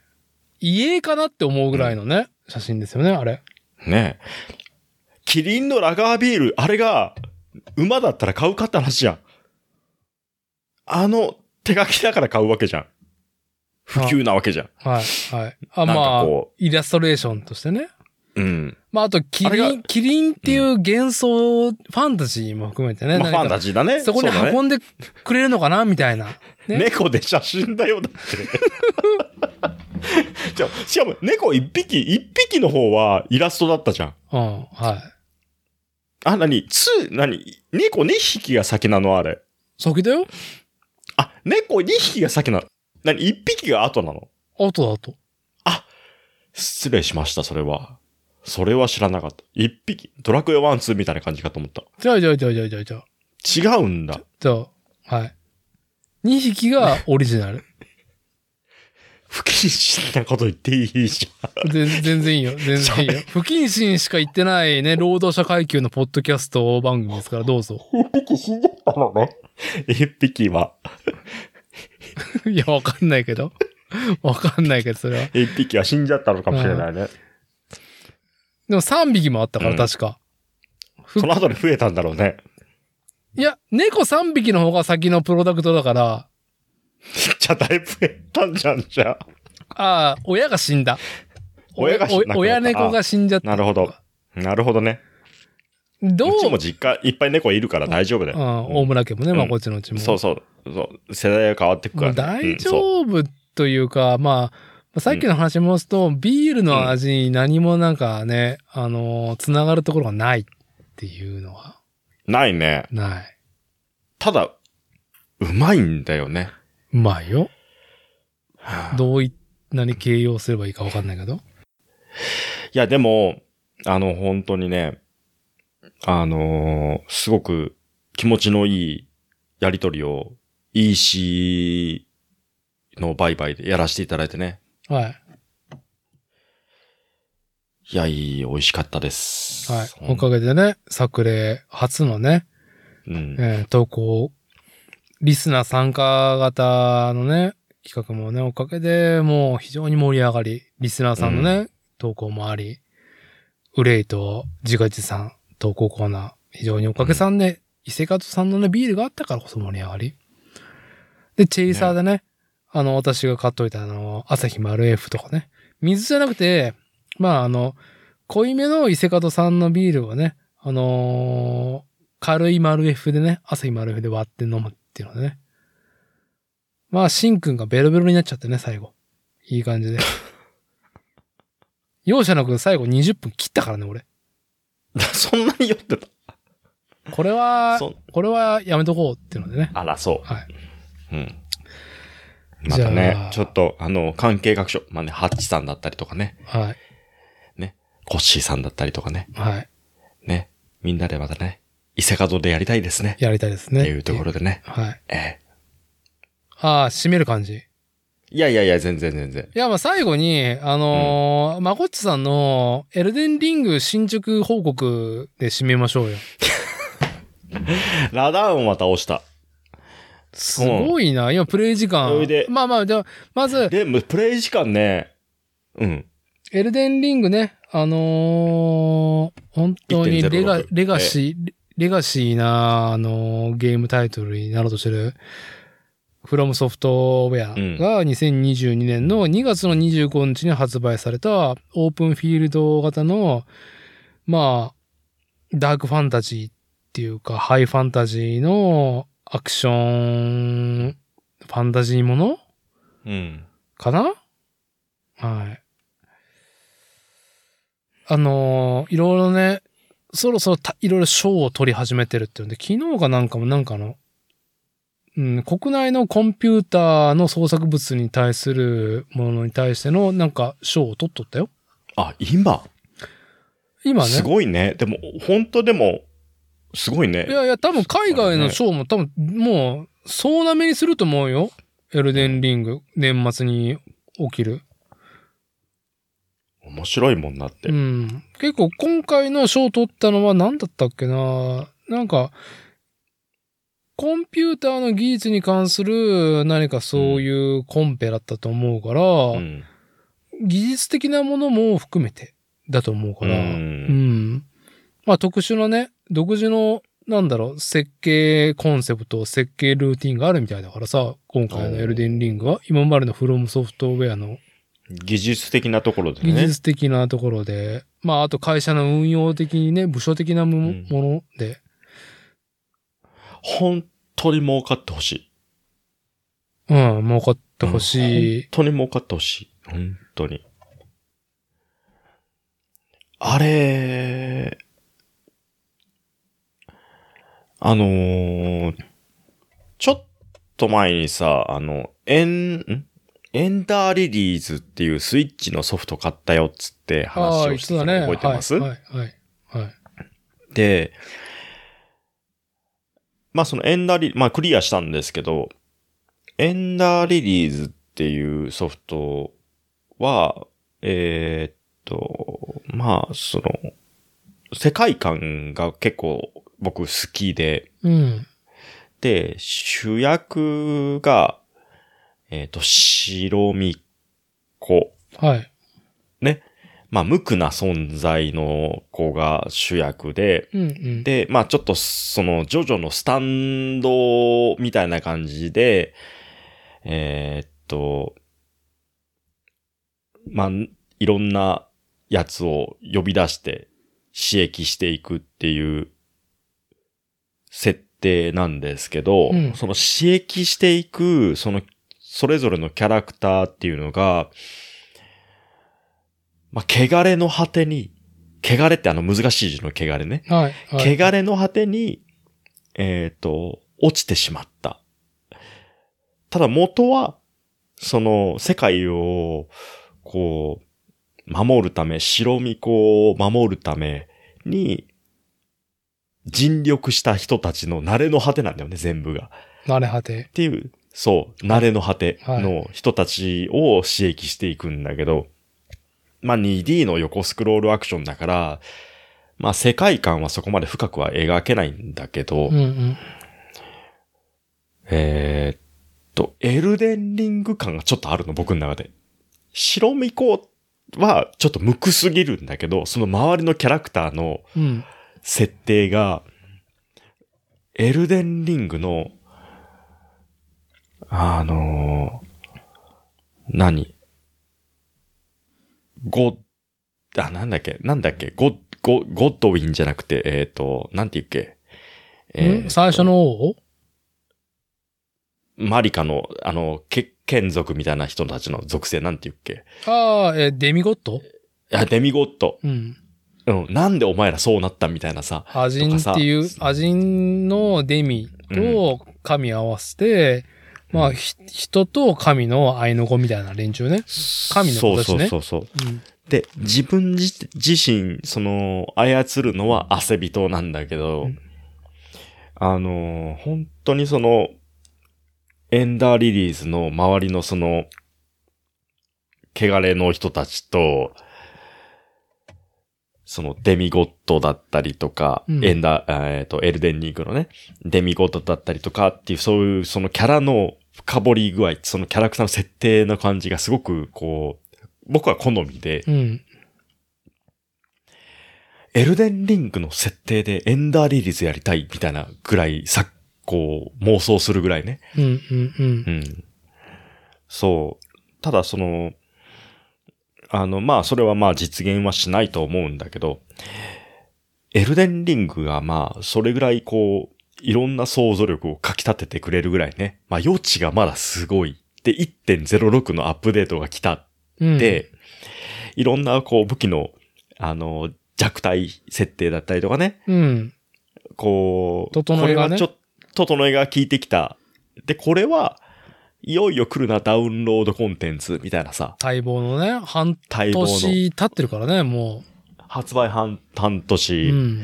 い。家かなって思うぐらいのね、写真ですよね、あれ。
ねえキリンのラガービール、あれが、馬だったら買うかって話じゃん。あの、手書きだから買うわけじゃん。普及なわけじゃん。
はい、はい。あ、
な
ま
んか
あ
こ、
イラストレーションとしてね。
うん。
まあ、あと、キ
あれ
リ
が
ン、キリンっていう幻想、ファンタジーも含めてね、
まあ、ファン
何か
タジーだね。
そこに
うだね
運んでくれるのかな、みたいな。ね
猫で写真だよだって。 <laughs> じゃあしかも猫一匹、一匹の方はイラストだったじゃん。
うん、はい。
あ、なに、つ、なに、猫二匹が先なのあれ。
先だよ
あ、猫二匹が先なの。なに、一匹が後なの。
あとだと。
失礼しました、それは。それは知らなかった。一匹、ドラクエワンツーみたいな感じかと思った。
じゃあ、じゃあ、じゃあ、じゃあ、じゃあ、じゃあ。
違うんだ。
じゃあ、はい。2匹がオリジナル。
不謹慎なこと言っていいじゃん。
全全然いい
<laughs>
よ。全然いいよ。不謹慎しか言ってないね、労働者階級のポッドキャスト番組ですから、どうぞ。 <laughs>
一匹死んじゃったのね。 <laughs> 一匹は、
いや、わかんないけど。 <laughs> わかんないけど、それは。
一匹は死んじゃったのかもしれないね。
でも3匹もあったか
う
ら、
ん
確か。
その後に増えたんだろうね。
いや、猫3匹の方が先のプロダクトだから、
じゃあだいぶ減ったんじゃん、じゃあ。
ああ、親が死んだ。
親が死んだ
おお親猫が死んじゃった。
なるほど。なるほどね。
どう
うちも実家いっぱい猫いるから大丈夫だ
うん、
よ。
大村家もね、
うん
まあ、こっちのうちも。
そうそう。そう世代が変わってくか
も
ら
う大
ね。夫、
丈夫というか、まあ、さっきの話に戻すと、ビールの味に何もなんかね、あの、つながるところがないっていうのは
うんないね。
ない。
ただ、うまいんだよね。
うまいよ。
はあ
どうい、何形容すればいいかわかんないけど。
いや、でも、あの、本当にね、あのーすごく気持ちのいいやりとりを、EC の売買でやらせていただいてね。
はい。
いや、いい、美味しかったです。
はい。おかげでね、作例初のね、
うん。
えー投稿、リスナー参加型のね、企画もね、おかげでもう非常に盛り上がり、リスナーさんのね、投稿もあり、憂いと自画自賛、投稿コーナー、非常におかげさんで、伊勢門さんのね、ビールがあったからこそ盛り上がり。で、チェイサーでね、あの、私が買っといたあの、朝日丸 F とかね、水じゃなくて、まあ、あの、濃いめの伊勢門さんのビールをね、あのー軽い丸 F でね、朝日丸 F で割って飲むっていうのでね。まあ、シンくんがベロベロになっちゃってね、最後。いい感 <laughs> じで。容赦なく最後20分切ったからね、俺。
<laughs> そんなに酔ってた。
これは、
そ
これはやめとこうっていうのでね。
あら、そう。
はい
うん。ま
じゃあ
たね、ちょっと、あの、関係各所、まあね、ハッチさんだったりとかね、
はい。
コッシーさんだったりとかね、
はい。
ね、みんなでまたね、伊勢門でやりたいですね。
やりたいですね。
っていうところでね。
はい。
え
ああ、締める感じ。
えいやいやいや、全然全然。
いや、まあ最後に、あのーまこっちさんのエルデンリング新宿報告で締めましょうよ。
ラダーンは倒した。
すごいな。今プレイ時間
おいで。
まあまあ、じゃあまず、
でも、プレイ時間ね、うん。
エルデンリングね、あのー本当にレガ
1.06
レガシー、レガシーな、あのーゲームタイトルになろうとしてる、フロムソフトウェアが2022年の2月の25日に発売されたオープンフィールド型の、まあ、ダークファンタジーっていうか、ハイファンタジーのアクション、ファンタジーもの
うん。
かなはい。あのーいろいろね、そろそろたいろいろ賞を取り始めてるっていうんで、昨日かなんかもなんかあの、うん、国内のコンピューターの創作物に対するものに対してのなんか賞を取っとったよ。
あ、今、
今ね。
すごいね。でも、本当でも、すごいね
い。やいや、多分海外の賞も多分もう総なめにすると思うよ。エルデンリング、年末に起きる。
面白いもんなって。
うん。結構今回の賞を取ったのは何だったっけななんか、コンピューターの技術に関する何かそういうコンペだったと思うから、
うん。
技術的なものも含めてだと思うから、
うん。
まあ特殊なね、独自の、なんだろう、設計コンセプト、設計ルーティンがあるみたいだからさ、今回のエルデンリングは、今までのフロムソフトウェアの
技術的なところで
技
ね。
術的なところで、まあ、あと会社の運用的にね、部署的なも,、
うん
もので、
本当に儲かってほしい。
うん、儲かってほしい。
本当に儲かってほしい。本当に。あれ、あのーちょっと前にさ、あの、エン、んエンダーリリーズっていうスイッチのソフト買ったよっつって
あ
話
あ、
をして
一緒
た
だ
の
ね。
覚えてます、
はい、はい、はい。はい
で、まあそのエンダーリ、まあクリアしたんですけど、エンダーリリーズっていうソフトは、えーっと、まあその、世界観が結構僕好きで、
うん。
で、主役が、えーっと、白み子。
はい。
まあ無垢な存在の子が主役で、
うん、うん。
で、まあちょっとそのジョジョのスタンドみたいな感じで、えーっと、まあいろんなやつを呼び出して刺激していくっていう設定なんですけど、
うん
その刺激していく、そのそれぞれのキャラクターっていうのが、まあ、汚れの果てに、汚れってあの難しい字の汚れね。
はい、はい。
汚れの果てに、えっ、と、落ちてしまった。ただ元は、その世界を、こう、守るため、白巫女を守るために、尽力した人たちの慣れの果てなんだよね、全部が。
慣れ果て
っ。ていう、そう、慣れの果て
はい
の人たちを刺激していくんだけど、まあ 2D の横スクロールアクションだから、まあ世界観はそこまで深くは描けないんだけど、
うん、うん。
えーっと、エルデンリング感がちょっとあるの、僕の中で。白巫女はちょっと無垢すぎるんだけど、その周りのキャラクターの
うん。
設定が、エルデンリングの、あのー何ゴッ、あ、なんだっけなんだっけゴッ、ゴッ、ゴッドウィンじゃなくて、えっ、と、なんて言うっけえ
ん
ー
最初の王
マリカの、あの、け、剣族みたいな人たちの属性なんて言うっけ
ああ、えー、デミゴット
あ、デミゴッド。
うん。
うん、なんでお前らそうなったみたいなさ。
アジンっていう
とか、さ
アジンのデミと神合わせて、まあ、ひ人と神の愛の子みたいな連中ね。神の子たちね
そうそうそうそう。
うん。
で、自分自自身、その、操るのは汗人なんだけど、
うん
あのー、本当にその、エンダーリリーズの周りのその、汚れの人たちと、そのデミゴッドだったりとか、
うん
エンダー、えっ、と、エルデンリングのね、デミゴッドだったりとかっていう、そういうそのキャラの深掘り具合、そのキャラクターの設定の感じがすごくこう、僕は好みで、
うん。
エルデンリングの設定でエンダーリリースやりたいみたいなぐらい、さ、こう、妄想するぐらいね。
うん、うん、うん
う。ん。そう。ただその、あの、まあ、それはまあ実現はしないと思うんだけど、エルデンリングがまあ、それぐらいこう、いろんな想像力をかき立ててくれるぐらいね。まあ、余地がまだすごい。で、1.06のアップデートが来た
うん、
で、いろんなこう武器の、あの、弱体設定だったりとかね、
うん。
こう、
整えがね
これはちょっと、整えが効いてきた。で、これは、いよいよ来るなダウンロードコンテンツみたいなさ、
待望のね、半
待望の
年経ってるからね、も
発売半半
う。
年、
うん。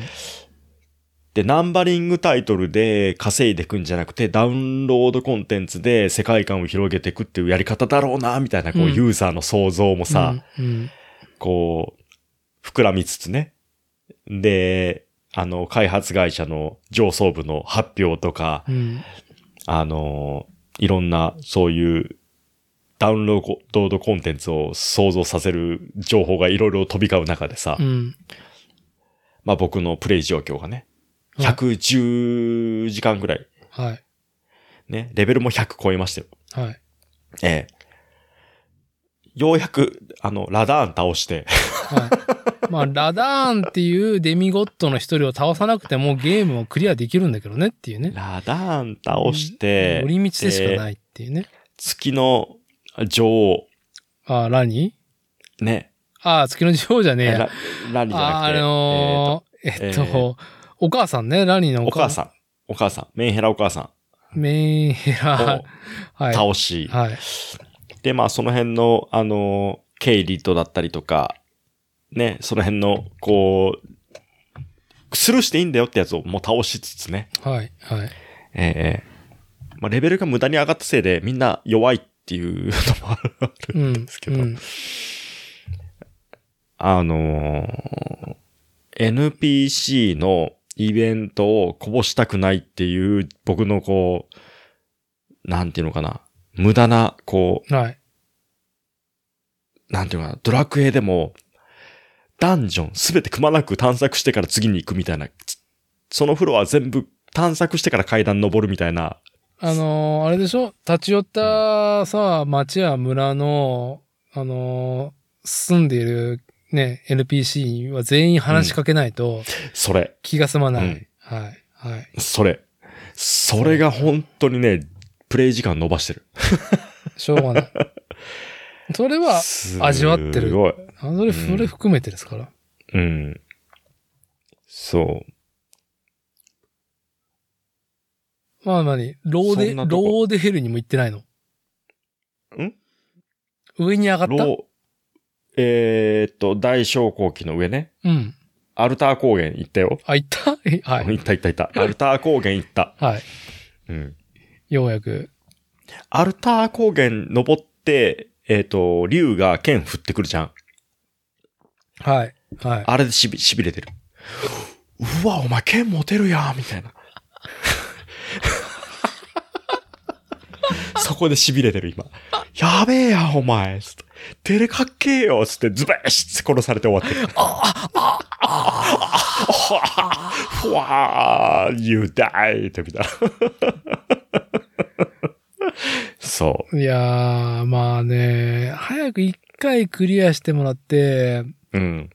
で、ナンバリングタイトルで稼いでいくんじゃなくて、ダウンロードコンテンツで世界観を広げていくっていうやり方だろうな、みたいな、こう、
うん
ユーザーの想像もさ、
うん、
こう、膨らみつつね。で、あの、開発会社の上層部の発表とか、
うん、うん。
あの、いろんなそういうダウンロードコンテンツを想像させる情報がいろいろ飛び交う中でさ、
うん。
まあ僕のプレイ状況がね、
はい
110時間ぐらい、
はい。
ね、レベルも100超えましたよ。
はい。
ええ。ようやく、あの、ラダーン倒して、
はい。まあ、ラダーンっていうデミゴッドの一人を倒さなくてもゲームをクリアできるんだけどねっていうね。
ラダーン倒して、
寄り道でしかないっていうね。
月の女王、
ああ、ラニ
ね。
ーああ、月の女王じゃねえや。
ララニじゃ
あ
な
あ
くて、
のー、え
え
っ
っ
と、
と
お母さんね、ラニー
え
の
ーお母さん、お母さん、メンヘラお母さ
ん。メンヘ
ん
ラ
を。
はい。
倒し、
はい。
で、まあその辺の、あのー、ケイリットだったりとか、ね、その辺の、こう、スルーしていいんだよってやつをもう倒しつつね、
はい。はい。
えーえーまあレベルが無駄に上がったせいでみんな弱いっていうのもある。
うん。
ですけど
うん
あのー NPC のイベントをこぼしたくないっていう、僕のこう、なんていうのかな。無駄な、こ
はい。
う、なんていうのかな。ドラクエでも、ダンジョンすべてくまなく探索してから次に行くみたいな。つそのフロア全部探索してから階段登るみたいな。
あのーあれでしょ立ち寄ったさ、町や村の、あのー住んでいるね、NPC は全員話しかけないと
それ、
気が済まない。
うん
はい。はい。
それ。それが本当にね、プレイ時間伸ばしてる。
しょうが
<laughs>
ない。それは、味わってる
すごい。
あそれ、
うん
それ含めてですから。
うん。そう。
まあ何ローデ、
そん
ロ
なとこ
ーデヘルにも行ってないの。
ん
上に上がった
ロー、えーっと、大昇降機の上ね。
うん。
アルター高原行ったよ。
あ、行った <laughs> えは
行
い。
った行った行
<laughs>
った。アルター高原行った。
はい。
うん。
ようやく。
アルター高原登って、えーっと、竜が剣振ってくるじゃん。
はい。はい。
あれでしび、しびれてる。うわ、お前剣持てるやんみ <laughs> たいな。そこでしびれてる、今。やべえや、お前。つって照れかっけえよつって、ズベーシって殺されて終わってる。ふわー、you die! ってみ <laughs> たいな。そ
いやー、まあね、早く一回クリアしてもらって、
う。うん。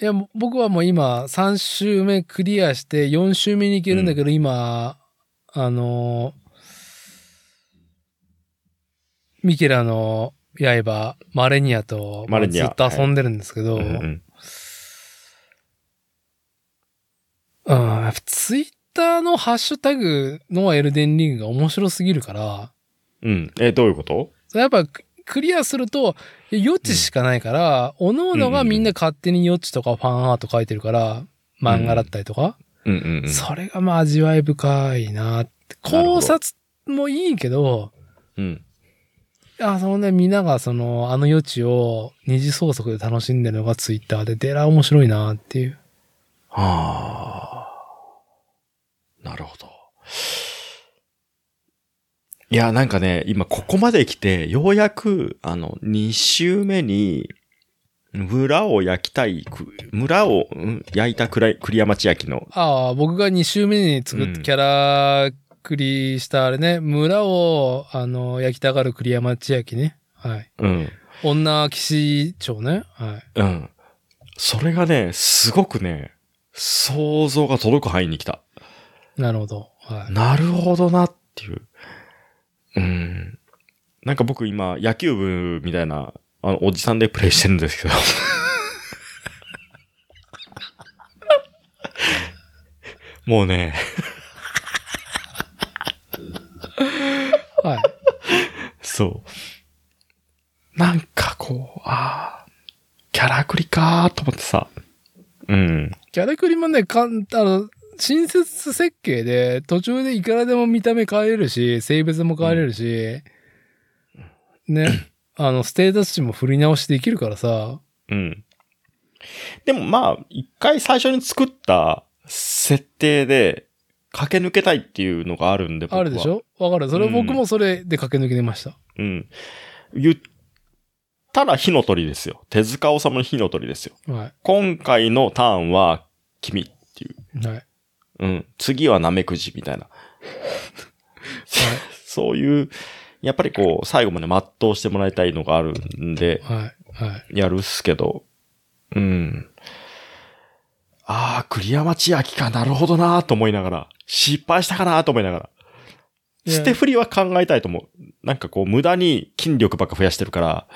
いや、もう僕はもう今、3周目クリアして、4周目に行けるんだけど、今、あのーミケラの刃、マレニアと、
マレニア
まあずっと遊んでるんですけど、
うんうん
うん、やっぱツイッターのハッシュタグのエルデンリングが面白すぎるから、
うん。え、どういうこと
それやっぱククリアすると余地しかないから、各々がみんな勝手に余地とかファンアート書いてるから、漫画だったりとか、
うんうん
それがまあ味わい深いなって。
なるほど
考察もいいけど、
うん。うん。
あそのね、みんながその、あの余地を二次創作で楽しんでるのがツイッターで、デラ面白いなっていう。
はあ。なるほど。いや、なんかね、今ここまで来て、ようやく、あの、2週目に、村を焼きたいく、村を、うん焼いたくらい栗山千明の、
ああ、僕が2周目に作っ
う
た
ん
キャラクリしたあれね、村を、あの、焼きたがる栗山千明ね。はい。
うん、
女騎士長ね。はい。
うん。それがね、すごくね、想像が届く範囲に来た。
なるほど。はい。
なるほどなっていう。うん。なんか僕今、野球部みたいな、あの、おじさんでプレイしてるんですけど。 <laughs> もうね、
はい。
そう。なんかこう、ああ、キャラクリかーと思ってさ。うん。
キャラクリもね、かん、あの、親切設計で、途中でいくらでも見た目変えれるし、性別も変えれるし、ね、あの、ステータス値も振り直しできるからさ、
うん。でもまあ、一回最初に作った設定で駆け抜けたいっていうのがあるんで、僕は
あるでしょわかる。それ
うん
僕もそれで駆け抜けてました。
うん。言ったら火の鳥ですよ。手塚治虫の火の鳥ですよ。
は
今回のターンは君っていう。
い。はい。
うん。次はナメクジみたいな。そういう、やっぱりこう、最後まで全うしてもらいたいのがあるんで、
はい。はい。
やるっすけど。うん。ああ、栗山千明か、なるほどなーと思いながら、失敗したかなーと思いながら。
いや
捨て振りは考えたいと思う。なんかこう、無駄に筋力ばっか増やしてるから、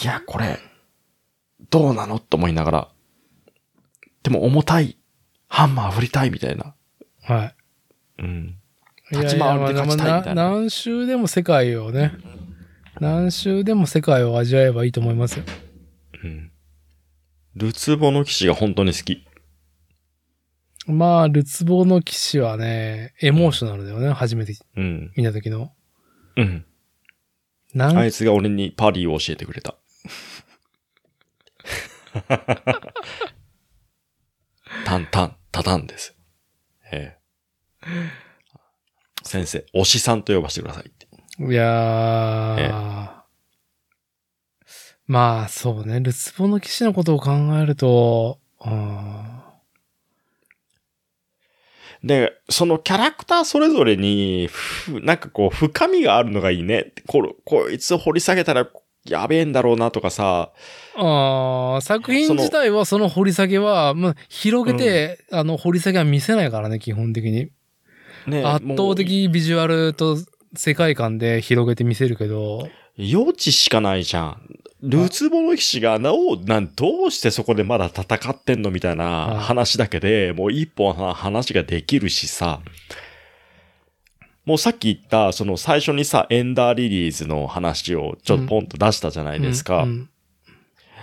いや、これ、どうなのと思いながら。でも重たい。ハンマー振りたいみたいな。
はい。
うん。
いや
立ち回りで勝ちたいみたいな
やまあ何周でも世界をね、何周でも世界を味わえばいいと思いますよ。
うん。ルツボの騎士が本当に好き。
まあ、ルツボの騎士はね、エモーショナルだよね、初めて
うん。
見た時の。
うん。
なん
あいつが俺にパリを教えて
<laughs>
くれた。タンタン、タタンです。ええ。先生、おしさんと呼ばせてくださいって。
いやー。
ええ
まあ、そうね。ルツボの騎士のことを考えると、うん
で、そのキャラクターそれぞれに、ふなんかこう、深みがあるのがいいね。これこいつを掘り下げたら、やべえんだろうなとかさ、
あー作品自体はその掘り下げは、まあ、広げて、あの、掘り下げは見せないからね、基本的に。
ね、
圧
も
倒
う
的ビジュアルと世界観で広げて見せるけど、
余地しかないじゃん。ルツボの騎士が、なお、なん、どうしてそこでまだ戦ってんのみた
は
い
い
な話だけで、もう一本は話ができるしさ。もうさっき言った、その最初にさ、エンダーリリーズの話をちょっとポンと出したじゃないですか。
うんうん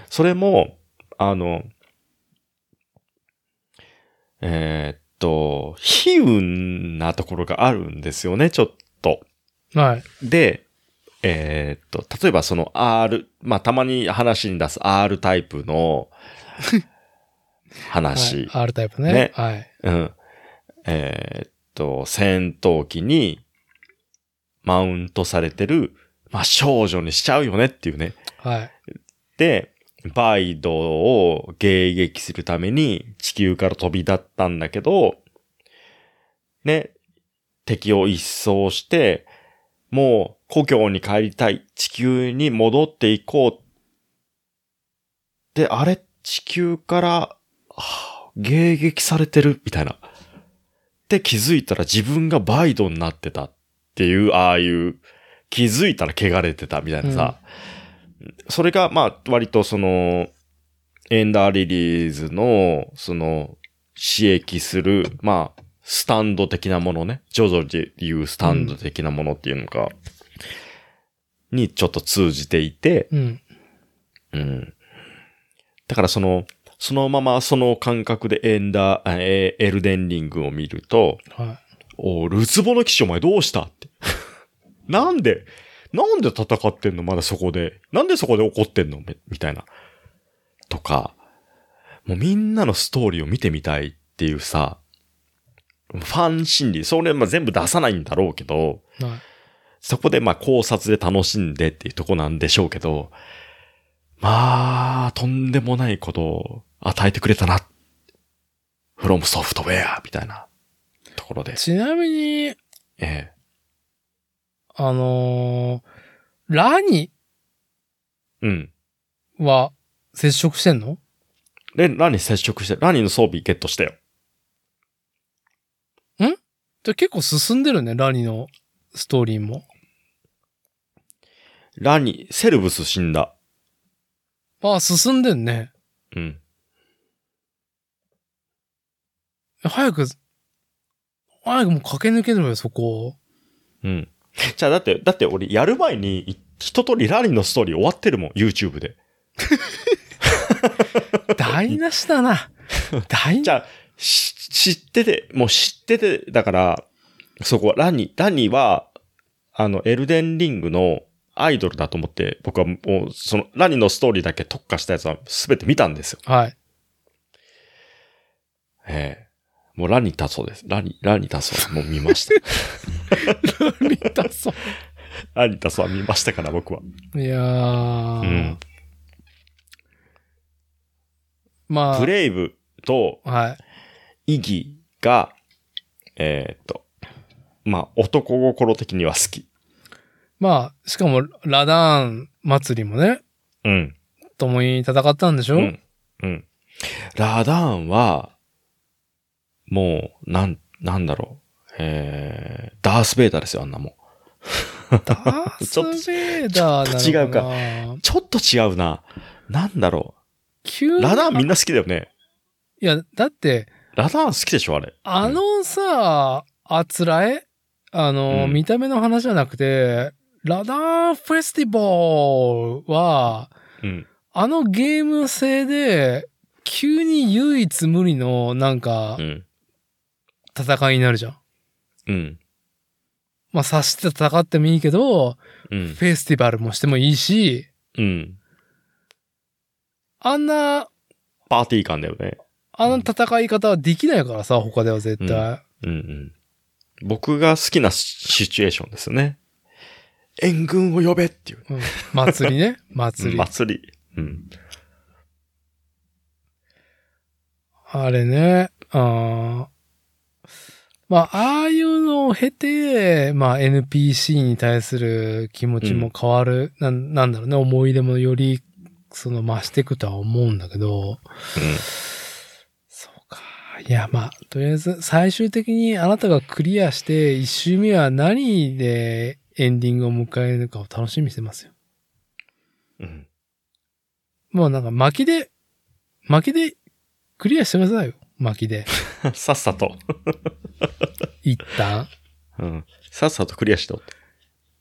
それも、あの、えーっと、悲運なところがあるんですよね、ちょっと。
はい。
で、えーっと、例えばその R、まあ、たまに話に出す R タイプ
<laughs>
の話、
はい R タイプね。
ね
はい。
うん。えーっと、戦闘機にマウントされてる、まあ、少女にしちゃうよねっていうね。
はい。
で、バイドを迎撃するために地球から飛び立ったんだけど、ね、敵を一掃して、もう故郷に帰りたい、地球に戻っていこう。で、あれ、地球から、 <sighs> はあ迎撃されてる、みたいな。で、気づいたら自分がバイドになってたっていう、ああいう、気づいたら汚れてたみたいなさ。それが、まあ、割とその、エンダーリリーズの、その、刺激する、まあ、スタンド的なものね。ジョジョで言うスタンド的なものっていうのが、にちょっと通じていて、
うん。
うん。だからその、そのままその感覚でエンダー、あえーエルデンリングを見ると、
は
おうルツボの騎士お前どうしたって。 <laughs> なんでなんで戦ってんのまだそこで。なんでそこで怒ってんのみみたいな。とか、もうみんなのストーリーを見てみたいっていうさ、ファン心理、それまあ全部出さないんだろうけど、
はい。
そこでまあ考察で楽しんでっていうとこなんでしょうけど、まあ、とんでもないことを与えてくれたな。フロムソフトウェアみたいなところで。
ちなみに、
ええ。
あのーラニ
うん。
は接触してんの
で、ラニ接触して、ラニの装備ゲットしたよ。
じゃあ結構進んでるね、ラニのストーリーも。
ラニ、セルブス死んだ。
ああ、進んでんね。
うん。
早く、早くもう駆け抜けるのよ、そこ。
うん。 <laughs> じゃあだって、だって俺やる前にい一通りラニのストーリー終わってるもん、YouTube で。
台無しだな。 <laughs> 台無
じ
し。
ゃあ、し知ってて、もう知ってて、だから、そこは、ラニ、ラニは、あの、エルデンリングのアイドルだと思って、僕はもう、その、ラニのストーリーだけ特化したやつは全て見たんですよ。
はい。
ええ。もうラニだそうです。ラニ、ラニだそう。もう見ました。
見たそ
ラニだそうは見ましたから、僕は。
う。いやー。
うん
まあ。
ブレイブと
はい。
イギが、えーっと、まあ、男心的には好き。
まあ、しかも、ラダーン祭りもね、
うん。
共に戦ったんでしょ、
うん。うん。ラダーンは、もう、なん、なんだろう。えー、ダース・ベイダーですよ、あんなもん。 <laughs>
ダース・ベイダーなのかな
ちょっとちょっと違うな。なんだろ
急
う。
に
ラダーンみんな好きだよね。
いや、だって、
ラダーン好きでしょ、あれ。
あのさ、あつらえあの、
うん
見た目の話じゃなくて、ラダーンフェスティバルは、
うん。
あのゲーム性で、急に唯一無二の、なんか
う、ん。
戦いになるじゃん。
うん。
まあ、察して戦ってもいいけど、
うん。
フェスティバルもしてもいいし、
うん。
あんな、
パーティー感だよね。
あの戦い方はできないからさ、他では絶対。
うんうん。僕が好きなシシチュエーションですよね。援軍を呼べっていう。
うん祭り <laughs> ね、祭り。
祭り。うん。
あれね、あーまあ、ああいうのを経て、まあ、NPC に対する気持ちも変わる、なん、なんだろうね、思い出もより、その、増していくとは思うんだけど、そうか。いや、まあ、とりあえず、最終的にあなたがクリアして、一周目は何でエンディングを迎えるかを楽しみにしてますよ。
うん。うん。
もうなんか巻きで、巻きでクリアしてくださいよ。巻きで。
<laughs> さっさと。
一旦。
うん。さっさとクリアしと。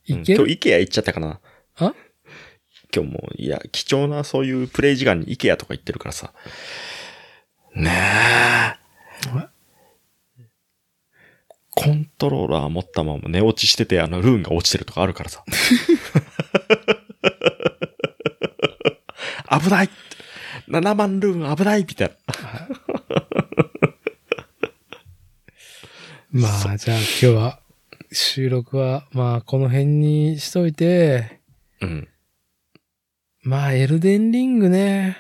いけ
う
る、
ん今日 IKEA 行っちゃったかな。
あ
今日もう、いや、貴重なそういうプレイ時間に IKEA とか行ってるからさ。ねえ
え。
コントローラー持ったまま寝落ちしてて、あの、ルーンが落ちてるとかあるか
<laughs>
らさ。危ない !7 万ルーン危ないみたいな。
まあ、じゃあ今日は、収録は、まあ、この辺にしといて、
うん。
まあ、エルデンリングね。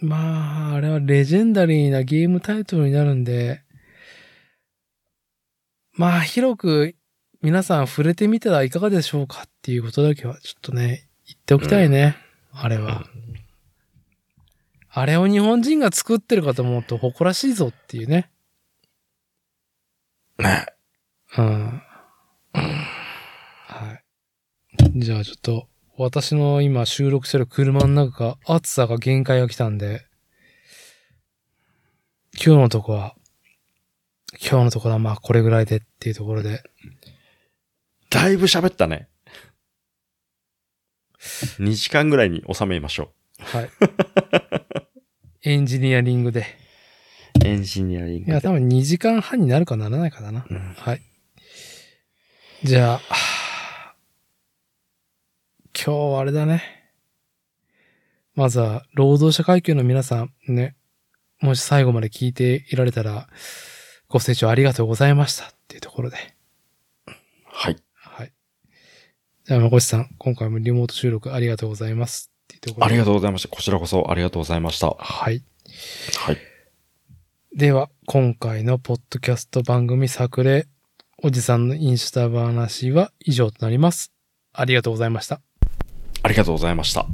まあ、あれはレジェンダリーなゲームタイトルになるんで、まあ、広く皆さん触れてみたらいかがでしょうかっていうことだけは、ちょっとね、言っておきたいね。あれは。あれを日本人が作ってるかと思うと誇らしいぞっていうね。
ね
うん。はい。じゃあちょっと、私の今収録してる車の中が暑さが限界が来たんで、今日のとこは、今日のところはまあこれぐらいでっていうところで、
だいぶ喋ったね。2時間ぐらいに収めましょ
はい。 <laughs> エンジニアリングで。
う。エンジニアリン
いや、多分2時間半になるかならないかだな。
うん
はい。じゃあ、はあ今日はあれだね。まずは、労働者階級の皆さんね、もし最後まで聞いていられたら、ご清聴ありがとうございましたっていうところで。
はい。
はい。じゃあ、まこしさん、今回もリモート収録ありがとうございますっていうところ
あ
で。
りが
とう。
とうございました。こちらこそありがとうございました。は
はい。
い。
では、今回のポッドキャスト番組作例、おじさんのインスタ話は以上となります。ありがとうございました。
ありがとうございました。